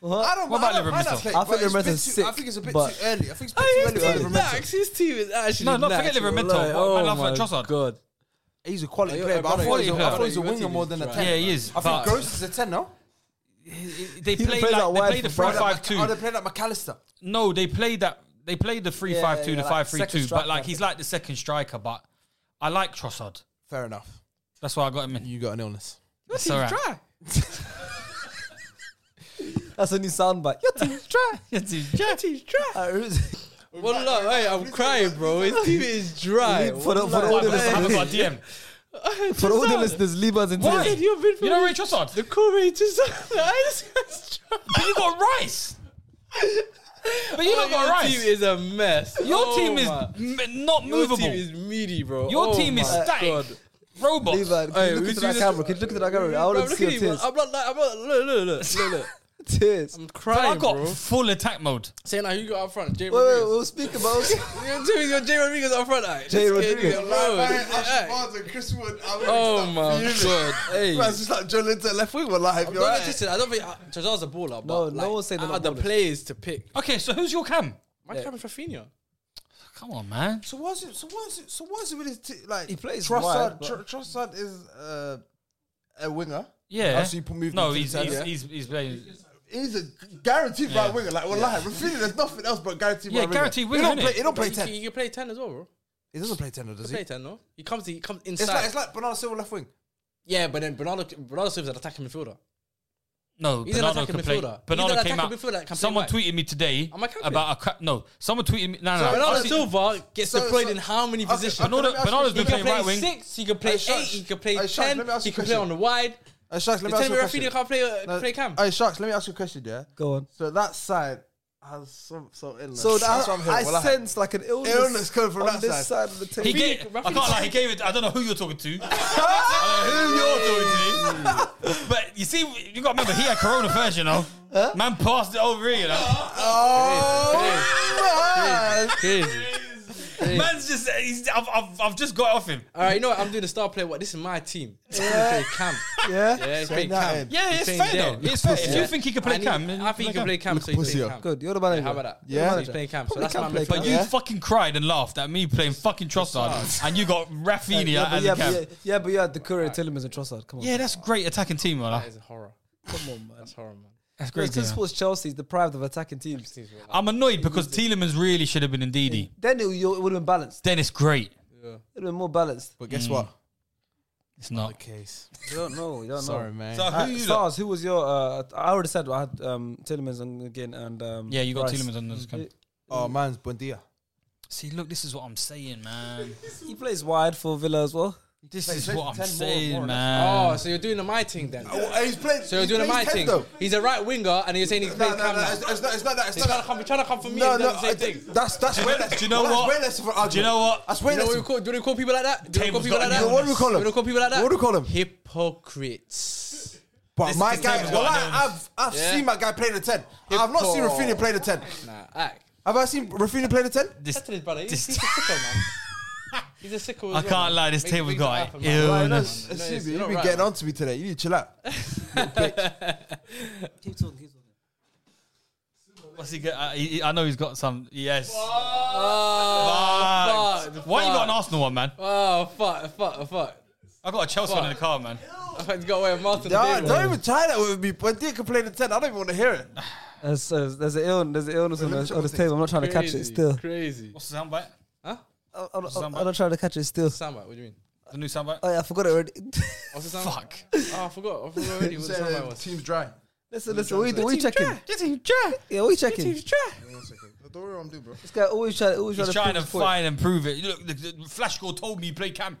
A: Uh-huh.
B: I don't.
D: What
B: I
D: about
B: don't mind
D: Livermore
B: that
D: still?
B: play,
A: I
B: but
A: think
B: it's
A: Livermore's
B: been
A: is
B: too-
A: sick,
B: I think it's a bit too
A: but-
B: early. I think it's
C: Oh, his
B: been
C: team
B: too early. for
C: is
B: Livermore.
C: knacks. His team is actually.
D: No, not
C: knacks,
D: forget Livermore.
C: bro. Like,
D: What about
C: oh
D: Lafra
C: my
D: Trossard?
C: God.
B: He's a quality
C: Yeah,
B: player, but I thought
C: quality
B: he's a- I
D: player.
B: thought he's a
C: Your
B: winger
C: team
B: more
C: is
B: than a
C: trash.
B: ten.
D: Yeah, he is.
B: I
D: but
B: think Gross is a ten now.
D: they play
A: plays out
D: like, they
A: wide
D: play the
A: for
D: three
A: Brighton.
D: five
B: Oh, they
D: two.
B: played like McAllister.
D: No, they play that. They play the three five two,
A: yeah,
D: the
A: like
D: five three
A: second
D: two.
A: striker,
D: But like
A: I
D: he's like the second striker. But I like Trossard.
B: Fair enough.
D: That's why I got him in.
B: You got an illness.
D: That's all right.
A: That's a new soundbite. Your team's try.
D: Yeah,
C: Well, look, hey, I'm crying, bro. His team is dry.
A: for the for the
D: Why-
A: audio
D: why- why have I got
A: listeners,
D: DM?
A: for the audio listeners, leave us in
D: Why?
A: tears.
D: You know Ray Trossard?
C: The cool rate is. But
D: But you got Rice. But you not got
C: Oh, Your team
D: Rice.
C: is a mess.
D: Your
C: Oh
D: team is
C: my-
D: m- not
C: Your
D: movable.
C: team is meaty, bro.
D: Your
C: Oh
D: team is
C: my
D: static.
C: God.
D: Robots.
A: Leave us. Can
C: Hey,
A: you look
C: we
A: into
C: do
A: that
C: this-
A: camera? Can you look into that camera? I
C: Bro,
A: want to
C: look
A: see your
C: at you, man.
A: tears.
C: I'm not like, I'm not, look, look, look, look, look.
A: Tears.
C: I'm
D: I
C: crying,
D: got
C: bro.
D: full attack mode.
C: Say now, who you got up front? Jay
A: Wait, wait,
C: Rodriguez.
A: we'll speak about.
C: Your team- your Jay Rodriguez up front, aye.
A: Jay
C: This kid,
A: Rodriguez.
C: nigga, bro. Aye.
B: Chris Wood.
C: Oh my god. Hey.
B: Man's just like Joe Linton left wing. We're live.
C: I'm
B: You're
C: not
B: right.
C: interested. I don't think uh, Trossard's a baller, but
A: No,
C: like,
A: no one's saying they're
C: out
A: not
C: of the
A: ballers.
C: players to pick.
D: Okay, so who's your cam?
C: My yeah. camera's Rafinha.
D: Come on, man.
B: So what's it? So what's it? So what's it with his t- like?
A: He plays wide,
B: Trossard.
A: but-
B: Tr- Trossard is uh, a winger.
D: Yeah.
B: Oh, so you put- moved
D: no,
B: him to
D: he's,
B: the
D: he's,
B: centre.
D: he's, he's playing.
B: He's a guaranteed right winger. Like we're live. Rafinha, there's nothing else but guaranteed
D: Yeah,
B: right winger.
D: guaranteed
B: He
D: winger,
B: don't
D: innit?
B: play. He don't
C: But
B: play
C: he, can-
B: ten.
C: he can play 10 as well, bro.
B: He doesn't play ten, does
C: He
B: he?
C: can play 10, no? He comes, he comes
B: It's
C: inside.
B: like it's like Bernardo Silva left wing.
C: yeah, but then Bernardo, Bernardo Silva's an attacking midfielder.
D: No,
C: He's an
D: Bernardo
C: attacking
D: can play.
C: midfielder. He's
D: Bernardo
C: an
D: came out.
C: attacking midfielder that can play
D: Someone
C: wide.
D: tweeted me today
C: Am I capping?
D: about a cra- no. Someone tweeted me. No, no.
C: Bernardo
D: I've seen-
C: Silva gets
B: So-
C: deployed
B: so-
C: in how many
B: okay,
C: positions?
B: okay,
D: No, no,
B: let me ask
D: Bernardo's
B: you-
D: been
C: He can
D: playing
C: play
D: right wing.
C: six. He can play
B: Hey, Sharks.
C: eight. He can play
B: Hey, Sharks,
C: ten.
B: let me ask
C: he
B: you a
C: can play on
B: question.
C: the wide.
B: Hey, Uh, Sharks, let
C: You
B: me ask
C: tell me
B: you a
C: Rafinha
B: question.
C: can't play uh,
B: No,
C: play cam.
B: Hey, Sharks, let me ask you a question, yeah?
A: Go on.
B: So that side has some sort of illness.
A: So
B: That's what I'm
A: that,
B: hearing,
A: I
B: wallahi.
A: sense like an illness,
B: Illness coming from
A: on
B: that
A: this
B: side.
A: side of the table.
D: He gave, I can't lie, he gave it. I don't know who you're talking to. I don't know who you're talking to. But you see, you got to remember, he had Corona first, you know. Man passed it over here, you know.
B: Oh, man.
C: Crazy.
D: Man's just, he's, I've, I've, I've just got it off him.
C: All right, you know what? I'm doing the star player. What? This is my team. Yeah. Play cam.
A: Yeah.
C: Yeah, he's
B: Say
C: playing
B: that
C: cam.
B: in.
D: Yeah,
C: He's
D: it's
C: playing
D: fair
C: there.
D: though. It's fair. If you
C: Yeah.
D: think he can play
C: I need-
D: cam, then
C: I think he can play cam. So he's
B: pussy
C: playing
B: up.
C: cam.
A: Good, you're the manager.
C: How about that?
B: Yeah.
C: he's playing cam. So
A: Probably
C: that's
A: can
C: my
A: play
C: man.
A: cam.
D: But you
B: Yeah.
D: fucking cried and laughed at me playing fucking Trossard, and you got Rafinha
A: yeah, but
D: as
A: yeah,
D: a cam.
A: but yeah, yeah, but you had the courier, Tillemans, and Trossard. Come on.
D: Yeah, that's great attacking team, man.
C: That is horror.
A: come on, man.
C: That's horror, man.
D: That's
A: It's
D: great.
A: because
D: Team.
A: sports Chelsea's deprived of attacking teams.
D: I'm annoyed because Tielemans really should have been in Didi.
A: Then it, you- it would have been balanced.
D: Then it's great.
A: It would have been more balanced.
B: But guess what?
D: It's not.
B: Case.
A: You don't know. You don't
B: Sorry,
A: know.
B: man.
D: So
A: Uh,
D: who you got?
A: Stars, who was your? Uh, I already said I had um, Tillemans and again and um,
D: Yeah, you got
A: Rice. Mm-hmm.
D: Tielemans on this cam.
B: oh, man's Buendia.
D: See, look, this is what I'm saying, man.
A: He plays wide for Villa as well.
D: This
B: Like,
D: is
B: played
D: what I'm
B: 10 more-
D: saying,
B: more or less.
D: man.
C: Oh, so you're doing the my thing then?
B: Oh, he's played.
C: So you're
B: he's
C: doing the
B: played
C: my
B: 10
C: thing.
B: though.
C: He's a right winger, and you're saying he's
B: No,
C: playing
B: no,
C: cam
B: no.
C: now.
B: It's, it's not. It's not that. It's
C: He's
B: not
C: trying to come, trying to come for me.
B: No,
C: and
B: no.
C: does the same
B: I-
C: thing.
B: That's that's way less.
D: Do you know
B: that's
D: what?
B: Way less of an argument.
D: Do you know what?
B: That's way
C: You know
B: less.
C: what we call? Do we call people like that? Do we call
D: Table's
C: people
D: got
C: like that?
D: you. What do
B: we call 'em?
C: Do we call people like that?
B: What do we call 'em?
C: Hypocrites.
B: But
D: This-
B: my
D: this
B: guy,
D: game's
B: well,
D: got
B: I,
D: names.
B: I've I've
C: Yeah.
B: seen my guy play the ten. I've not seen
C: Hippo.
B: Rafinha play the ten.
C: Nah, aye.
B: Have I seen Rafinha play the ten?
D: This,
C: That's his brother. He's,
D: this-
C: he's a sicko, man. He's a sicko. as
D: I
C: well,
D: can't
C: man.
D: lie, this
C: Make
D: table's
C: things
D: got
C: happen,
D: it.
C: man.
D: Ew.
B: Right,
D: no,
B: no,
D: no,
C: no,
B: Subi,
C: it's
B: you've
C: not
B: been
C: right,
B: getting
C: man.
B: on to me today. You need to chill out.
A: Keep talking, keep talking.
D: what's he get? I, he- I know he's got some. Yes.
C: Oh,
D: Fuck.
C: fuck,
D: Why you got an
C: fuck.
D: Arsenal one, man?
C: Oh fuck! Fuck! Fuck!
D: I got a Chelsea one in the car, man.
C: I had to go away with Martin.
B: Nah,
C: David.
B: don't even try that with me. When Dick can play the ten, I don't even want to hear it.
A: There's, there's, there's an illness, there's an illness on, this, on this table. I'm not trying to catch it
C: Crazy,
A: still.
C: Crazy.
D: What's the soundbite?
A: I'm, I'm, I'm,
D: Samba.
A: I'm not trying to catch it still.
C: Soundbite. What do you mean?
D: The new soundbite?
A: Oh, yeah, I forgot it already.
C: What's the soundbite?
D: Fuck.
C: Oh, I forgot. I forgot already what the soundbite was.
B: team's dry.
A: listen, listen, what are you, doing? what are you checking?
D: He's trying,
A: Yeah, what are you checking? This
B: One second. Don't worry, I'm doing, bro.
A: guy always trying, always
D: He's
A: trying
D: trying
A: prove
D: to
A: his point.
D: find and prove it. Look, the, the flash score told me you play cam.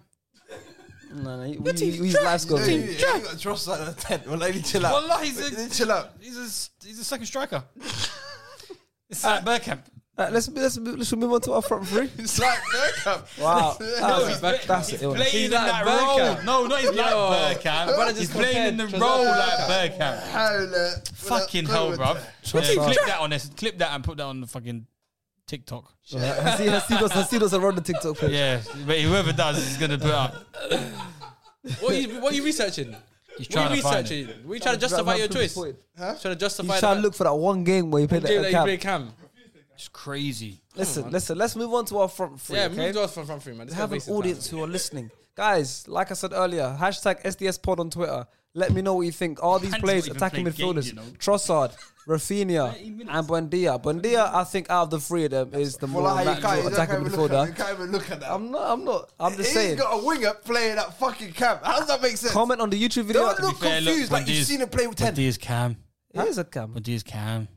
A: No, no, he, we, we, we, his life's
B: Yeah, you,
A: going.
B: you got trust out of the ten. Well, lady, chill out.
D: Wallah, he's a-
B: Lady, chill out.
D: He's a s- he's a second striker. it's like Bergkamp.
A: All right, let's let's let's move on to our front three.
B: It's like Bergkamp.
A: Wow,
D: No,
A: that's,
D: he's,
A: that's,
D: that's
A: an
D: he's
A: illness.
D: playing
C: He's
D: in
C: like
D: that
C: Bergkamp.
D: role. No, no, he's like
C: Yo.
D: Bergkamp.
C: Brother just
D: he's playing in the
C: compared
D: role like
C: Trossard.
D: Bergkamp.
B: Howler.
D: Fucking hell, bruv. Yeah, clip that on this. Clip that and put that on the fucking TikTok.
A: Has he, has he does, has he does around the TikTok page?
D: Yeah, but whoever does is gonna put up.
C: What are you, what are you researching?
D: He's
C: What
D: trying
C: are
D: to
C: you
D: find it.
C: researching? What are you trying to justify your choice?
A: He's
C: Trying to justify
A: trying to
C: that-
A: look for that one game where he played
C: Jay,
A: at
C: like,
A: a
C: you play
A: camp.
C: cam.
D: It's crazy.
A: Listen, listen, let's move on to our front three.
C: Yeah,
A: okay?
C: move to us from front three, man.
A: to
C: This is
A: have
C: a
A: an
C: waste of time.
A: audience who are listening. Guys, like I said earlier, hashtag SDS pod on Twitter. Let me know what you think. Are these
D: Can't
A: players
D: even
A: attacking
D: play game,
A: midfielders?
D: you know.
A: Trossard, Rafinha, and Buendia. Buendia, I think out of the three of them is the more
B: Well, like, you can't,
A: natural
B: you can't
A: attacking
B: even look at, you
A: midfielder.
B: can't even look at that.
A: I'm not. I'm not. I'm just
B: He's
A: saying.
B: got a winger playing at fucking camp. How does that make sense?
A: Comment on the YouTube video.
B: Don't look
D: fair, look,
B: confused like you've
D: Wendy's-
B: seen him play with ten.
D: But is cam.
A: He is a cam.
D: But is cam.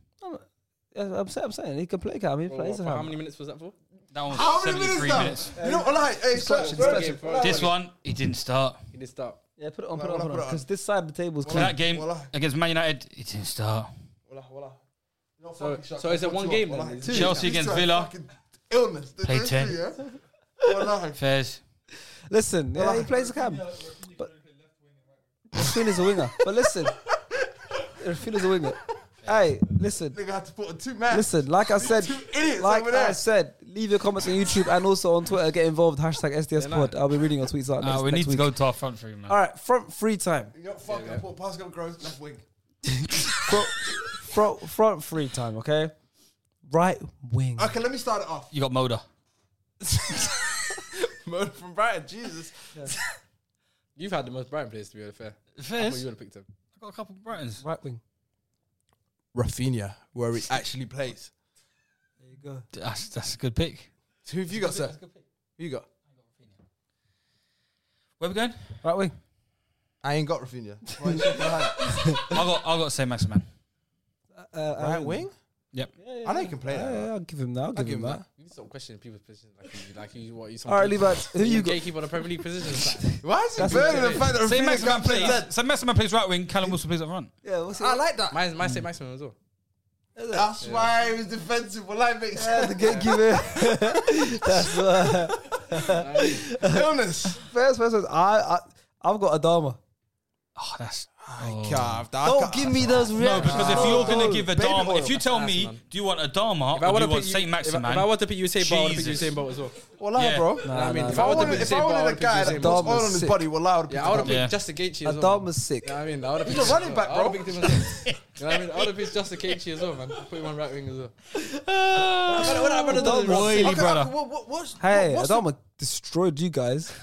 A: Yeah, I'm, saying, I'm saying he can play cam. He
C: For
A: plays
C: what?
A: a
C: For How
A: cam.
C: many minutes was that for?
D: That one's
B: How many
D: 73
B: minutes
D: minutes.
B: now? You know, like, hey,
A: Scratch it,
B: bro,
A: scratch it.
B: bro,
D: This one, he didn't start.
C: He did start.
A: Yeah, put it on.
B: No,
A: Put it on.
B: no,
A: Put it
B: put
A: on.
B: it on.
A: Because this side of the table is
D: For
A: clean.
D: that game
B: Wallah.
D: against Man United, he didn't start.
B: Wallah, wallah. No
C: So,
B: fucking shot.
C: so is it one
B: Two,
C: game?
B: wallah.
C: Then? Is
B: Two.
C: it-
D: Chelsea
B: These
D: against
B: two are
D: Villa.
B: fucking Illness. The
D: Play
B: first
D: 10.
B: three, yeah? Wallah.
D: Fairs.
A: Listen, yeah, he plays a cam. But Rafinha's a winger. But listen, Rafinha's a winger. Hey, listen,
B: Nigga had to put a two man.
A: listen. Like I said,
B: Two idiots
A: like
B: over there.
A: I said, leave your comments on YouTube and also on Twitter. Get involved. Hashtag SDS Pod. I'll be reading your tweets out.
D: Uh,
A: next,
D: we
A: next
D: need to
A: week.
D: go to our front three, man.
A: All right, front free time.
B: You know, fucking put Pascal Gross left wing.
A: Front, front, front free time. Okay, right wing.
B: Okay, let me start it off.
D: You got Moda.
B: Mo from Brighton, Jesus.
C: You've had the most Brighton players to be fair. I thought
D: Fairs.
C: you
D: I
C: would have picked him.
D: got a couple of Brightons.
A: Right wing.
B: Rafinha, where he actually plays.
A: There you go.
D: That's, that's a good pick.
B: Who have you got, sir? Who you got?
D: Where we going?
A: Right wing.
B: I ain't got Rafinha.
D: I got I got Saint Maximan.
A: Uh,
B: right
A: um,
B: wing?
D: Yep.
B: I know you can play
A: Yeah,
B: that.
A: yeah, I'll give him that. I'll give, him that.
C: You need to stop questioning people's positions. Like, you, like you, what you? some
A: All right,
C: gate-
A: Levi. Who you
C: some
A: got?
C: Gatekeeper on the Premier League position.
B: Why is
A: That's
B: he burning
C: what
B: the fact that
D: Saint
B: Rafinha
D: Maximan
B: can't play
D: plays.
B: that?
D: Saint Maximan plays right wing. Callum Wilson plays up front.
A: Yeah, what's it?
B: I like that.
C: Mine's my state maximum as well.
B: That's why he was defensive. Well, that makes
A: Yeah, the
B: sense.
A: gatekeeper. That's uh,
B: Illness.
A: first person. I, I I've got Adama.
D: Oh, that's
B: Carved.
A: Don't give me those
D: no.
A: reactions.
D: Because if you're gonna give a
B: Baby
D: Dharma,
B: oil.
D: if you tell me,
C: Maximan.
D: do you want a Dharma
C: If I
D: or do Oh,
C: want to
D: you want
C: pick
D: Saint
C: you, if I,
D: Maximan?
C: if I want to pick Usain Bolt, I would pick
D: Jesus.
C: Usain Bolt as well.
B: Wallah,
D: Yeah.
B: bro.
A: Nah,
C: I mean,
A: nah,
C: if
B: If
C: I
B: I
C: would have
B: wanted,
C: picked
B: if
C: Usain
B: I
C: Bolt, I
B: wanted
C: would
B: a guy
C: have
B: that
C: picked Usain
B: puts
C: Bolt.
B: oil on his
A: Adama's
B: body, well, I would
C: Yeah, I would have
D: Yeah.
C: picked just a Gaethje as well. man.
A: Adama's sick.
C: Yeah, I mean, I would have
B: He's a running back, bro.
C: I would have picked him as well. You know what I mean? I would have picked just a Gaethje as well, man. Put him on right wing as well. What- what happened to the
A: Adama's
C: Ross?
D: Oily,
B: Okay, okay,
D: brother.
B: what, what, what's,
A: Hey,
B: what's
A: Adama destroyed you guys.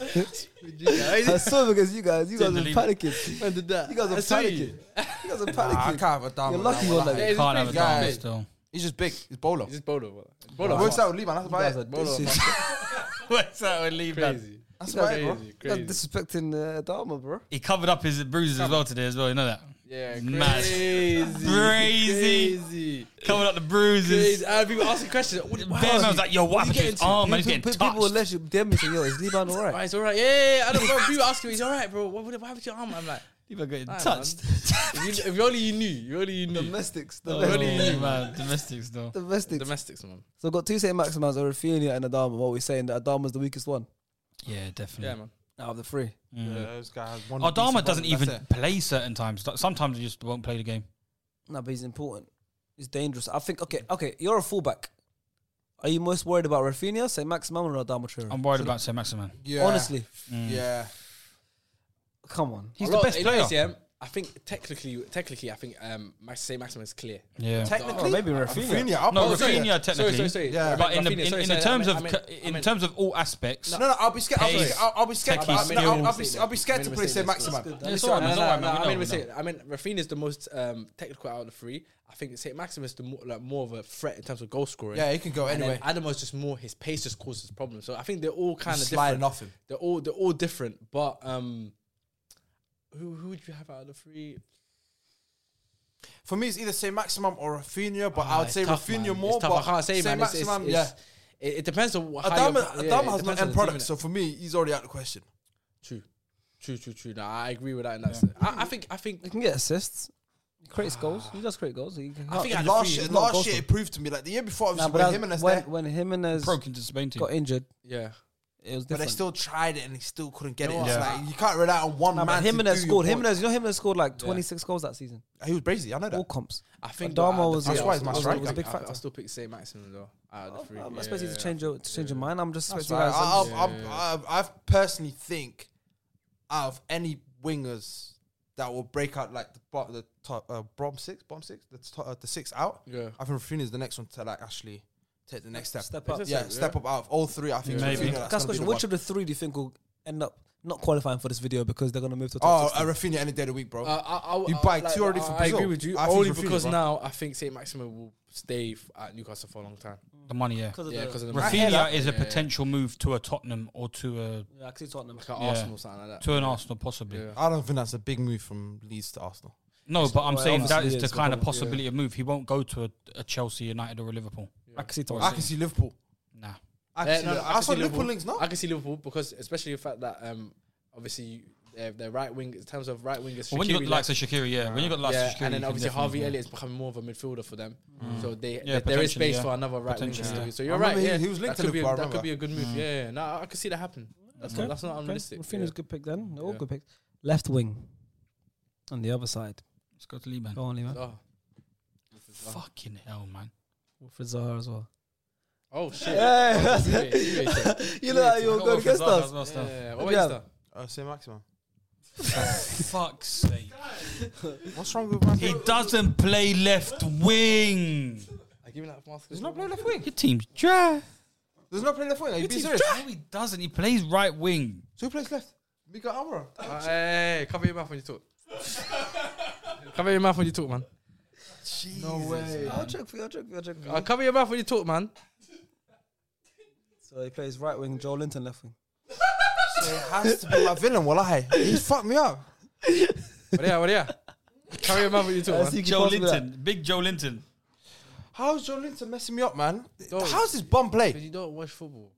A: I saw because you guys, you guys are
D: Didn't believe
A: panicking. When did that? You guys
C: I
A: are
C: saw you.
A: panicking. You guys are
B: I
A: panicking.
B: can't have Adama.
A: You're lucky
B: now,
A: you're
B: wallah.
A: like-
C: Yeah, he's
D: Can't
C: a
D: have a
C: big
D: Dharma
C: guy.
D: still.
B: He's just big. He's bowler.
C: He's just Bolo. bro. Bolo.
B: It works out with Lee, man. That's
A: You
B: about
A: guys are
B: it.
A: dis-
C: Bolo,
D: What's that with Lee man?
C: Crazy.
B: That's
A: you guys
B: about it, bro.
C: Crazy.
A: you guys
C: Crazy.
A: disrespecting uh, Adama, bro.
D: He covered up his bruises as well today as well. You know that.
C: Yeah,
D: Mad.
C: crazy,
D: Crazy.
C: crazy,
D: Coming up the bruises.
C: crazy. And people asking questions. What,
D: Bear man was like, yo, what
C: you
D: happened to
C: getting
D: his arm? Man, he's
A: People-
D: Oh, getting
A: People will
D: touched.
A: let you DM me say, yo, is Liban all
C: "Ah,
A: right?
C: it's all right. Yeah, yeah, yeah. I don't know. People asking me, "It's all right, bro. What, what, what happened to your arm?" I'm like,
D: People getting
C: "Nah, man.
D: touched.
C: if, you, if only you knew. If only you knew.
A: Domestics.
D: Oh,
C: What do
A: Domestics.
C: you mean?
D: man, domestics though.
A: Domestics.
C: Domestics, man.
A: So we've got two set maximums, Rafinha and Adama. What are we saying? That Adama's the weakest one
D: Yeah,
C: Yeah,
D: definitely.
C: man.
A: out of the three.
D: Mm.
B: Yeah, this guy has one decent
D: Adama
B: run,
D: doesn't
B: that's
D: even
B: it.
D: play certain times. Like, Sometimes he just won't play the game.
A: No, but he's important. He's dangerous. I think, okay, okay, you're a fullback. Are you most worried about Rafinha, say maximum, or Adama Traore?
D: I'm worried about Sir Maximan. Mm.
B: Yeah.
A: Honestly,
B: Yeah.
A: come on.
D: He's
C: A
D: the
C: lot-
D: best
C: you know,
D: player.
C: yeah, I think technically, technically, I think um, Max, say maximum is clear.
D: Yeah.
A: Technically, maybe Rafinha.
B: Oh, Rafinha, I'll
D: No,
B: put
D: Rafinha
B: Rafinha.
D: technically.
C: Oh, Sorry, sorry, sorry.
B: Yeah.
D: But in the,
C: Rafinha,
D: in,
C: sorry,
D: in
C: sorry,
D: the terms
C: I
D: of
C: meant-
D: co-
C: I meant- I
D: in
C: meant-
D: terms of all aspects,
B: No, no, I'll be scared. I'll be
D: Pace.
B: scared, I'll, I'll be scared.
D: Techie
B: I'll, no, I'll, I'll, be,
C: skills.
B: I'll be scared to
C: Made a
B: play
C: mistake,
B: say
C: that's good.
B: maximum.
D: it's
C: No,
D: all right, man.
C: no,
D: It's
C: no,
D: all right,
C: no,
D: man.
C: I
D: We
C: mean,
D: know,
C: we're
D: we
C: saying,
D: know.
C: I mean, Rafinha's the most um, technical out of the three. I think St. Maxim is the more, like, more of a threat in terms of goal scoring.
B: Yeah, he can go
C: and
B: anyway.
C: then Adamo's just more his pace just causes problems. So I think they're all kind of
B: Sliding
C: different.
B: off him.
C: They're all they're all different. But um, who who would you have out of the three?
B: For me, it's either say maximum or Rafinha, but
C: Ah,
B: I would
C: it's
B: say
C: tough,
B: Rafinha
C: man.
B: more.
C: It's tough.
B: But
C: I can't say, man. It's- it's-
B: maximum, yeah.
C: it's- It, it depends on what. how
B: Adama,
C: you're- yeah,
B: Adama
C: it
B: has no
C: depends on
B: end
C: the team,
B: product,
C: innit?
B: so for me, he's already out of the question.
C: True, true, true, true. No, I agree with that. And that's I, I think I think
A: He can get assists. He creates goals. He does create goals. He can
C: I think out of
B: Last
C: three,
B: year,
C: it's
A: not
B: last
A: Goldson.
B: year it proved to me like the year before,
A: Nah,
B: obviously,
A: but
B: when
A: that-
B: Jimenez
A: when,
B: there,
A: when Jimenez
D: broke into Spain team.
A: got injured,
C: yeah.
A: it was
B: but
A: different.
B: they still tried it and they still couldn't get it.
C: know
B: It's
C: what?
B: like you can't rely on one
A: Nah, but
B: man.
A: Jimenez scored.
B: Him.
A: Jimenez, you know, Jimenez scored like 26 goals that season.
B: He was brazy. I know
A: All
B: that.
A: comps.
C: I think
A: Adama
C: though, out of the
A: was-
C: three,
B: That's
C: I
B: why
C: was-
B: he's my
C: I was
B: striker.
C: still pick-
A: Big
C: I- I
A: factor. Oh,
C: still pick St. Maximum though. Out of the three.
A: I'm
C: Yeah,
A: expecting
C: yeah,
A: you to change your to change your mind. I'm just
B: That's
A: expecting
B: right.
A: you
B: I,
A: guys.
B: I, I, I, I personally think out of any wingers that will break out like the bo- the top uh, bomb six, bomb six, the top, uh, the six out.
C: yeah. Yeah.
B: I think Rafinha is the next one to like actually take the next step.
A: Step up.
C: Is it
B: yeah,
C: so?
B: step up out of all three. I think
D: Maybe.
B: Rafinha, that's
A: Guys,
B: gonna
A: question:
B: be the
A: Which of the
B: one.
A: three do you think will end up not qualifying for this video because they're going to move to
B: Oh,
A: top
B: uh,
A: 16?
B: Rafinha any day of the week, bro.
C: Uh, I, I,
B: You
C: I-
B: buy two already for
C: I agree
B: Brazil.
C: with you.
B: I think
C: only
B: Rafinha,
C: because
B: bro.
C: now I think St. Maximum will stay f- at Newcastle for a long time.
D: The money, yeah.
A: Because
C: Yeah, because of the
D: Rafinha is a
C: Yeah, yeah.
D: potential move to a Tottenham or to a
A: Yeah, I can see Tottenham.
C: Like at
D: Yeah.
C: Arsenal, something like that.
D: to an Arsenal possibly.
C: Yeah.
B: I don't think that's a big move from Leeds to Arsenal.
D: No, but I'm
A: Well,
D: saying that
A: obviously
D: is
A: it
D: the
A: is, but
D: kind of
A: probably-
D: possibility of move. He won't go to a, a Chelsea, United, or a Liverpool.
A: I can see
B: I
A: Tottenham.
B: can see Liverpool.
D: Nah.
B: I
C: Eh,
B: can
C: no,
B: see,
C: no,
B: Liverpool. I saw Liverpool links now.
C: I can see Liverpool because especially the fact that um obviously you, their, their right wing in terms of right wingers.
D: Well, when you got the
C: Shaqiri
D: likes
C: left,
D: of Shakira, yeah. when you got the likes
C: yeah,
D: of Shakira,
C: and then obviously Harvey Elliott is becoming more of a midfielder for them, so they there- there is
D: potentially,
C: space
D: yeah.
C: for another right winger.
D: Potentially, Mm. yeah.
C: So
B: I
C: you're right.
B: remember he-
C: Yeah,
B: he was linked
C: that
B: to
C: could be a,
B: Liverpool, I
C: that could be a
B: remember.
C: good move. Yeah, yeah, no, I could see that happen. That's not that's not unrealistic.
A: Rafinha's
C: yeah.
A: good pick then. They're all
C: Yeah.
A: good picks. Left wing on the other side.
D: Let's go to Lee, man.
A: Go on, Lee, man.
C: Oh.
D: Fucking hell, man.
A: Wilfred Zaha as well.
C: Oh shit!
A: Yeah.
C: Two-way- two-way check.
A: You know how you were going against us.
C: Yeah, what
A: Who
C: about
A: do you
C: you,
A: have?
C: Star?
B: Uh, say maximum.
D: Fuck's sake.
B: What's wrong with my?
D: He doesn't play left wing.
C: I give him that mask.
B: There's no play left wing.
D: Your team's dry.
B: There's no play left wing. Are you
D: Your
B: being
D: team's
B: serious?
D: dry. No, he doesn't. He plays right wing.
B: So who plays left? Mika Amra.
C: Uh, hey, hey, cover your mouth when you talk. cover your mouth when you talk, man.
B: No way.
A: I'll check for you. I'll check for you. I'll check for you.
C: Uh, cover your mouth when you talk, man.
A: So he plays right wing. Joe Linton left wing.
B: So it has to be my villain. Wallahi, he's fucked me up.
C: What yeah, what yeah. Cover your mouth when you talk, man.
D: Joe Linton. Big Joe Linton.
B: How's Joe Linton messing me up, man?
C: Don't.
B: How's his bum
C: Because
B: play?
C: you don't watch football.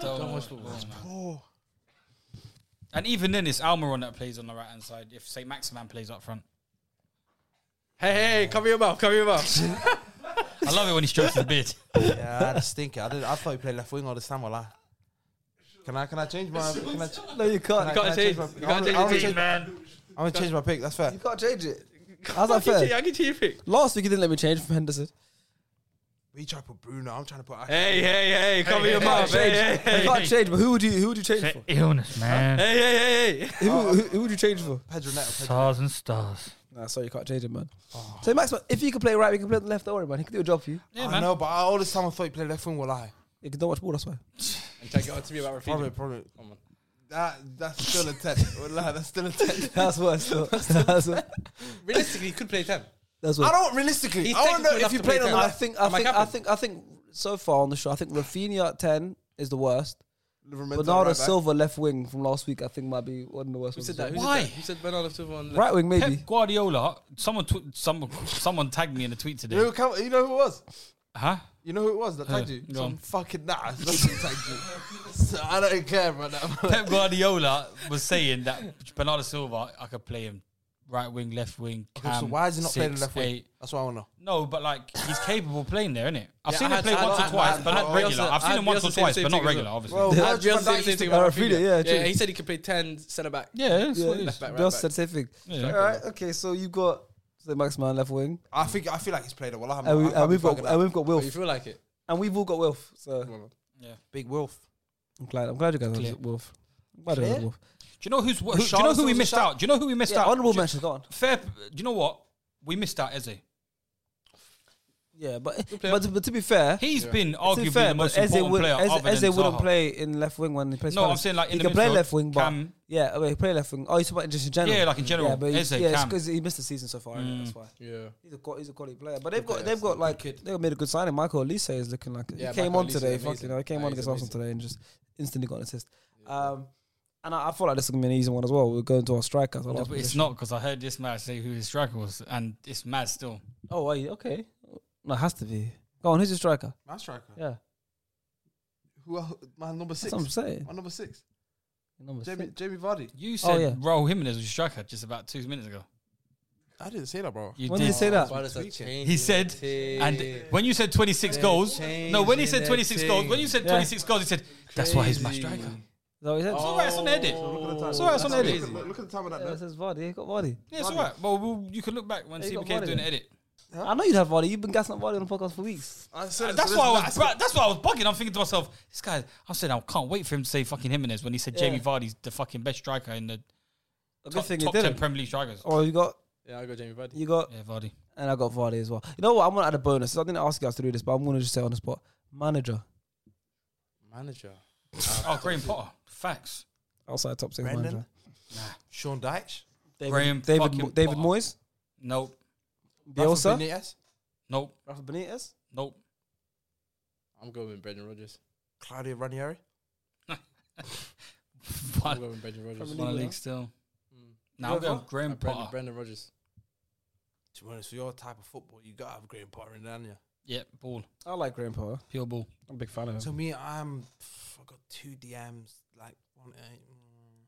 D: Don't
C: watch football, man.
B: Oh,
D: And even then, it's Almiron that plays on the right hand side. If St. Maximan plays up front,
C: Hey, hey, hey, cover your mouth, cover your mouth.
D: I love it when he strokes his beard.
B: yeah, I had a stinker. I, did, I thought he played left wing all this time. Wallahi. Can I? Can I change my? Can I? ch-
A: No, you
B: Can
A: can't.
B: I- can I
C: change.
B: my-
C: You
B: I
C: can't
B: wanna-
C: change
B: I
C: your
B: wanna
C: team,
B: change-
D: man.
B: I want to change my pick. That's fair.
A: You can't change it. How's that
C: I can change-
A: fair?
C: I can change your pick.
A: Last week you didn't let me change for Henderson.
B: We try to put Bruno. I'm trying to put.
C: Hey, hey, hey, cover
D: hey,
C: your
D: hey,
C: mouth. Hey, hey,
A: You
C: hey.
A: can't change, but who would you who would you change for?
D: illness, man.
C: Hey, hey, hey, hey.
A: Who, who, who would you change for?
B: Pedro Neto. Pedro.
D: Stars and stars.
A: Nah, sorry, you can't change it, man. So Max, man, if you can play right, we can play left. Don't worry, man. He can do a job for you.
D: Yeah,
B: I
D: man.
B: know, but I, all this time I thought he played left wing. Wallahi.
A: You can don't watch ball. That's why.
C: And try to get on to me about
B: Probably,
C: Rafinha.
B: probably.
C: Come on.
B: That that's still a ten. Wallahi, that's still a ten.
A: That's worse. though. that's worse.
C: Realistically, he could play 10.
A: That's
B: I
A: worse.
B: don't realistically.
C: He's
B: I don't know
C: technical
B: if
C: enough
B: you
C: to play
B: played on
C: ten.
B: the
A: I
B: left.
A: think I
C: Am I
A: think I
C: captain?
A: think I think so far on the show, I think Rafinha at ten is the worst.
B: Remember
A: Bernardo Silva, left wing from last week, I think might be one of the worst
C: Who
A: ones.
C: said
A: as
C: that? Who
D: Why?
C: Said that? Who said Bernardo Silva on
A: well. Right wing, maybe.
D: Pep Guardiola. Someone, tw- someone, someone tagged me in a tweet
B: You know, who
D: today.
B: come, you know who it was?
D: Huh?
B: You know who it was that tagged you?
D: go
B: Some
D: on.
B: fucking nass. That's who tagged you. So I don't care about that.
D: Pep Guardiola was saying that Bernardo Silva, I could play him right wing, left wing. Cam,
G: so why is he not playing
D: six,
G: left wing?
D: eight.
G: That's what I want to know.
D: No, but like he's capable of playing there, isn't it? I've
C: Yeah,
D: seen
C: I
D: him
C: had-
D: play
C: I
D: once or
C: had- I
D: twice,
C: had-
D: but
C: I
D: not
C: had
D: regular.
C: Bielsa-
D: I've
C: I
D: seen
C: had
D: him once
C: Bielsa
D: or
C: say
D: twice,
C: the
D: but not
C: same thing as
D: regular,
C: well.
D: obviously.
C: Well,
A: Yeah, Uh,
C: Bielsa said the same thing about
A: Rafinha,
C: Rafinha.
A: yeah, true.
C: yeah, he said he could play ten centre back.
D: Yeah, that's
A: Yeah.
D: what it is.
C: Back, right
A: Bielsa
C: back.
A: said same thing.
D: Yeah.
A: All right, okay, so you've got so Max Man left wing,
G: I think I feel like he's played a well. I'm,
A: and, we,
G: I'm
A: and we've got and we've got
C: Oh, you
A: Wilf,
C: feel like it?
A: and we've all got Wilf. So
C: Come on, man.
G: big Wilf.
A: I'm glad, I'm glad you guys
D: Clear.
A: have Wilf. I'm glad you guys
G: Clear?
A: have Wilf.
D: Do you know who's? Who, do you know who we missed out? Do you know who we missed
A: Yeah,
D: out?
A: honourable
D: Do you-
A: mentions, go on.
D: Fair. Do you know what? We missed out Eze.
A: Yeah, but but, but to be fair,
D: He's been
A: to be
D: arguably
A: fair,
D: the most
A: but Eze,
D: important
A: would,
D: player
A: Eze,
D: other
A: Eze
D: than
A: wouldn't
D: Zaha.
A: play in left wing when he plays.
D: No,
A: Palace.
D: I'm saying like in
A: he
D: the
A: can play
D: midfield,
A: left wing, but
D: Cam-
A: yeah, I mean, he play left wing. Oh, he's talking about just in general.
D: Yeah, like in general,
A: yeah, but he's,
D: Eze,
A: yeah, it's
D: Cam. Mm.
A: 'cause he missed the season so far. innit? That's why.
C: Yeah.
A: He's a qual- he's a quality player, but they've got they've got like
C: kid.
A: they made a good signing. Michael Elise is looking like
C: Yeah,
A: he came
C: Michael
A: on
C: Olise,
A: today.
C: amazing.
A: Fuck, you know, he came
C: Yeah,
A: on
C: he's
A: against Arsenal
C: amazing.
A: today and just instantly got an assist. Um, and I, I feel like this is gonna be an easy one as well. We're going to our strikers. our
D: No,
A: last
D: but it's
A: position.
D: not because I heard this man say who his striker was, and it's mad still.
A: Oh, are you okay? No, it has to be. Go on, who's your striker?
B: My striker.
A: Yeah,
B: Who? Are, my number
A: that's
B: six.
A: what I'm saying.
B: My number six.
A: Number
B: Jamie,
A: six.
B: Jamie Vardy.
D: You
A: Oh,
D: said
A: yeah.
D: Raul Jimenez was your striker just about two minutes ago.
B: I didn't say that, bro.
D: You
A: When
D: did.
A: did he say that?
D: He said, and when you said 26 goals, no, when he said 26 goals, when you said
A: Yeah.
D: 26 goals, he said, that's why he's my striker.
A: Is that what he
C: Oh.
A: said?
D: It's all right, it's an edit. It's all right, it's an
B: Look
D: edit.
B: at, the- look at the time of that.
A: Yeah,
B: though.
A: it says Vardy. He got Vardy.
D: Yeah, it's all right. Well, we'll you can look back when
A: Hey, you got
D: CBK doing
A: money
D: an
A: then.
D: edit.
A: I know you'd have Vardy. You've been gassing up Vardy on the podcast for weeks.
B: I said
D: Uh,
B: it,
D: That's
B: so
D: why I
B: this-
D: was. bra- That's why I was bugging. I'm thinking to myself, this guy. I'm saying I can't wait for him to say fucking Jimenez when he said Jamie
A: Yeah.
D: Vardy's the fucking best striker in the
A: A good
D: top,
A: thing you
D: top ten
A: didn't.
D: Premier League strikers.
A: Oh, you got
C: Yeah, I got Jamie Vardy.
A: you got
D: Yeah, Vardy.
A: And I got Vardy as well. You know what? I'm gonna add a bonus. I didn't ask you guys to do this, but I'm gonna just say it on the spot. Manager
C: Manager.
D: Oh, Graham Potter. Facts.
A: outside top six
B: Brendan?
A: manager.
B: Sean Dyche.
A: David,
D: Graham
A: David,
D: fucking
A: Mo- David
D: Potter.
A: Moyes,
D: Nope.
A: Bielsa,
B: Rafa Benitez,
D: Nope.
A: Rafa Benitez.
D: Nope.
C: I'm going with Brendan Rodgers.
B: Claudio Ranieri.
C: I'm
D: One
C: going with Brendan Rodgers.
A: Premier
D: one
A: League
D: league still. Now
A: You
D: I'm
A: go
D: going
A: for?
D: Graham
C: Uh, Brendan,
D: Potter.
C: Brendan Rodgers.
B: To be honest, for your type of football, you gotta have Graham Potter in there, haven't you?
D: Yeah, ball.
A: I like Graham Potter.
D: Pure ball.
A: I'm a big fan of him.
B: So me, I'm. pff, I got two DMs. Like one. Eight, mm.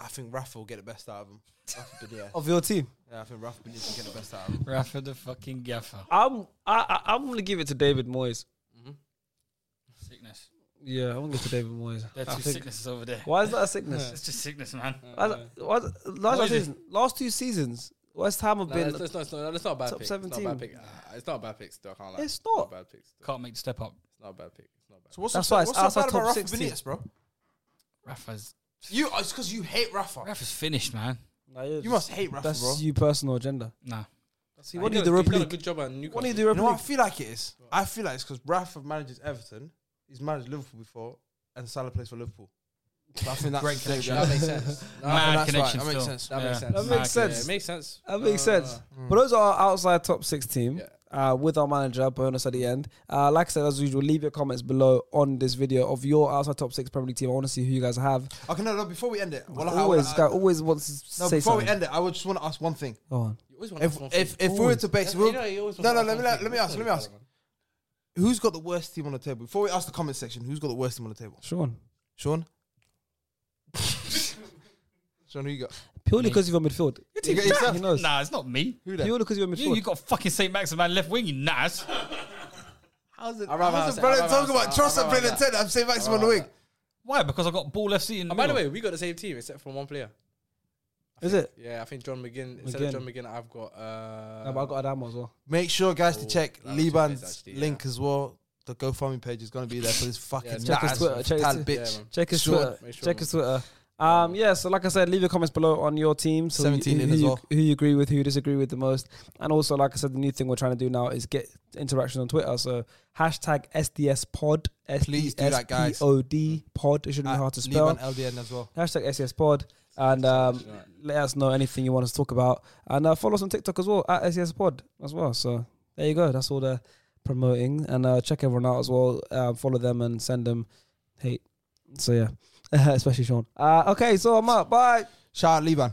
B: I think Rafa will get the best out of him. Rafa Benitez.
A: Of your team,
B: Yeah, I think Rafa Benitez will get the best out of him.
D: Rafa the fucking gaffer.
A: I'm I, I, I'm gonna give it to David Moyes.
C: Mm-hmm.
D: Sickness.
A: Yeah, I'm gonna give it to David Moyes.
D: There
A: I
D: are two
A: think-
D: sicknesses over there.
A: Why is that a sickness?
D: It's just sickness, man.
A: Why is
C: Uh,
A: that- why is that- last,
D: Moyes is-
A: season, last two seasons, West Ham have
C: No,
A: been.
C: it's, it's not, it's, not, it's not a bad
A: Top
C: pick. It's not a
A: 17.
C: bad pick. Ah, it's not a bad pick still, I can't lie.
A: It's
C: not
A: not.
C: a bad pick still.
D: Can't make the step up.
C: It's not a bad pick. It's not a bad
B: So what's
A: That's
B: so,
A: why it's
B: what's so
A: outside
B: bad about
A: top
B: Rafa
A: 16.
B: Benitez, bro?
D: Rafa's
B: You it's because you hate Rafa.
D: Rafa's finished, man.
A: Nah, you're
B: You
A: just-
B: must hate Rafa,
A: That's
B: bro.
A: your personal agenda.
D: Nah.
A: See,
C: pick.
A: what do
C: He
A: you do?
C: done- he
A: Europa
C: done a
A: League.
C: good job at Newcastle.
A: What do you do?
B: You know
A: Europa
B: what I
A: League.
B: feel like it is? I feel like it's because Rafa manages Everton, he's managed Liverpool before, and Salah plays for Liverpool. So I think that's
D: Great connection.
C: That makes sense. No,
D: Mad
B: that's
D: connection
B: right. That
D: still.
B: makes sense.
C: That
D: Yeah.
C: makes
A: That
C: sense.
A: makes
D: Mad connection.
A: sense.
C: Yeah, it makes sense.
A: That makes
C: No, no,
A: sense.
B: Mm.
C: no.
A: But those are our outside top six team
C: Yeah.
A: uh, with our manager bonus at the end. Uh, like I said, as usual, leave your comments below on this video of your outside top six Premier League team. I want to see who you guys have.
B: Okay, no, no. Before we end it, well, I- I-
A: always,
B: I-
A: guy always wants to
B: no,
A: say
B: before
A: something.
B: we end it, I would just want to ask one thing.
A: Go on.
C: You always want
B: If
C: to ask
B: if,
C: one
B: if we were to base,
C: thing.
B: we'll-
C: You know, you always
B: no,
C: want
B: no.
C: to ask
B: Let me
C: one
B: let,
C: thing.
B: let me ask. Let me ask. Who's got the worst team on the table? Before we ask the comment section, who's got the worst team on the table?
A: Sean.
B: Sean. Sean, who you got?
A: Purely
D: Me.
A: because you're midfield.
B: You got yourself.
A: He knows.
D: Nah, it's not me.
B: Who that?
A: Purely because you're midfield.
D: You, you got fucking St. Maximin left wing, you nas.
B: How's it?
C: I'd rather
B: How's
C: answer- I'd
B: it? Brother,
C: rather
B: talk about
C: answer-
B: trust
C: I'd rather
B: and playing the
C: answer.
B: ten. I'm saying maximum on
C: rather
B: the wing.
D: Why? Because I got ball FC in the
C: And Oh, by the
D: middle.
C: way, we got the same team except for one player.
A: Is it?
C: Yeah, I think John McGinn. Instead of
A: McGinn.
C: John McGinn, I've got. Uh,
A: no, but I got Adamo as well.
B: Make sure, guys, to
C: Oh,
B: check
C: that was two bits,
B: Liban's
C: actually, yeah.
B: link as well. The GoFundMe page is going to be there for this fucking
C: check
A: his
B: nice
A: Twitter, check his
B: tad
A: Twitter.
C: yeah,
B: bitch.
C: man.
A: Check his
B: Sean.
A: Twitter.
C: Make sure,
A: Check
C: man.
A: his Twitter. Um, yeah, so like I said, leave your comments below on your team. So
B: 17
A: who,
B: in
A: who
B: as
A: you,
B: well.
A: Who you agree with, who you disagree with the most. And also, like I said, the new thing we're trying to do now is get interaction on Twitter. So hashtag SDS pod.
B: Please do that, guys.
A: S-D-S-P-O-D, pod. It shouldn't
B: At
A: be hard to spell.
B: Liban LDN as well.
A: Hashtag SES Pod. And um, let us know anything you want us to talk about. And uh, follow us on TikTok as well, at SES Pod as well. So there you go. That's all they're promoting. Um, And uh, check everyone out as well. Uh, follow them and send them hate. So yeah, especially Sean. Uh, okay, so I'm up. Bye.
F: Shout out Liban.